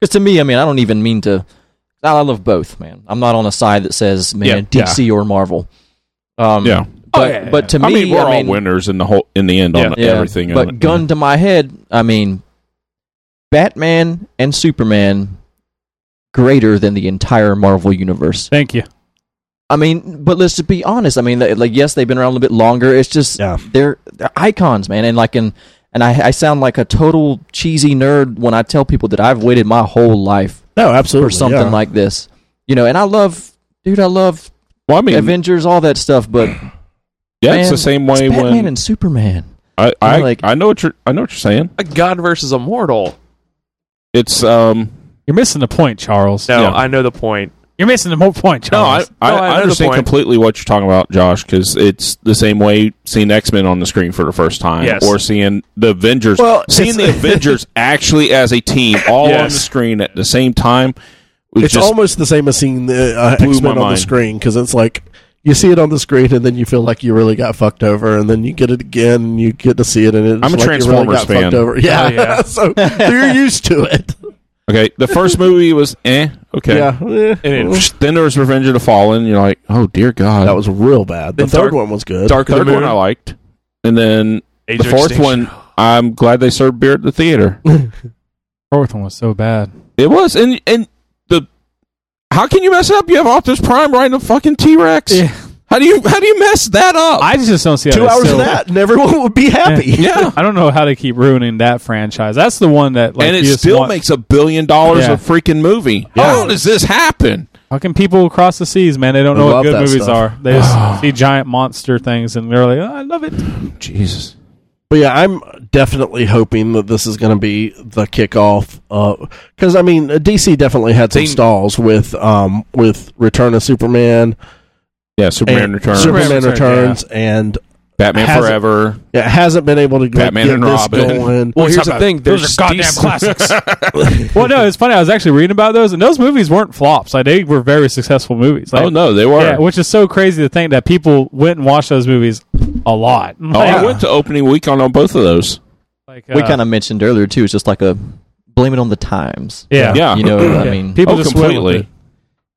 Speaker 7: because to me, I mean, I don't even mean to. I love both, man. I'm not on a side that says,
Speaker 2: Yeah,
Speaker 7: man, DC or Marvel. Um,
Speaker 2: Yeah.
Speaker 7: But,
Speaker 1: Oh, yeah, yeah.
Speaker 7: but to me,
Speaker 2: I mean, we're
Speaker 7: I
Speaker 2: all
Speaker 7: mean,
Speaker 2: winners in the whole in the end on everything.
Speaker 7: But
Speaker 2: on it.
Speaker 7: gun to my head, I mean, Batman and Superman greater than the entire Marvel universe.
Speaker 1: Thank you.
Speaker 7: I mean, but let's just be honest. I mean, they- like yes, they've been around a little bit longer. It's just
Speaker 4: Yeah.
Speaker 7: they're they're icons, man. And like in and I, I sound like a total cheesy nerd when I tell people that I've waited my whole life
Speaker 4: no, absolutely.
Speaker 7: for something
Speaker 4: yeah.
Speaker 7: like this. You know, and I love, dude, I love
Speaker 2: Well, I mean,
Speaker 7: Avengers, all that stuff. But
Speaker 2: that's
Speaker 7: man,
Speaker 2: the same
Speaker 7: it's
Speaker 2: way
Speaker 7: Batman
Speaker 2: when
Speaker 7: and Superman.
Speaker 2: I I,
Speaker 7: like-
Speaker 2: I know what you're I know what you're saying.
Speaker 5: a god versus a mortal.
Speaker 2: It's um
Speaker 1: You're missing the point, Charles.
Speaker 5: No,
Speaker 2: Yeah.
Speaker 5: I know the point.
Speaker 1: You're missing the whole point,
Speaker 2: no, I,
Speaker 1: Charles.
Speaker 2: I,
Speaker 5: Um, No, I know
Speaker 2: I
Speaker 5: the
Speaker 2: understand
Speaker 5: point.
Speaker 2: completely what you're talking about, Josh, because it's the same way seeing X Men on the screen for the first time,
Speaker 5: Yes.
Speaker 2: or seeing the Avengers,
Speaker 4: Well,
Speaker 2: seeing the
Speaker 4: it's-
Speaker 2: Avengers actually as a team all on the
Speaker 5: Yes.
Speaker 2: screen at the same time. was
Speaker 4: It's
Speaker 2: just
Speaker 4: almost the same as seeing the uh,
Speaker 2: Blew
Speaker 4: X
Speaker 2: my
Speaker 4: Men on
Speaker 2: mind.
Speaker 4: the screen because it's like you see it on the screen and then you feel like you really got fucked over, and then you get it again and you get to see it, and it's
Speaker 2: I'm a
Speaker 4: like you
Speaker 2: Transformers
Speaker 4: really got
Speaker 2: fan.
Speaker 4: fucked over. Yeah,
Speaker 5: yeah.
Speaker 4: so you're used to it.
Speaker 2: okay. The first movie was eh, okay.
Speaker 4: Yeah, eh.
Speaker 5: And it,
Speaker 2: Then there was Revenge of the Fallen. and You're like, oh dear God,
Speaker 4: that was real bad. The
Speaker 5: Then
Speaker 4: third
Speaker 5: Dark-
Speaker 4: one was good.
Speaker 5: Dark of the
Speaker 2: third
Speaker 5: Moon.
Speaker 2: one I liked, and then
Speaker 5: Age
Speaker 2: the
Speaker 5: of
Speaker 2: fourth
Speaker 5: Extinction.
Speaker 2: one. I'm glad they served beer at the theater.
Speaker 1: Fourth one was so bad.
Speaker 2: It was, and and the how can you mess it up? You have Optimus Prime riding a fucking T Rex.
Speaker 1: Yeah.
Speaker 2: How do you how do you mess that up?
Speaker 1: I just don't see how
Speaker 4: Two
Speaker 1: they
Speaker 4: hours
Speaker 1: still-
Speaker 4: of that, and everyone would be happy.
Speaker 2: yeah,
Speaker 1: I don't know how they keep ruining that franchise. That's the one that like
Speaker 2: and
Speaker 1: you
Speaker 2: it
Speaker 1: just
Speaker 2: still
Speaker 1: want-
Speaker 2: makes a billion dollars
Speaker 1: Yeah.
Speaker 2: a freaking movie. How does this happen?
Speaker 1: How can people across the seas, man? They don't
Speaker 4: I
Speaker 1: know what
Speaker 4: love
Speaker 1: good
Speaker 4: that
Speaker 1: movies
Speaker 4: stuff.
Speaker 1: are. They just see giant monster things and they're like, oh, I love it.
Speaker 2: Jesus,
Speaker 4: But yeah, I'm definitely hoping that this is going to be the kickoff. Because I mean, DC definitely had some
Speaker 5: They-
Speaker 4: stalls with um with Return of Superman,
Speaker 2: yeah, Superman
Speaker 4: and
Speaker 2: Returns,
Speaker 4: Superman
Speaker 1: Superman Returns,
Speaker 4: Returns, and
Speaker 2: Batman
Speaker 4: Has it-
Speaker 2: Forever.
Speaker 4: yeah, it hasn't been able to get-
Speaker 2: Batman
Speaker 4: get
Speaker 2: and
Speaker 4: this
Speaker 2: Robin.
Speaker 4: going.
Speaker 5: Well, here's
Speaker 1: talk
Speaker 5: the
Speaker 1: about-
Speaker 5: thing.
Speaker 1: those
Speaker 5: There's
Speaker 1: are goddamn
Speaker 5: decent-
Speaker 1: classics. well, no, it's funny. I was actually reading about those, and those movies weren't flops. Like they were very successful movies. Like,
Speaker 2: oh no, they were.
Speaker 1: yeah, which is so crazy to think that people went and watched those movies a lot.
Speaker 2: oh, I went to opening weekend on both of those.
Speaker 1: like,
Speaker 7: we
Speaker 1: uh,
Speaker 7: kind of mentioned earlier too. It's just like a blame it on the times.
Speaker 1: yeah,
Speaker 2: Yeah,
Speaker 7: You know, I
Speaker 1: Yeah.
Speaker 7: mean,
Speaker 1: people
Speaker 2: oh,
Speaker 1: just went with
Speaker 2: completely.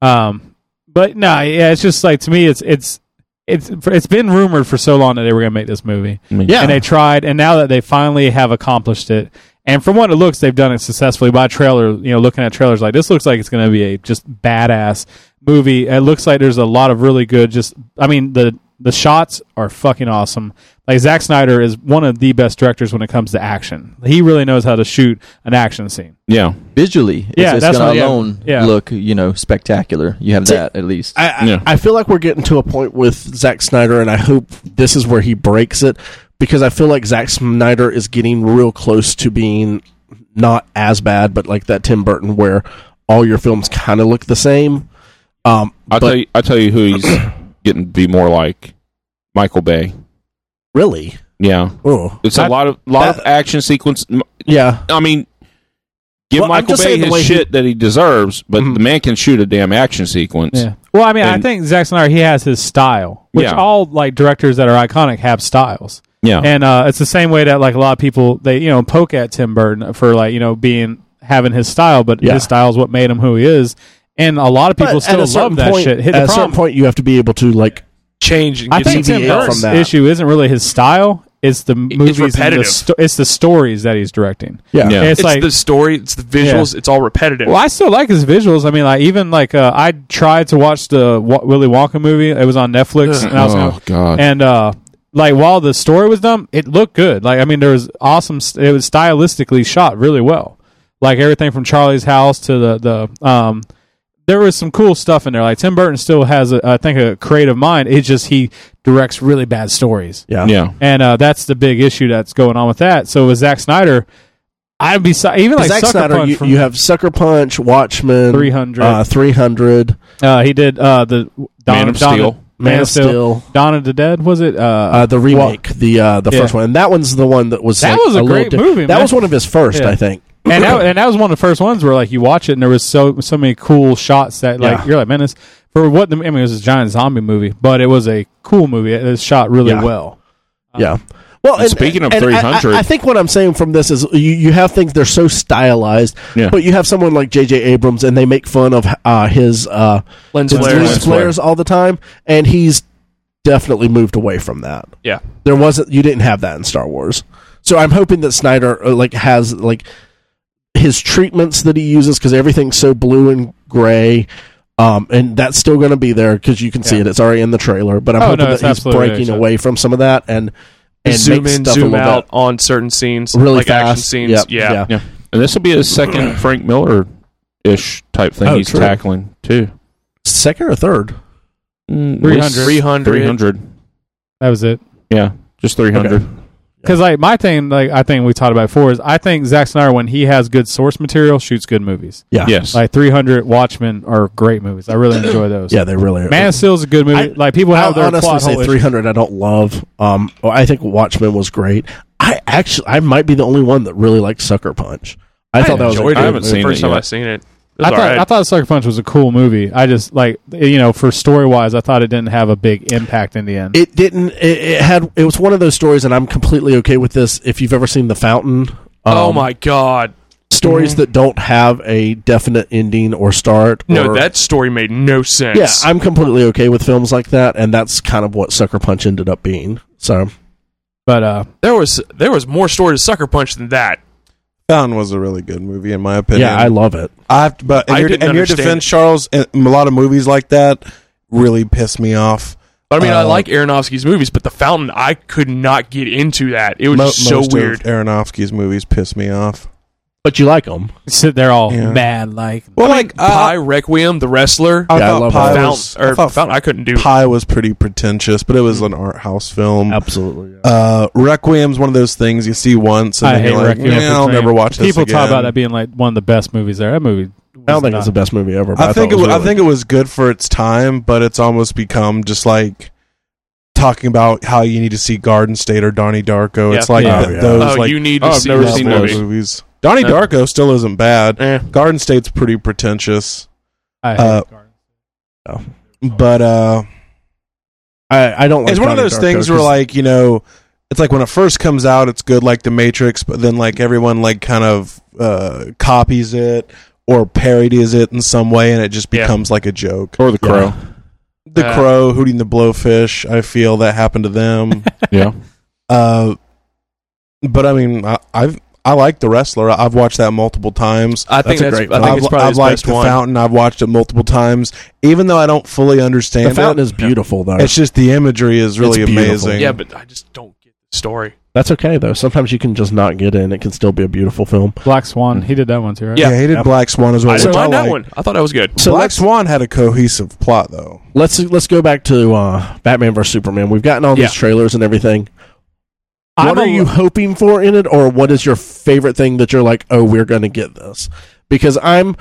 Speaker 1: it. Um, but no, yeah, it's just like to me, it's it's it's it's been rumored for so long that they were going to make this movie.
Speaker 2: I mean,
Speaker 4: Yeah.
Speaker 1: and they tried, and now that they finally have accomplished it, and from what it looks, they've done it successfully. By trailer, you know, looking at trailers like this, looks like it's going to be a just badass movie. It looks like there's a lot of really good. Just, I mean, the The shots are fucking awesome. Like Zack Snyder is one of the best directors when it comes to action. He really knows how to shoot an action scene.
Speaker 2: Yeah.
Speaker 7: Visually, it's-
Speaker 1: Yeah,
Speaker 7: it's,
Speaker 1: that's
Speaker 7: going
Speaker 1: what-
Speaker 7: to
Speaker 1: yeah.
Speaker 7: alone
Speaker 1: Yeah.
Speaker 7: look, you know, spectacular. You have
Speaker 4: See-
Speaker 7: that at least.
Speaker 4: I, I,
Speaker 2: Yeah.
Speaker 4: I feel like we're getting to a point with Zack Snyder, and I hope this is where he breaks it because I feel like Zack Snyder is getting real close to being not as bad, but like that Tim Burton where all your films kind of look the same. Um, but
Speaker 2: I tell you, I tell you who he's getting to be more like Michael Bay.
Speaker 4: really,
Speaker 2: Yeah,
Speaker 4: oh
Speaker 2: it's a
Speaker 1: That-
Speaker 2: lot of lot of
Speaker 4: that-
Speaker 2: action sequence. m-
Speaker 4: yeah,
Speaker 2: I mean, give
Speaker 4: Well, I'm
Speaker 2: Michael
Speaker 4: just
Speaker 2: Bay
Speaker 4: saying the
Speaker 2: his
Speaker 4: way he-
Speaker 2: shit that he deserves, but
Speaker 4: Mhm.
Speaker 2: the man can shoot a damn action sequence.
Speaker 1: Yeah. Well, I mean, I
Speaker 2: And-
Speaker 1: think Zack Snyder he has his style, which
Speaker 2: Yeah.
Speaker 1: all like directors that are iconic have styles.
Speaker 2: Yeah.
Speaker 1: And uh, it's the same way that like a lot of people they you know poke at Tim Burton for like you know being having his style, but
Speaker 4: Yeah.
Speaker 1: his style is what made him who he is. And a lot of people
Speaker 4: But
Speaker 1: still love that
Speaker 4: point,
Speaker 1: shit. Hit
Speaker 4: at
Speaker 1: the
Speaker 4: a
Speaker 1: problem.
Speaker 4: certain point, you have to be able to like
Speaker 5: Change and
Speaker 1: I
Speaker 5: get
Speaker 1: think Tim
Speaker 4: deviate
Speaker 1: Burton's
Speaker 4: from that.
Speaker 1: issue isn't really his style. It's the movies. and the
Speaker 5: repetitive.
Speaker 1: sto- it's the stories that he's directing.
Speaker 4: yeah,
Speaker 2: Yeah.
Speaker 1: And it's,
Speaker 5: it's
Speaker 1: like
Speaker 5: the story, it's the visuals, it's all repetitive.
Speaker 1: Well, I still like his visuals. I mean, like even like uh, I tried to watch the Wa- Willy Wonka movie. It was on Netflix, and I was
Speaker 2: Oh God.
Speaker 1: and uh, like while the story was dumb, it looked good. Like I mean, there was awesome. St- it was stylistically shot really well. Like everything from Charlie's House to the the um, there was some cool stuff in there. Like Tim Burton still has, a, I think, a creative mind. It's just he directs really bad stories.
Speaker 4: yeah,
Speaker 2: yeah.
Speaker 1: And uh, that's the big issue that's going on with that. So with Zack Snyder, I'd be si- even like
Speaker 4: Zack
Speaker 1: Sucker
Speaker 4: Snyder,
Speaker 1: Punch
Speaker 4: you,
Speaker 1: from
Speaker 4: you have Sucker Punch, Watchmen,
Speaker 1: 300.
Speaker 4: uh,
Speaker 1: Uh,
Speaker 4: three hundred,
Speaker 1: he did uh, the Dawn,
Speaker 2: Man of
Speaker 1: Dawn
Speaker 2: Steel.
Speaker 1: Man, of Steel. Dawn of the Dead was it? Uh,
Speaker 4: uh, the remake, the uh, the
Speaker 1: Yeah.
Speaker 4: first one, and that one's the one that was
Speaker 1: That
Speaker 4: like,
Speaker 1: was a
Speaker 4: little
Speaker 1: great movie,
Speaker 4: That
Speaker 1: man.
Speaker 4: was one of his first,
Speaker 1: Yeah.
Speaker 4: I think.
Speaker 1: and that, and that was one of the first ones where like you watch it and there was so so many cool shots that like
Speaker 4: Yeah.
Speaker 1: you're like man this for what the, I mean it was a giant zombie movie but it was a cool movie it was shot really
Speaker 4: Yeah.
Speaker 1: well
Speaker 4: yeah. Um, Well, and,
Speaker 2: speaking of
Speaker 4: and I-
Speaker 2: 300
Speaker 4: I, I think what I'm saying from this is you, you have things they're so stylized,
Speaker 2: Yeah.
Speaker 4: but you have someone like J.J. Abrams, and they make fun of uh, his uh,
Speaker 5: Lens
Speaker 4: his
Speaker 5: flares.
Speaker 4: lens flares all the time, and he's definitely moved away from that.
Speaker 5: Yeah.
Speaker 4: there wasn't you didn't have that in Star Wars, so I'm hoping that Snyder uh, like has like his treatments that he uses because everything's so blue and gray. Um, and that's still going to be there because you can see it. It's already in the trailer, but I'm
Speaker 1: Oh,
Speaker 4: hoping
Speaker 1: no,
Speaker 4: that
Speaker 1: it's
Speaker 4: he's
Speaker 1: absolutely
Speaker 4: breaking
Speaker 1: there, so-
Speaker 4: away from some of that and and
Speaker 5: zoom
Speaker 4: make
Speaker 5: in,
Speaker 4: stuff a
Speaker 5: zoom
Speaker 4: little
Speaker 5: out
Speaker 4: bit
Speaker 5: on certain scenes,
Speaker 4: really
Speaker 5: like
Speaker 4: fast.
Speaker 5: action scenes.
Speaker 4: Yep,
Speaker 5: Yeah.
Speaker 2: Yeah. And this will be a second Frank Miller ish type thing
Speaker 4: Oh,
Speaker 2: he's
Speaker 4: true.
Speaker 2: tackling too.
Speaker 4: second or third.
Speaker 2: Mm,
Speaker 1: 300.
Speaker 5: 300.
Speaker 2: 300.
Speaker 1: that was it
Speaker 2: Yeah. Just 300.
Speaker 1: because like my thing like I think we talked about before is I think Zack Snyder when he has good source material shoots good movies
Speaker 4: Yeah,
Speaker 2: Yes.
Speaker 1: like 300 Watchmen are great movies I really enjoy those
Speaker 4: yeah, they really are.
Speaker 1: Man of Steel is a good movie
Speaker 4: I-
Speaker 1: like people have
Speaker 4: I'll
Speaker 1: their
Speaker 4: honestly
Speaker 1: plot
Speaker 4: say
Speaker 1: hole issues.
Speaker 4: 300. I don't love. Um, well, I think Watchmen was great. I actually, I might be the only one that really liked Sucker Punch. I, thought that was. A
Speaker 5: enjoyed
Speaker 4: great
Speaker 2: I haven't
Speaker 4: movie.
Speaker 2: seen
Speaker 5: First
Speaker 2: it
Speaker 5: time
Speaker 2: yet.
Speaker 5: I've seen it. It was
Speaker 1: I thought
Speaker 5: alright.
Speaker 1: I thought Sucker Punch was a cool movie. I just like you know for story wise, I thought it didn't have a big impact in the end.
Speaker 4: It didn't. It, it had. It was one of those stories, and I'm completely okay with this. If you've ever seen The Fountain,
Speaker 5: oh
Speaker 4: um,
Speaker 5: my god!
Speaker 4: stories that don't have a definite ending or start.
Speaker 5: No,
Speaker 4: or-
Speaker 5: that story made no sense.
Speaker 4: Yeah, I'm completely okay with films like that, and that's kind of what Sucker Punch ended up being. So
Speaker 1: but uh,
Speaker 5: there was there was more story to Sucker Punch than that.
Speaker 8: Fountain was a really good movie, in my opinion.
Speaker 4: yeah, I love it.
Speaker 8: I have to, but in
Speaker 5: I
Speaker 8: your,
Speaker 5: didn't
Speaker 8: in your
Speaker 5: understand
Speaker 8: defense,
Speaker 5: it.
Speaker 8: Charles, and a lot of movies like that really piss me off.
Speaker 5: But I mean, I
Speaker 8: Uh,
Speaker 5: like Aronofsky's movies, but The Fountain, I could not get into that. It was
Speaker 8: Mo-
Speaker 5: just so
Speaker 8: most
Speaker 5: weird.
Speaker 8: Of Aronofsky's movies piss me off.
Speaker 4: But you like them.
Speaker 1: sit there all
Speaker 8: Yeah.
Speaker 1: mad like
Speaker 8: Well, uh,
Speaker 5: like Pie, Requiem, The Wrestler,
Speaker 8: I
Speaker 4: Yeah, I
Speaker 8: thought
Speaker 4: love
Speaker 8: Pie
Speaker 4: Fountain.
Speaker 8: was,
Speaker 5: Fountain, or
Speaker 8: I thought
Speaker 5: Fountain, I couldn't do.
Speaker 8: Pie was pretty pretentious, but it was an art house film.
Speaker 4: Absolutely.
Speaker 8: Uh, Requiem's one of those things you see once and
Speaker 1: I
Speaker 8: then
Speaker 1: hate
Speaker 8: you're like,
Speaker 1: Requiem for
Speaker 8: "Yeah, I'll
Speaker 1: Dream."
Speaker 8: never watch this
Speaker 1: People
Speaker 8: again.
Speaker 1: talk about that being like one of the best movies there. That movie.
Speaker 4: I don't think
Speaker 1: was
Speaker 4: it's the best movie ever. But
Speaker 8: I, think it
Speaker 4: thought
Speaker 8: was,
Speaker 4: it
Speaker 8: I
Speaker 4: really-
Speaker 8: think it was good for its time, but it's almost become just like talking about how you need to see Garden State or Donnie Darko.
Speaker 5: Yeah.
Speaker 8: It's like
Speaker 4: Oh,
Speaker 8: th-
Speaker 4: yeah.
Speaker 8: those
Speaker 5: Oh,
Speaker 8: like
Speaker 5: you need to
Speaker 2: Oh, I've
Speaker 5: see
Speaker 2: never
Speaker 5: this
Speaker 2: seen
Speaker 5: movie.
Speaker 8: those movies. Donnie
Speaker 5: No.
Speaker 8: Darko still isn't bad.
Speaker 5: Eh.
Speaker 8: Garden State's pretty pretentious,
Speaker 1: I hate
Speaker 8: Uh,
Speaker 1: Garden.
Speaker 8: but uh,
Speaker 4: I, I don't. Like
Speaker 8: it's one of
Speaker 4: Donnie
Speaker 8: those
Speaker 4: Darko
Speaker 8: things where
Speaker 4: 'cause-
Speaker 8: like you know, it's like when it first comes out, it's good like The Matrix, but then like everyone like kind of uh, copies it or parodies it in some way, and it just
Speaker 5: Yeah.
Speaker 8: becomes like a joke.
Speaker 2: or the Crow.
Speaker 8: The
Speaker 5: Uh,
Speaker 8: Crow, Hooting the Blowfish, I feel that happened to them.
Speaker 2: Yeah.
Speaker 8: Uh, but I mean, I, I've I like the wrestler. I've watched that multiple times.
Speaker 5: I think
Speaker 8: a
Speaker 5: that's-
Speaker 8: great
Speaker 5: I think
Speaker 8: film.
Speaker 5: it's
Speaker 8: I've-
Speaker 5: probably
Speaker 8: I've
Speaker 5: his
Speaker 8: liked
Speaker 5: best
Speaker 8: the
Speaker 5: one.
Speaker 8: fountain. I've watched it multiple times, even though I don't fully understand
Speaker 4: The fountain
Speaker 8: it.
Speaker 4: is beautiful though.
Speaker 8: it's just the imagery is really
Speaker 4: It's beautiful.
Speaker 8: amazing.
Speaker 5: Yeah, but I just don't get the story.
Speaker 4: That's okay though. Sometimes you can just not get in. It can still be a beautiful film.
Speaker 1: Black Swan. He did that one too, right?
Speaker 8: yeah, he did
Speaker 4: Yeah.
Speaker 8: Black Swan as well.
Speaker 5: I didn't
Speaker 8: which
Speaker 5: mind that
Speaker 8: like.
Speaker 5: one. I thought that was good.
Speaker 4: So
Speaker 8: Black
Speaker 4: let's-
Speaker 8: Swan had a cohesive plot though.
Speaker 4: Let's let's go back to uh, Batman vs Superman. We've gotten all
Speaker 5: Yeah.
Speaker 4: these trailers and everything. What
Speaker 1: I'm
Speaker 4: are
Speaker 1: a-
Speaker 4: you hoping for in it, or what is your favorite thing that you're like, oh, we're going to get this? Because I'm.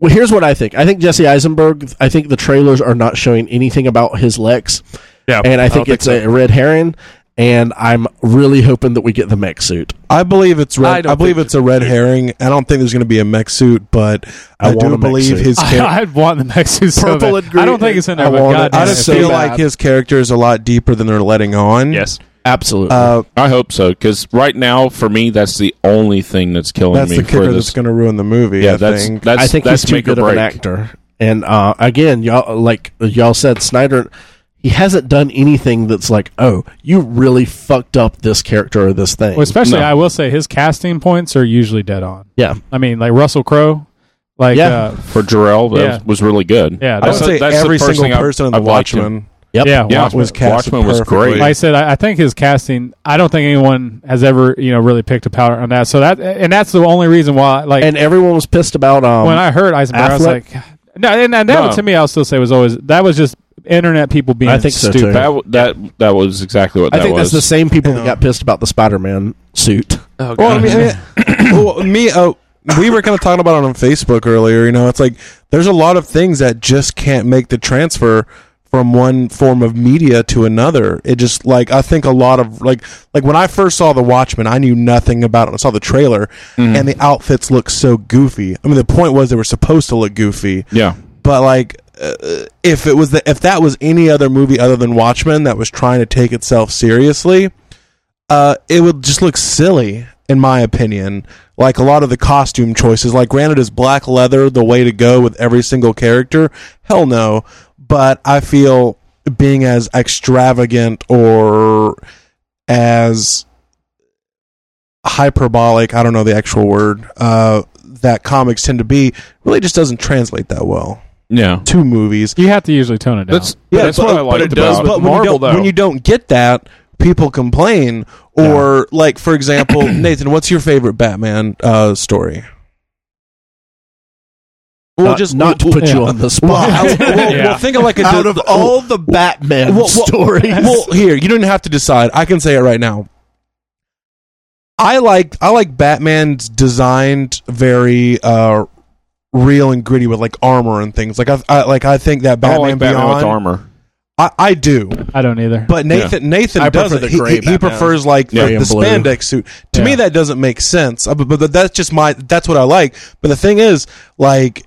Speaker 4: Well, here's what I think. I think Jesse Eisenberg. I think the trailers are not showing anything about his Lex,
Speaker 5: Yeah,
Speaker 4: and I think
Speaker 5: don't
Speaker 4: it's a red herring. And I'm really hoping that we get the mech suit.
Speaker 8: I believe it's
Speaker 5: I
Speaker 8: red.
Speaker 5: don't
Speaker 8: I, believe
Speaker 5: think
Speaker 8: it's a red herring. I don't think there's going to be a mech suit, but
Speaker 4: I
Speaker 8: I,
Speaker 4: want a
Speaker 8: do
Speaker 4: mech
Speaker 8: believe
Speaker 4: suit.
Speaker 8: his character.
Speaker 1: I, I'd want the Mexican so
Speaker 4: Purple
Speaker 1: bad.
Speaker 4: and green.
Speaker 1: I don't think it's in there,
Speaker 4: I
Speaker 1: but
Speaker 4: want it.
Speaker 1: God
Speaker 8: I
Speaker 1: damn
Speaker 8: just
Speaker 1: it.
Speaker 8: feel
Speaker 4: so
Speaker 8: like
Speaker 4: bad.
Speaker 8: his character is a lot deeper than they're letting on.
Speaker 5: yes.
Speaker 4: Absolutely.
Speaker 8: Uh,
Speaker 2: I hope so because right now for me that's the only thing that's killing
Speaker 8: that's
Speaker 2: me
Speaker 8: the
Speaker 2: for
Speaker 8: kicker
Speaker 2: this.
Speaker 8: that's going to ruin the movie.
Speaker 2: yeah,
Speaker 8: I
Speaker 2: that's
Speaker 8: think.
Speaker 2: that's
Speaker 4: I think
Speaker 2: that's
Speaker 4: he's too
Speaker 2: make or
Speaker 4: good of an
Speaker 2: break.
Speaker 4: actor. And uh, again, y'all like y'all said, Snyder, he hasn't done anything that's like, oh, you really fucked up this character or this thing.
Speaker 1: Well, especially,
Speaker 2: No.
Speaker 1: I will say his casting points are usually dead on.
Speaker 4: yeah,
Speaker 1: I mean, like Russell Crowe, like
Speaker 4: Yeah.
Speaker 1: uh,
Speaker 2: for Jarrell. That
Speaker 1: Yeah.
Speaker 2: was, was really good.
Speaker 1: Yeah,
Speaker 8: I would
Speaker 1: that's-
Speaker 8: say
Speaker 2: that's the
Speaker 8: every
Speaker 2: first
Speaker 8: single
Speaker 2: thing I've-
Speaker 8: person in
Speaker 2: I've
Speaker 8: the
Speaker 2: liked him.
Speaker 8: Watchmen.
Speaker 4: yep,
Speaker 1: yeah,
Speaker 2: Yeah,
Speaker 1: Watchmen.
Speaker 8: was cast
Speaker 2: Watchmen was
Speaker 8: perfectly.
Speaker 2: great.
Speaker 1: Like I said, I, I think his casting. I don't think anyone has ever, you know, really picked a powder on that. So that, and that's the only reason why. Like
Speaker 4: And everyone was pissed about um,
Speaker 1: when I heard Eisenberg, I was
Speaker 4: Affleck?
Speaker 1: like, no, and, and that
Speaker 2: No.
Speaker 1: to me, I'll still say was always that was just internet people being
Speaker 4: I think so,
Speaker 1: stupid.
Speaker 4: too.
Speaker 2: That w- that that was exactly what
Speaker 4: I
Speaker 2: that
Speaker 4: think
Speaker 2: was.
Speaker 4: that's the same people that
Speaker 8: Yeah.
Speaker 4: got pissed about the Spider-Man suit.
Speaker 5: Oh, God.
Speaker 8: Well, I mean, I mean well, me, oh, we were kind of talking about it on Facebook earlier. You know, it's like there's a lot of things that just can't make the transfer from one form of media to another. It just like I think a lot of like like when I first saw The Watchmen, I knew nothing about it. I saw the trailer,
Speaker 2: Mm-hmm.
Speaker 8: and the outfits looked so goofy. I mean, the point was they were supposed to look goofy,
Speaker 2: yeah,
Speaker 8: but like. Uh, if it was the, if that was any other movie other than Watchmen that was trying to take itself seriously, uh, it would just look silly in my opinion like a lot of the costume choices like granted is black leather the way to go with every single character hell no but i feel being as extravagant or as hyperbolic i don't know the actual word uh, that comics tend to be really just doesn't translate that well
Speaker 2: yeah.
Speaker 8: to movies
Speaker 1: You have to usually tone it down.
Speaker 2: That's that's what I liked
Speaker 5: it does-
Speaker 2: about.
Speaker 5: but
Speaker 8: when you
Speaker 5: Marvel,
Speaker 8: don't-
Speaker 5: though.
Speaker 8: When you don't get that, people complain. Or like, for example, Nathan, what's your favorite Batman uh, story? Well,
Speaker 4: not,
Speaker 8: just
Speaker 4: not to
Speaker 8: well,
Speaker 4: put you on the spot.
Speaker 8: well, well, well,
Speaker 1: Yeah.
Speaker 8: think of like a
Speaker 4: Out of all the Batman
Speaker 8: well, well,
Speaker 4: stories,
Speaker 8: well, here you don't have to decide. I can say it right now. I like I like Batman's designed very uh, real and gritty with like armor and things. Like I, I like I think that
Speaker 2: I don't
Speaker 8: Batman,
Speaker 2: like Batman
Speaker 8: Beyond.
Speaker 2: with armor.
Speaker 8: I, I do.
Speaker 1: I don't either.
Speaker 8: But Nathan Nathan
Speaker 4: I prefer
Speaker 8: doesn't.
Speaker 4: the
Speaker 8: He,
Speaker 4: gray
Speaker 8: he- he
Speaker 4: Batman.
Speaker 8: prefers like the,
Speaker 4: Gray
Speaker 8: the
Speaker 4: and blue.
Speaker 8: spandex suit. To me,
Speaker 1: Yeah.
Speaker 8: that doesn't make sense. Uh, But, but that's just my. That's what I like. But the thing is, like,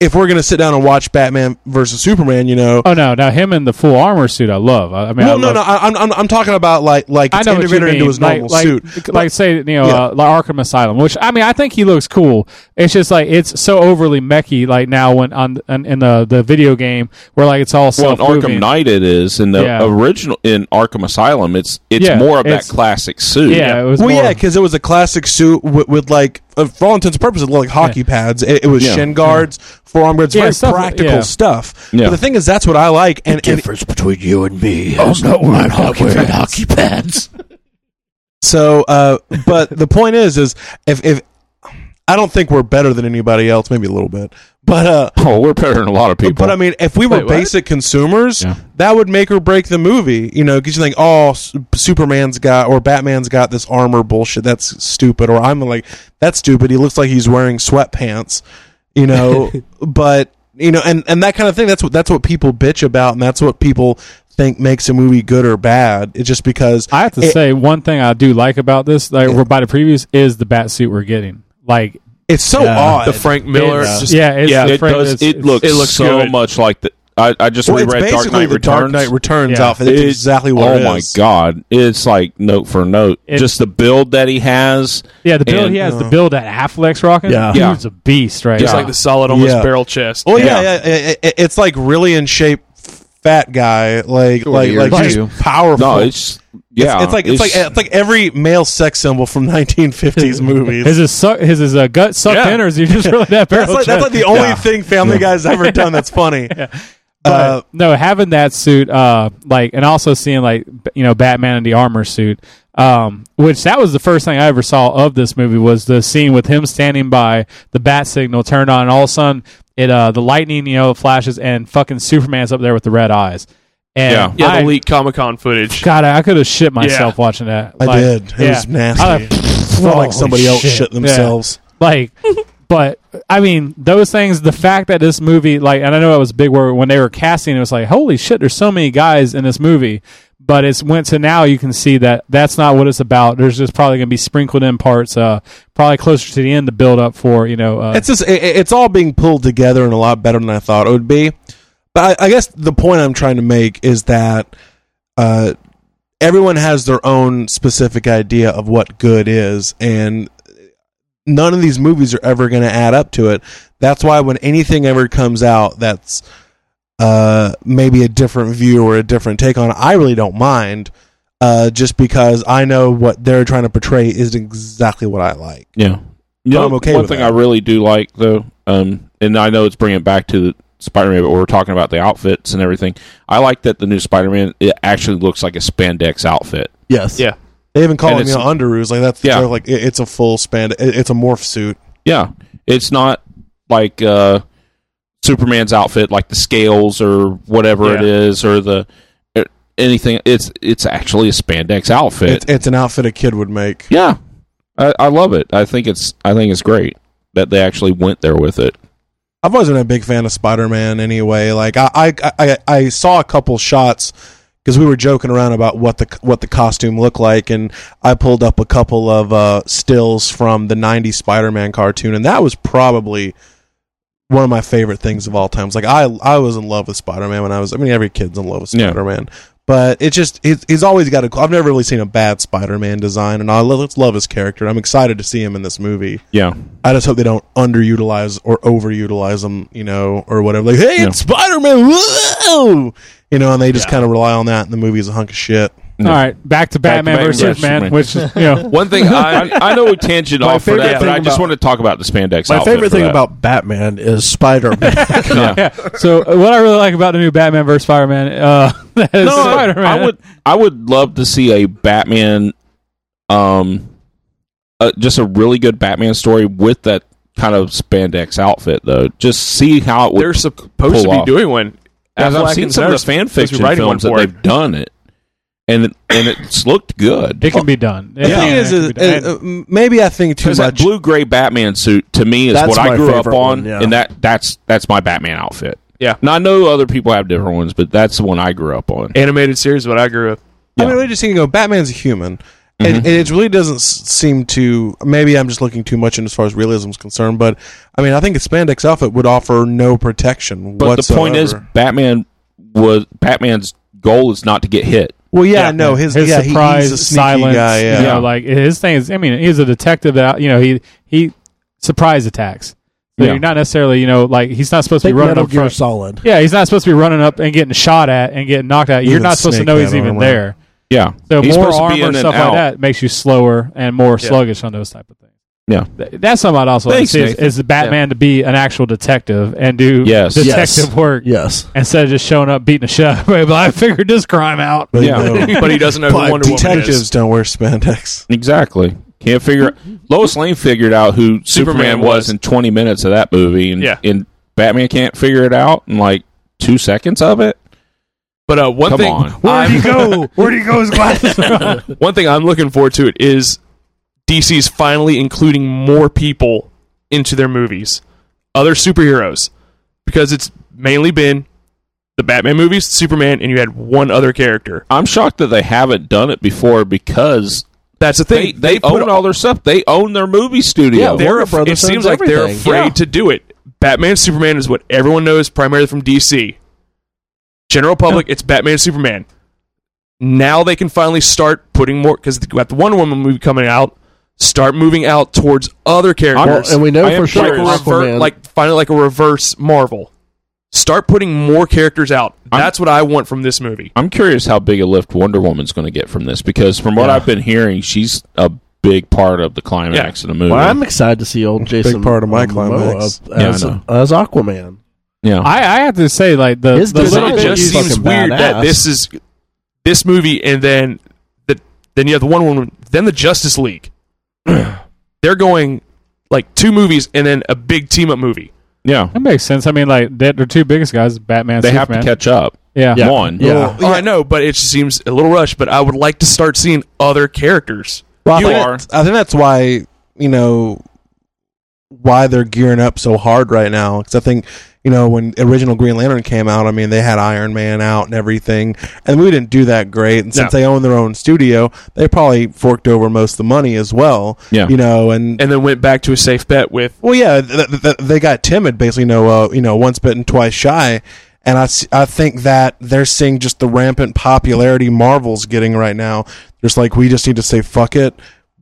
Speaker 8: if we're gonna sit down and watch Batman versus Superman, you know.
Speaker 1: oh no, now him in the full armor suit, I love. I, I mean,
Speaker 8: well,
Speaker 1: I
Speaker 8: no,
Speaker 1: love-
Speaker 8: no, I, I'm, I'm I'm talking about like like
Speaker 1: I
Speaker 8: it's
Speaker 1: know what you
Speaker 8: integrated
Speaker 1: mean.
Speaker 8: into his
Speaker 1: like,
Speaker 8: normal
Speaker 1: like,
Speaker 8: suit.
Speaker 1: like say you know,
Speaker 8: Yeah.
Speaker 1: uh, like Arkham Asylum, which I mean, I think he looks cool. It's just like it's so overly mechy, like now when on, on in the the video game where like it's all
Speaker 2: Well, in
Speaker 1: self
Speaker 2: Arkham Knight, it is in the
Speaker 1: Yeah.
Speaker 2: original in Arkham Asylum. It's it's
Speaker 1: Yeah,
Speaker 2: more of
Speaker 1: it's-
Speaker 2: that classic suit.
Speaker 1: Yeah, it was
Speaker 8: Well,
Speaker 1: more,
Speaker 8: yeah, because it was a classic suit with, with like, uh, for all intents and purposes, like hockey pads. It, it was
Speaker 2: Yeah.
Speaker 8: shin guards, forearm guards,
Speaker 1: Yeah,
Speaker 8: very
Speaker 1: stuff-
Speaker 8: practical
Speaker 1: yeah.
Speaker 8: stuff.
Speaker 2: Yeah.
Speaker 8: But the thing is, that's what I like, and, and
Speaker 6: difference between you and me.
Speaker 4: Oh,
Speaker 6: I'm not wearing hockey pads. Hockey pads.
Speaker 8: So, uh, but the point is, is if, if I don't think we're better than anybody else, maybe a little bit, but uh,
Speaker 2: Oh, we're better than a lot of people.
Speaker 8: but I mean, if we were
Speaker 5: Wait, what?
Speaker 8: basic consumers,
Speaker 2: Yeah.
Speaker 8: that would make or break the movie, you know, because you think, oh, S- Superman's got or Batman's got this armor bullshit that's stupid, or I'm like, that's stupid. He looks like he's wearing sweatpants, you know, but you know, and and that kind of thing. That's what that's what people bitch about, and that's what people think makes a movie good or bad. It's just because
Speaker 1: I have to
Speaker 8: it-
Speaker 1: say one thing I do like about this, like we're by the previews, is the bat suit we're getting. Like,
Speaker 8: it's so
Speaker 4: Yeah.
Speaker 8: odd.
Speaker 5: the Frank Miller.
Speaker 1: it's-
Speaker 5: just-
Speaker 1: yeah, it's
Speaker 2: yeah,
Speaker 1: the
Speaker 2: it
Speaker 1: frame-
Speaker 2: does.
Speaker 1: it's-
Speaker 2: it
Speaker 1: it's-
Speaker 2: looks
Speaker 5: it looks
Speaker 2: so
Speaker 5: good.
Speaker 2: much like the. I, I just
Speaker 8: Well, it's
Speaker 2: reread Dark
Speaker 8: basically
Speaker 2: Knight
Speaker 8: the Dark
Speaker 2: Returns.
Speaker 8: Knight Returns
Speaker 1: Yeah.
Speaker 8: outfit. That's
Speaker 2: It-
Speaker 8: exactly what
Speaker 2: oh
Speaker 8: it
Speaker 2: my
Speaker 8: is.
Speaker 2: god! It's like note for note.
Speaker 1: It-
Speaker 2: just the build that he has.
Speaker 1: yeah, the build
Speaker 2: And-
Speaker 1: he has, the build that Affleck's rocking.
Speaker 4: Yeah.
Speaker 2: Yeah.
Speaker 1: he's a beast, right?
Speaker 5: Just
Speaker 1: now.
Speaker 5: like the solid, almost
Speaker 8: Yeah.
Speaker 5: barrel chest.
Speaker 1: Oh,
Speaker 8: Well,
Speaker 2: Yeah.
Speaker 8: yeah, yeah, i- i- it's like really in shape, fat guy, like
Speaker 7: Short
Speaker 8: like
Speaker 7: ears,
Speaker 8: like
Speaker 7: too.
Speaker 8: he's powerful.
Speaker 2: No, it's yeah,
Speaker 8: it's like it's, like it's like every male sex symbol from 1950s movies.
Speaker 1: Has his suck, has his uh, gut sucked
Speaker 8: Yeah.
Speaker 1: in, or is he just really that
Speaker 8: that's
Speaker 1: barrel?
Speaker 8: like, that's like the only
Speaker 1: Yeah.
Speaker 8: thing Family Guy's ever done that's funny.
Speaker 1: But,
Speaker 8: Uh,
Speaker 1: no, having that suit, uh, like, and also seeing like b- you know Batman in the armor suit, um, which that was the first thing I ever saw of this movie was the scene with him standing by the bat signal turned on, and all of a sudden it uh, the lightning you know flashes and fucking Superman's up there with the red eyes, and
Speaker 5: Yeah,
Speaker 1: I-
Speaker 5: the leaked Comic Con footage.
Speaker 1: God, I could have shit myself watching that.
Speaker 8: I
Speaker 1: Like,
Speaker 8: did. It
Speaker 1: yeah.
Speaker 8: was nasty.
Speaker 1: I-
Speaker 8: It's not
Speaker 1: Holy
Speaker 8: like somebody else
Speaker 1: shit.
Speaker 8: shit
Speaker 1: Yeah.
Speaker 8: themselves.
Speaker 1: like but i mean those things the fact that this movie like and i know it was a big word when they were casting it was like holy shit there's so many guys in this movie but it's went to now you can see that that's not what it's about there's just probably going to be sprinkled in parts uh probably closer to the end to build up for you know uh,
Speaker 8: It's just it, it- it's all being pulled together and a lot better than I thought it would be. But I, I guess the point I'm trying to make is that uh, everyone has their own specific idea of what good is, and none of these movies are ever going to add up to it. That's why when anything ever comes out that's uh, maybe a different view or a different take on, it, I really don't mind. Uh, just because I know what they're trying to portray is exactly what I like.
Speaker 2: Yeah. You
Speaker 8: But
Speaker 2: know,
Speaker 8: I'm okay
Speaker 2: one
Speaker 8: with
Speaker 2: thing
Speaker 8: that.
Speaker 2: I really do like though, um, and I know it's bringing it back to Spider-Man, but we're talking about the outfits and everything. I like that the new Spider-Man it actually looks like a spandex outfit.
Speaker 4: Yes.
Speaker 5: Yeah.
Speaker 8: They even call
Speaker 2: And
Speaker 8: them you
Speaker 2: it's-
Speaker 8: know, underoos. Like that's
Speaker 2: Yeah.
Speaker 8: they're like it, it's a full span. It, it's a morph suit.
Speaker 2: Yeah, it's not like uh, Superman's outfit, like the scales or whatever it is, or the or anything. It's it's actually a spandex outfit.
Speaker 8: It's, it's an outfit a kid would make.
Speaker 2: yeah, I, I love it. I think it's I think it's great that they actually went there with it.
Speaker 8: I've always been a big fan of Spider Man. Anyway, like I I, I I saw a couple shots because we were joking around about what the what the costume looked like, and I pulled up a couple of uh, stills from the '90s Spider Man cartoon, and that was probably one of my favorite things of all times. Like I I was in love with Spider Man when I was. I mean, every kid's in love with
Speaker 2: Yeah.
Speaker 8: Spider Man. But it just he's he's always got a. I've never really seen a bad Spider-Man design, and I love, love his character. I'm excited to see him in this movie.
Speaker 2: Yeah,
Speaker 8: I just hope they don't underutilize or overutilize them, you know, or whatever. Like, hey, it's Spider Man, whoa, you know, and they just kind of rely on that, and the movie is a hunk of shit.
Speaker 1: all right back to batman
Speaker 2: Batman
Speaker 1: versus
Speaker 2: versus
Speaker 1: superman
Speaker 2: Superman.
Speaker 1: which is you know
Speaker 2: One thing I, I know we tangent
Speaker 4: My
Speaker 2: off for
Speaker 4: favorite
Speaker 2: that, but
Speaker 4: thing
Speaker 2: I just
Speaker 4: about-
Speaker 2: want to talk about the spandex.
Speaker 4: My
Speaker 2: outfit
Speaker 4: favorite
Speaker 2: for
Speaker 4: thing
Speaker 2: that.
Speaker 4: about Batman is Spider Man.
Speaker 2: Yeah.
Speaker 1: so uh, what i really like about the new batman versus spider-man uh that is
Speaker 2: No, I-
Speaker 1: spider-man
Speaker 2: I would I would love to see a Batman, um, uh, just a really good Batman story with that kind of spandex outfit though. Just see how it would.
Speaker 5: They're supposed
Speaker 2: pull
Speaker 5: to be
Speaker 2: off.
Speaker 5: doing one.
Speaker 2: as I've
Speaker 5: Affleck
Speaker 2: seen
Speaker 5: and
Speaker 2: some of the
Speaker 5: Zdarsky
Speaker 2: fan
Speaker 5: supposed to be
Speaker 2: fiction
Speaker 5: writing one
Speaker 2: films that
Speaker 5: for it.
Speaker 2: they've done it, and it, and it's looked good.
Speaker 1: it can be done
Speaker 8: The thing is,
Speaker 1: it can
Speaker 8: is,
Speaker 1: be done.
Speaker 8: uh, uh, maybe I think too
Speaker 2: Because that
Speaker 8: much.
Speaker 2: blue gray Batman suit to me is
Speaker 4: That's
Speaker 2: what I
Speaker 4: my
Speaker 2: grew up on,
Speaker 4: favorite one, yeah.
Speaker 2: and that that's that's my Batman outfit.
Speaker 5: Yeah.
Speaker 2: Now I know other people have different ones, but that's the one I grew up on.
Speaker 5: Animated series, what I grew up.
Speaker 8: I mean, really just thinking, go, Batman's a human. And, and it really doesn't s- seem to. Maybe I'm just looking too much in as far as realism is concerned, but I mean, I think a spandex outfit would offer no protection.
Speaker 2: But the point is,
Speaker 8: whatsoever.
Speaker 2: Batman was Batman's goal is not to get hit.
Speaker 8: well, yeah, no, his,
Speaker 1: his
Speaker 8: yeah, he-
Speaker 1: surprise
Speaker 8: he's a sneaky
Speaker 1: silence.
Speaker 8: guy,
Speaker 1: You
Speaker 8: yeah.
Speaker 1: know, like his thing is. I mean, he's a detective. That you know, he he surprise attacks. So
Speaker 2: Yeah.
Speaker 1: you're not necessarily, you know, like he's not supposed to be
Speaker 4: Think
Speaker 1: running
Speaker 4: Metal
Speaker 1: up
Speaker 4: Gear
Speaker 1: front.
Speaker 4: Solid.
Speaker 1: Yeah, he's not supposed to be running up and getting shot at and getting knocked out. You're
Speaker 8: Even
Speaker 1: not supposed to
Speaker 8: Snake
Speaker 1: know
Speaker 8: had
Speaker 1: he's
Speaker 8: armor.
Speaker 1: even there.
Speaker 2: Yeah,
Speaker 1: So
Speaker 2: He's
Speaker 1: more
Speaker 2: supposed to be
Speaker 1: armor
Speaker 2: in
Speaker 1: and
Speaker 2: and
Speaker 1: stuff like
Speaker 2: out.
Speaker 1: that makes you slower and more sluggish on those type of things.
Speaker 2: Yeah.
Speaker 1: Th- that's something I'd also
Speaker 2: Thanks,
Speaker 1: like to see
Speaker 2: Nathan.
Speaker 1: is, is the Batman to be an actual detective and do
Speaker 2: Yes.
Speaker 1: detective
Speaker 4: Yes.
Speaker 1: work
Speaker 4: Yes.
Speaker 1: instead of just showing up beating the shit out of everybody. But I figured this crime out.
Speaker 8: But,
Speaker 2: Yeah.
Speaker 8: no.
Speaker 5: But he doesn't know who
Speaker 8: But
Speaker 5: Wonder Woman
Speaker 8: detectives
Speaker 5: is.
Speaker 8: don't wear spandex.
Speaker 2: exactly. Can't figure. Lois Lane figured out who Superman,
Speaker 5: Superman
Speaker 2: was.
Speaker 5: was.
Speaker 2: in 20 minutes of that movie, and
Speaker 5: Yeah.
Speaker 2: and Batman can't figure it out in like two seconds of it.
Speaker 5: But uh, one
Speaker 2: Come
Speaker 5: thing,
Speaker 2: on.
Speaker 9: Where do
Speaker 5: I'm-
Speaker 9: you go? Where do you go? His glasses.
Speaker 5: one thing I'm looking forward to it is DC's finally including more people into their movies, other superheroes, because it's mainly been the Batman movies, Superman, and you had one other character.
Speaker 2: I'm shocked that they haven't done it before because
Speaker 5: That's the
Speaker 2: they
Speaker 5: thing.
Speaker 2: they,
Speaker 5: put
Speaker 2: own all their stuff. They own their movie studio.
Speaker 5: they're
Speaker 4: Warner
Speaker 5: af-
Speaker 4: Brothers
Speaker 5: it seems
Speaker 4: owns
Speaker 5: like they're
Speaker 4: everything.
Speaker 5: afraid
Speaker 2: Yeah.
Speaker 5: to do it. Batman Superman is what everyone knows primarily from DC. General public, it's Batman Superman. Now they can finally start putting more because we got the Wonder Woman movie coming out. Start moving out towards other characters,
Speaker 4: Well, and we know
Speaker 2: I am
Speaker 4: for sure
Speaker 5: like a
Speaker 2: curious.
Speaker 5: rever-
Speaker 4: Aquaman.
Speaker 5: like finally like a reverse Marvel. Start putting more characters out. That's what I want from this movie.
Speaker 2: I'm curious how big a lift Wonder Woman's going to get from this because from what I've been hearing, she's a big part of the climax of the movie.
Speaker 4: Well, I'm excited to see old Jason.
Speaker 8: part of my
Speaker 4: Momoa
Speaker 8: climax.
Speaker 4: up as,
Speaker 2: Yeah, I know.
Speaker 4: as Aquaman.
Speaker 2: yeah,
Speaker 1: I, I have to say, like the,
Speaker 7: His
Speaker 1: the
Speaker 7: design
Speaker 1: little
Speaker 5: it
Speaker 1: bit
Speaker 5: just
Speaker 1: you-
Speaker 4: he's
Speaker 5: seems
Speaker 4: fucking
Speaker 5: weird that
Speaker 4: badass.
Speaker 5: this is this movie, and then the, then you have the one woman, then the Justice League. They're going like two movies and then a big team up movie.
Speaker 2: yeah.
Speaker 1: That makes sense. I mean, like they're the two biggest guys, Batman.
Speaker 2: They have
Speaker 1: Superman.
Speaker 2: to catch up.
Speaker 1: Yeah.
Speaker 2: One,
Speaker 4: Yeah.
Speaker 5: Oh, I know, but it just seems a little rushed. But I would like to start seeing other characters.
Speaker 8: Well,
Speaker 5: You
Speaker 8: I think
Speaker 5: are.
Speaker 8: that's- I think that's why you know why they're gearing up so hard right now. Because I think you know when original Green Lantern came out, I mean they had Iron Man out and everything, and we didn't do that great. And since
Speaker 5: No.
Speaker 8: they own their own studio, they probably forked over most of the money as well.
Speaker 2: Yeah.
Speaker 8: you know, and,
Speaker 5: and then went back to a safe bet with
Speaker 8: well, yeah, th- th- th- they got timid basically. You know, uh, you know, once bitten, twice shy. And I, s- I think that they're seeing just the rampant popularity Marvel's getting right now. Just like we just need to say fuck it,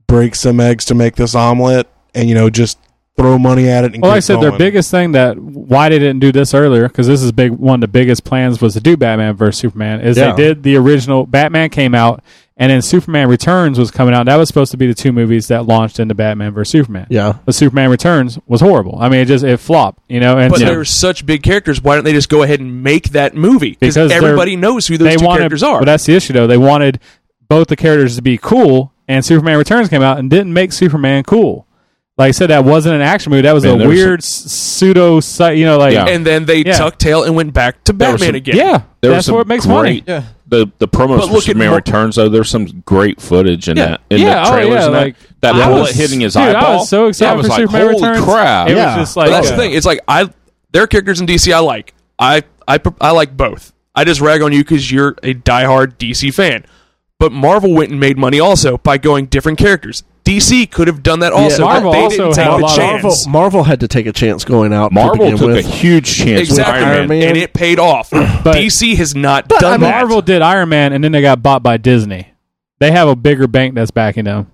Speaker 8: break some eggs to make this omelet, and you know just throw money at it. And
Speaker 1: Well, like
Speaker 8: keep
Speaker 1: I said, their
Speaker 8: going.
Speaker 1: biggest thing that why they didn't do this earlier because this is big one of the biggest plans was to do Batman versus Superman is
Speaker 4: Yeah.
Speaker 1: they did the original Batman came out and then Superman Returns was coming out. That was supposed to be the two movies that launched into Batman versus Superman.
Speaker 4: Yeah.
Speaker 1: but Superman Returns was horrible. I mean, it just it flopped, you know. And
Speaker 5: But
Speaker 1: so
Speaker 5: they're such big characters. Why don't they just go ahead and make that movie?
Speaker 1: Because
Speaker 5: Because
Speaker 1: they're-
Speaker 5: everybody knows who those
Speaker 1: they
Speaker 5: two
Speaker 1: wanted,
Speaker 5: characters are.
Speaker 1: But that's the issue though. They wanted both the characters to be cool, and Superman Returns came out and didn't make Superman cool. Like I said, that wasn't an action movie. That was
Speaker 2: Man,
Speaker 1: a
Speaker 2: there was
Speaker 1: weird s pseudo, sci- you know, like
Speaker 2: Yeah.
Speaker 5: and then they
Speaker 1: Yeah.
Speaker 5: tucked tail and went back to
Speaker 2: were
Speaker 5: Batman
Speaker 2: some-
Speaker 5: again.
Speaker 1: yeah,
Speaker 2: There was
Speaker 1: that's
Speaker 2: some
Speaker 1: what makes
Speaker 2: great,
Speaker 1: money.
Speaker 7: Yeah.
Speaker 2: The the promos
Speaker 5: But
Speaker 2: for
Speaker 5: look at
Speaker 2: Superman
Speaker 5: Mar-
Speaker 2: Returns though. There's some great footage in
Speaker 5: Yeah.
Speaker 2: that in
Speaker 1: Yeah,
Speaker 2: the
Speaker 1: oh,
Speaker 2: trailers.
Speaker 1: yeah,
Speaker 2: and that
Speaker 1: like,
Speaker 2: that
Speaker 1: I
Speaker 2: bullet
Speaker 1: was-
Speaker 2: hitting his
Speaker 1: dude, I was
Speaker 2: eyeball.
Speaker 1: so excited
Speaker 2: Yeah, I was
Speaker 1: for
Speaker 2: like,
Speaker 1: Superman
Speaker 2: holy
Speaker 1: Returns.
Speaker 2: crap!
Speaker 1: It
Speaker 4: Yeah.
Speaker 1: was just like
Speaker 5: But that's the thing. It's like I, their characters in DC, I like. I I pr- I like both. I just rag on you because you're a diehard DC fan. But Marvel went and made money also by going different characters. DC could have done that also. but
Speaker 1: Marvel
Speaker 5: they
Speaker 1: also
Speaker 5: didn't take
Speaker 1: had a
Speaker 5: the
Speaker 1: lot of-
Speaker 5: chance.
Speaker 4: Marvel, Marvel had to take a chance going out. to
Speaker 2: Marvel
Speaker 4: begin
Speaker 2: took
Speaker 4: with.
Speaker 2: a huge chance
Speaker 5: Exactly,
Speaker 2: with Iron Man.
Speaker 5: and it paid off. DC has not done that.
Speaker 1: Marvel did Iron Man, and then they got bought by Disney. They have a bigger bank that's backing them.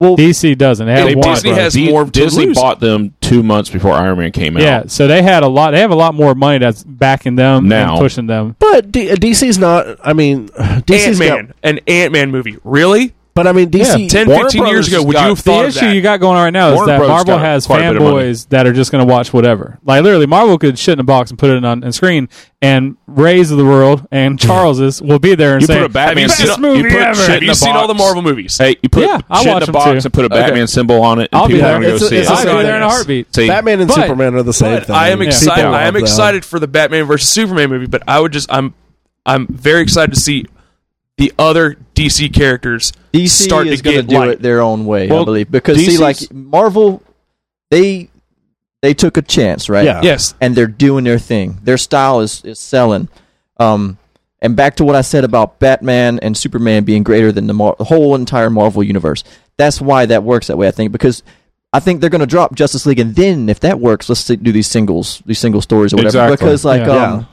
Speaker 7: Well-
Speaker 1: DC doesn't. They have
Speaker 5: They-
Speaker 1: one.
Speaker 5: Disney
Speaker 1: bro.
Speaker 5: has
Speaker 2: D-
Speaker 5: more to
Speaker 2: Disney
Speaker 5: lose.
Speaker 2: bought them two months before Iron Man came out.
Speaker 1: yeah, so they had a lot. They have a lot more money that's backing them
Speaker 2: Now.
Speaker 1: and pushing them.
Speaker 4: But D- uh, DC's not. I mean, DC's
Speaker 5: Ant
Speaker 4: got.
Speaker 5: Man, an Ant Man movie, really?
Speaker 4: But I mean, DC.
Speaker 5: 10,
Speaker 2: Warner
Speaker 5: 15
Speaker 2: Brothers
Speaker 5: years ago,
Speaker 2: has
Speaker 5: would you
Speaker 2: got-
Speaker 5: have
Speaker 1: The
Speaker 5: thought of
Speaker 1: issue
Speaker 5: that?
Speaker 1: you got going on right now is
Speaker 2: Warner
Speaker 1: that
Speaker 2: Bros.
Speaker 1: Marvel
Speaker 2: got
Speaker 1: has
Speaker 2: quite a bit of money.
Speaker 1: fanboys that are just going to watch whatever. Like literally, Marvel could shit in a box and put it on, on screen, and Rays of the world and Charles's will be there and
Speaker 2: You
Speaker 1: say,
Speaker 2: put a Batman
Speaker 5: Have you
Speaker 2: symbol.
Speaker 5: seen-
Speaker 2: you
Speaker 1: movie
Speaker 2: put
Speaker 1: ever.
Speaker 2: shit
Speaker 5: Have
Speaker 2: in
Speaker 5: you
Speaker 2: a
Speaker 5: seen all the
Speaker 2: box.
Speaker 5: Marvel movies?
Speaker 2: Hey, you put
Speaker 1: Yeah, I
Speaker 2: shit in
Speaker 1: watch
Speaker 2: a
Speaker 1: them
Speaker 2: box
Speaker 1: too.
Speaker 2: and put a Batman symbol on it, and
Speaker 1: I'll be
Speaker 2: people
Speaker 1: there.
Speaker 2: want to go
Speaker 1: It's
Speaker 2: see it.
Speaker 1: I'll be
Speaker 5: on
Speaker 1: there in a
Speaker 5: Netflix.
Speaker 1: heartbeat.
Speaker 2: See,
Speaker 4: Batman and
Speaker 1: But-
Speaker 4: Superman are the same thing.
Speaker 5: I am
Speaker 1: Yeah.
Speaker 5: excited.
Speaker 4: People
Speaker 5: I am
Speaker 4: love them.
Speaker 5: excited for the Batman versus Superman movie, but I would just I'm I'm very excited to see the other DC characters
Speaker 7: DC
Speaker 5: start
Speaker 7: E is
Speaker 5: to
Speaker 7: going to
Speaker 5: get
Speaker 7: do
Speaker 5: light.
Speaker 7: it their own way,
Speaker 2: Well,
Speaker 7: I believe, because see,
Speaker 2: DC's
Speaker 7: like Marvel, they they took a chance, right?
Speaker 4: Yeah.
Speaker 5: Yes,
Speaker 7: and they're doing their thing. Their style is, is selling. Um, and back to what I said about Batman and Superman being greater than the, Mar- the whole entire Marvel universe. That's why that works that way, I think, because I think they're going to drop Justice League, and then if that works, let's see- do these singles, these single stories or whatever.
Speaker 2: Exactly.
Speaker 7: Because like,
Speaker 1: Yeah.
Speaker 7: um,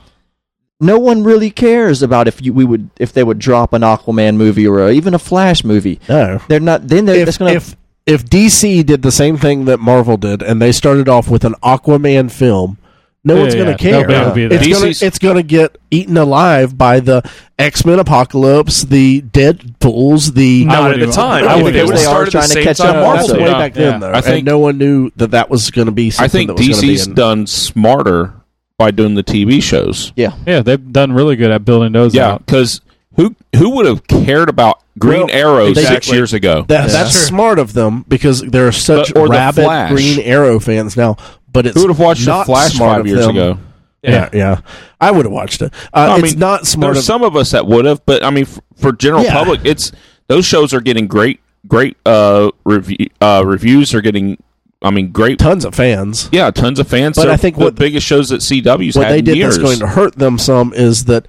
Speaker 7: no one really cares about if you we would if they would drop an Aquaman movie or uh even a Flash movie.
Speaker 4: No.
Speaker 7: They're not. Then they're
Speaker 4: If,
Speaker 7: just going to.
Speaker 4: if if DC did the same thing that Marvel did, and they started off with an Aquaman film, no
Speaker 1: Yeah,
Speaker 4: one's going
Speaker 1: yeah.
Speaker 4: to care.
Speaker 1: Nobody will be there.
Speaker 4: It's going
Speaker 2: DC's
Speaker 4: to it's going to get eaten alive by the X Men apocalypse, the Deadpool's, the
Speaker 1: I
Speaker 5: not at
Speaker 1: wouldn't
Speaker 5: the
Speaker 1: even-
Speaker 5: time.
Speaker 1: I
Speaker 5: I think
Speaker 1: wouldn't
Speaker 5: they
Speaker 1: even-
Speaker 5: would have
Speaker 7: They are
Speaker 5: started at the
Speaker 7: trying to
Speaker 5: same
Speaker 7: catch
Speaker 5: time.
Speaker 7: up.
Speaker 4: Marvel
Speaker 1: Marvel
Speaker 4: way
Speaker 1: did.
Speaker 4: back
Speaker 1: Yeah.
Speaker 4: then, though,
Speaker 2: I think-
Speaker 4: and no one knew that that was going to be. Something
Speaker 2: I think
Speaker 4: that was gonna be
Speaker 2: DC's
Speaker 4: in-
Speaker 2: done smarter by doing the TV shows.
Speaker 7: yeah,
Speaker 1: Yeah, they've done really good at building those
Speaker 2: Yeah,
Speaker 1: out.
Speaker 2: because who who would have cared about
Speaker 4: Well,
Speaker 2: Green Arrow six
Speaker 5: exactly.
Speaker 2: years ago?
Speaker 4: That, That's smart of them because there are such
Speaker 2: But- or the
Speaker 4: rabid
Speaker 2: Flash.
Speaker 4: Green Arrow fans now. But it's
Speaker 2: who would have watched the
Speaker 4: not
Speaker 2: Flash
Speaker 4: smart
Speaker 2: five
Speaker 4: of
Speaker 2: years
Speaker 4: them-
Speaker 2: ago?
Speaker 4: Yeah, yeah. I would have watched it. Uh,
Speaker 2: No, I
Speaker 4: it's
Speaker 2: mean,
Speaker 4: not smart.
Speaker 2: There's
Speaker 4: Of,
Speaker 2: some of us that would have, but I mean, for, for general
Speaker 4: Yeah.
Speaker 2: public, it's those shows are getting great, great uh, review, uh, reviews are getting. I mean, great.
Speaker 4: tons of fans.
Speaker 2: yeah, tons of fans.
Speaker 4: But
Speaker 2: They're
Speaker 4: I think
Speaker 2: the
Speaker 4: what-
Speaker 2: biggest shows that CW's
Speaker 4: What
Speaker 2: had
Speaker 4: they did
Speaker 2: in years.
Speaker 4: that's going to hurt them some is that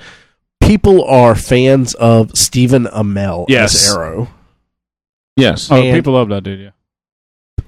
Speaker 4: people are fans of Stephen Amell
Speaker 5: Yes.
Speaker 4: as Arrow.
Speaker 2: yes,
Speaker 1: Oh,
Speaker 4: And-
Speaker 1: people love that dude. Yeah.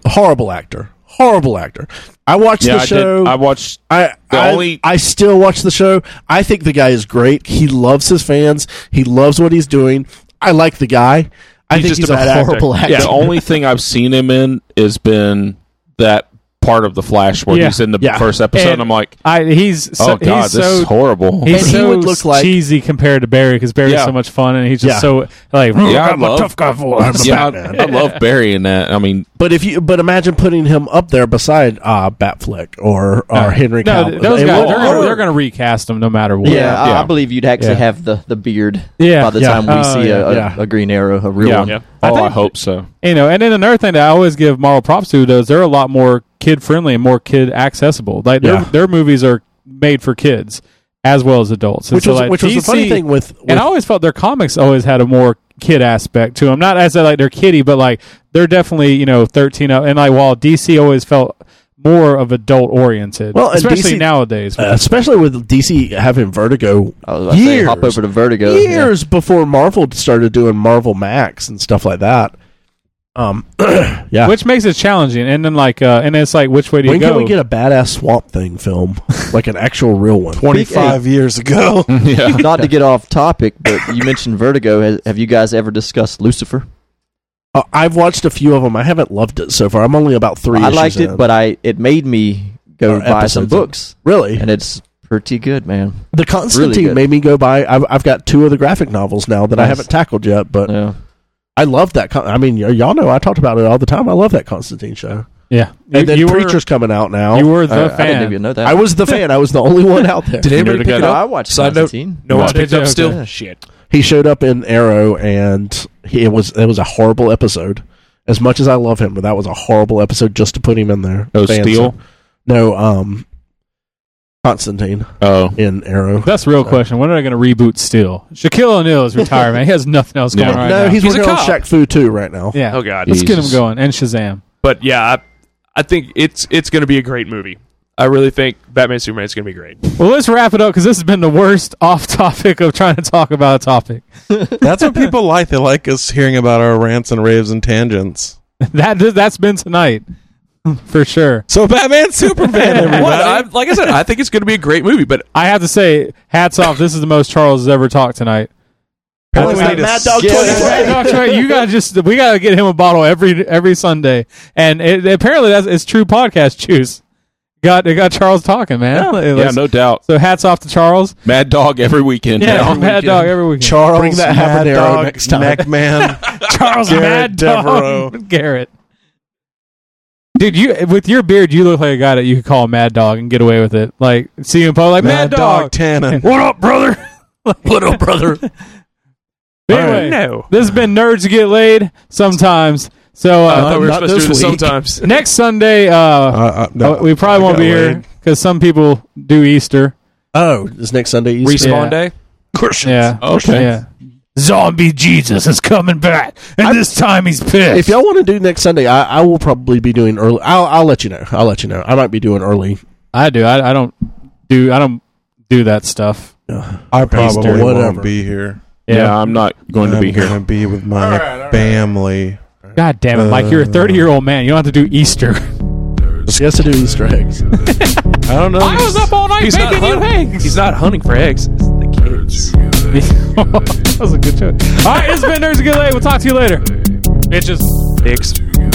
Speaker 4: Horrible actor. Horrible actor. I watched
Speaker 2: yeah,
Speaker 4: the
Speaker 2: I
Speaker 4: show.
Speaker 2: did. I watched.
Speaker 4: I,
Speaker 2: The
Speaker 4: I,
Speaker 2: only-
Speaker 4: I still watch the show. I think the guy is great. He loves his fans. He loves what he's doing. I like the guy. I
Speaker 5: He's
Speaker 4: think
Speaker 5: just
Speaker 4: he's
Speaker 5: a
Speaker 4: a
Speaker 5: bad actor.
Speaker 4: horrible actor.
Speaker 2: The only thing I've seen him in has been that part of the Flash where
Speaker 1: Yeah.
Speaker 2: he's in the
Speaker 1: Yeah.
Speaker 2: first episode.
Speaker 1: And-
Speaker 2: And I'm like,
Speaker 1: I he's so,
Speaker 2: oh god,
Speaker 1: he's
Speaker 2: this
Speaker 1: so
Speaker 2: is horrible.
Speaker 1: He's
Speaker 7: And he
Speaker 1: so
Speaker 7: would look like-
Speaker 1: cheesy compared to Barry because Barry's
Speaker 2: Yeah.
Speaker 1: so much fun and he's just
Speaker 4: Yeah.
Speaker 1: so like
Speaker 2: yeah, I
Speaker 9: I'm a
Speaker 2: love,
Speaker 9: tough guy for I'm a
Speaker 2: yeah, I,
Speaker 9: Batman.
Speaker 2: I love Barry in that. I mean,
Speaker 4: But if you but imagine putting him up there beside uh, Batfleck or or Henry
Speaker 1: No,
Speaker 4: Cavill.
Speaker 1: th- those
Speaker 4: It
Speaker 1: guys
Speaker 4: won't
Speaker 1: they're gonna,
Speaker 4: work.
Speaker 1: they're gonna recast him no matter what.
Speaker 7: Yeah, I, I
Speaker 2: Yeah.
Speaker 7: believe you'd actually
Speaker 1: Yeah.
Speaker 7: have the, the beard
Speaker 1: Yeah,
Speaker 7: by the
Speaker 1: yeah.
Speaker 7: time we
Speaker 1: Oh,
Speaker 7: see
Speaker 1: yeah,
Speaker 7: a, a,
Speaker 4: yeah.
Speaker 7: a green arrow, a real
Speaker 2: yeah.
Speaker 7: one.
Speaker 2: Oh, I,
Speaker 1: think-
Speaker 2: hope so.
Speaker 1: You know, and then another thing that I always give Marvel props to though is they're a lot more kid friendly and more kid accessible. Like their
Speaker 4: Yeah.
Speaker 1: their movies are made for kids as well as adults. And
Speaker 4: which
Speaker 1: so,
Speaker 4: was
Speaker 1: like,
Speaker 4: which was the
Speaker 1: DC
Speaker 4: funny thing with, with
Speaker 1: and I always felt their comics always had a more kid aspect to them. Not as that, like they're kiddie, but like they're definitely you know thirteen up. And like while DC always felt more of adult oriented,
Speaker 4: Well, and
Speaker 1: especially
Speaker 4: DC
Speaker 1: nowadays.
Speaker 4: uh, especially with DC having Vertigo
Speaker 7: I was about to say, hop
Speaker 4: Years.
Speaker 7: over to Vertigo. yeah.
Speaker 4: years before Marvel started doing Marvel Max and stuff like that. Um, yeah.
Speaker 1: which makes it challenging, and then like, uh, and it's like, which way do you
Speaker 4: when
Speaker 1: go?
Speaker 4: can we get a badass Swamp Thing film, like an actual real one?
Speaker 8: Twenty five years ago.
Speaker 2: yeah.
Speaker 7: Not to get off topic, but you mentioned Vertigo. Has, have you guys ever discussed Lucifer?
Speaker 4: Uh, I've watched a few of them. I haven't loved it so far. I'm only about three.
Speaker 7: I
Speaker 4: issues
Speaker 7: liked it,
Speaker 4: in.
Speaker 7: but I it made me
Speaker 4: Or
Speaker 7: go buy
Speaker 4: episodes
Speaker 7: some
Speaker 4: of-
Speaker 7: books,
Speaker 4: really,
Speaker 7: and it's pretty good, man.
Speaker 4: the Constantine
Speaker 7: good.
Speaker 4: made me go buy. I've, I've got two of the graphic novels now that I
Speaker 7: Nice.
Speaker 4: haven't tackled yet, but
Speaker 7: Yeah.
Speaker 4: I love that. Con- I mean, y- y'all know I talked about it all the time. I love that Constantine show.
Speaker 1: yeah,
Speaker 4: And then
Speaker 1: you
Speaker 4: Preacher's coming out now.
Speaker 1: were, you were
Speaker 7: Uh, I-
Speaker 1: the
Speaker 7: I didn't
Speaker 1: fan.
Speaker 7: even know that.
Speaker 4: Oh, I was the fan. I was the only one out there.
Speaker 5: Did anybody
Speaker 2: Nerd
Speaker 5: pick it
Speaker 2: again.
Speaker 7: No, I
Speaker 5: up?
Speaker 7: watched
Speaker 5: Side note,
Speaker 7: Constantine.
Speaker 5: No one's
Speaker 1: did
Speaker 5: picked
Speaker 1: you?
Speaker 5: up still.
Speaker 7: Yeah.
Speaker 5: Shit.
Speaker 4: he showed up in Arrow, and he, it was it was a horrible episode. As much as I love him, but that was a horrible episode just to put him in there.
Speaker 2: Oh,
Speaker 4: Fans-
Speaker 2: Steel.
Speaker 4: No, um, Constantine
Speaker 2: Oh,
Speaker 4: in Arrow.
Speaker 1: That's the real question. When are they going to reboot? Still, Shaquille O'Neal is retired, man. He has nothing else
Speaker 2: Yeah.
Speaker 1: going on right
Speaker 4: no,
Speaker 1: now.
Speaker 4: he's,
Speaker 5: He's a
Speaker 4: working on
Speaker 5: cop.
Speaker 4: Shaq Fu too right now.
Speaker 1: yeah.
Speaker 5: Oh god.
Speaker 1: Let's get him
Speaker 2: Jesus.
Speaker 1: going and Shazam.
Speaker 5: But yeah, I, I think it's it's going to be a great movie. I really think Batman Superman is going to be great.
Speaker 1: Well, let's wrap it up because this has been the worst off topic of trying to talk about a topic.
Speaker 8: That's what people like. They like us hearing about our rants and raves and tangents.
Speaker 1: That that's been tonight for sure.
Speaker 8: So Batman Superman,
Speaker 5: What? I,
Speaker 8: everybody.
Speaker 5: like I said, I think it's going to be a great movie. But
Speaker 1: I have to say, hats off. This is the most Charles has ever talked tonight.
Speaker 8: Apparently
Speaker 4: That
Speaker 8: we need
Speaker 4: Mad
Speaker 8: to
Speaker 4: Dog
Speaker 8: skip-
Speaker 4: 20.
Speaker 1: Right, Dr. Ray, you gotta just we gotta get him a bottle every every Sunday, and it, apparently that's it's true podcast juice. Got it got Charles talking, man. It
Speaker 2: yeah,
Speaker 1: was-
Speaker 2: no doubt.
Speaker 1: So hats off to Charles.
Speaker 2: Mad Dog every weekend.
Speaker 1: Yeah,
Speaker 2: now.
Speaker 1: Mad Dog every week.
Speaker 8: Charles
Speaker 4: Bring that
Speaker 8: Mad
Speaker 4: habanero
Speaker 8: Dog
Speaker 4: next time.
Speaker 8: Neck Man.
Speaker 1: Charles
Speaker 8: Garrett
Speaker 1: Mad Dog
Speaker 8: Devereaux.
Speaker 1: Garrett. Dude, you with your beard, you look like a guy that you could call a Mad Dog and get away with it. Like see him Poe, like Mad, Dog.
Speaker 8: Tannen.
Speaker 1: What up, brother?
Speaker 4: What up, brother?
Speaker 1: Anyway, this has been nerds get laid sometimes. So
Speaker 5: I
Speaker 1: uh,
Speaker 5: thought we were
Speaker 4: not
Speaker 5: supposed to
Speaker 4: this
Speaker 5: do this
Speaker 4: week.
Speaker 5: sometimes.
Speaker 1: next Sunday, uh,
Speaker 8: Uh, uh, no.
Speaker 1: we probably won't be here because some people do Easter.
Speaker 4: Oh, is next Sunday Easter?
Speaker 5: Respawn
Speaker 1: Yeah.
Speaker 5: Day. Oh,
Speaker 1: Yeah.
Speaker 2: Okay.
Speaker 1: Yeah.
Speaker 9: Zombie Jesus is coming back, and this time he's pissed.
Speaker 4: If y'all want to do next Sunday, I, I will probably be doing early. I'll, I'll let you know. I'll let you know. I might be doing early.
Speaker 1: I do. I, I don't do. I don't do that stuff.
Speaker 8: I probably
Speaker 4: Easter, whatever.
Speaker 8: won't be here.
Speaker 2: Yeah, I'm not going to be
Speaker 8: I'm
Speaker 2: here.
Speaker 8: gonna be with my family.
Speaker 1: God damn it, Mike!
Speaker 9: Uh.
Speaker 1: You're a 30 year old man. You don't have to do Easter.
Speaker 4: She has to do Easter eggs.
Speaker 5: I don't know. I
Speaker 1: was up all night baking you eggs.
Speaker 5: He's not hunting for eggs. It's the kids.
Speaker 1: that was a good joke. All right, it's been Nerds Get Laid. We'll talk to you later, bitches.
Speaker 5: Dicks.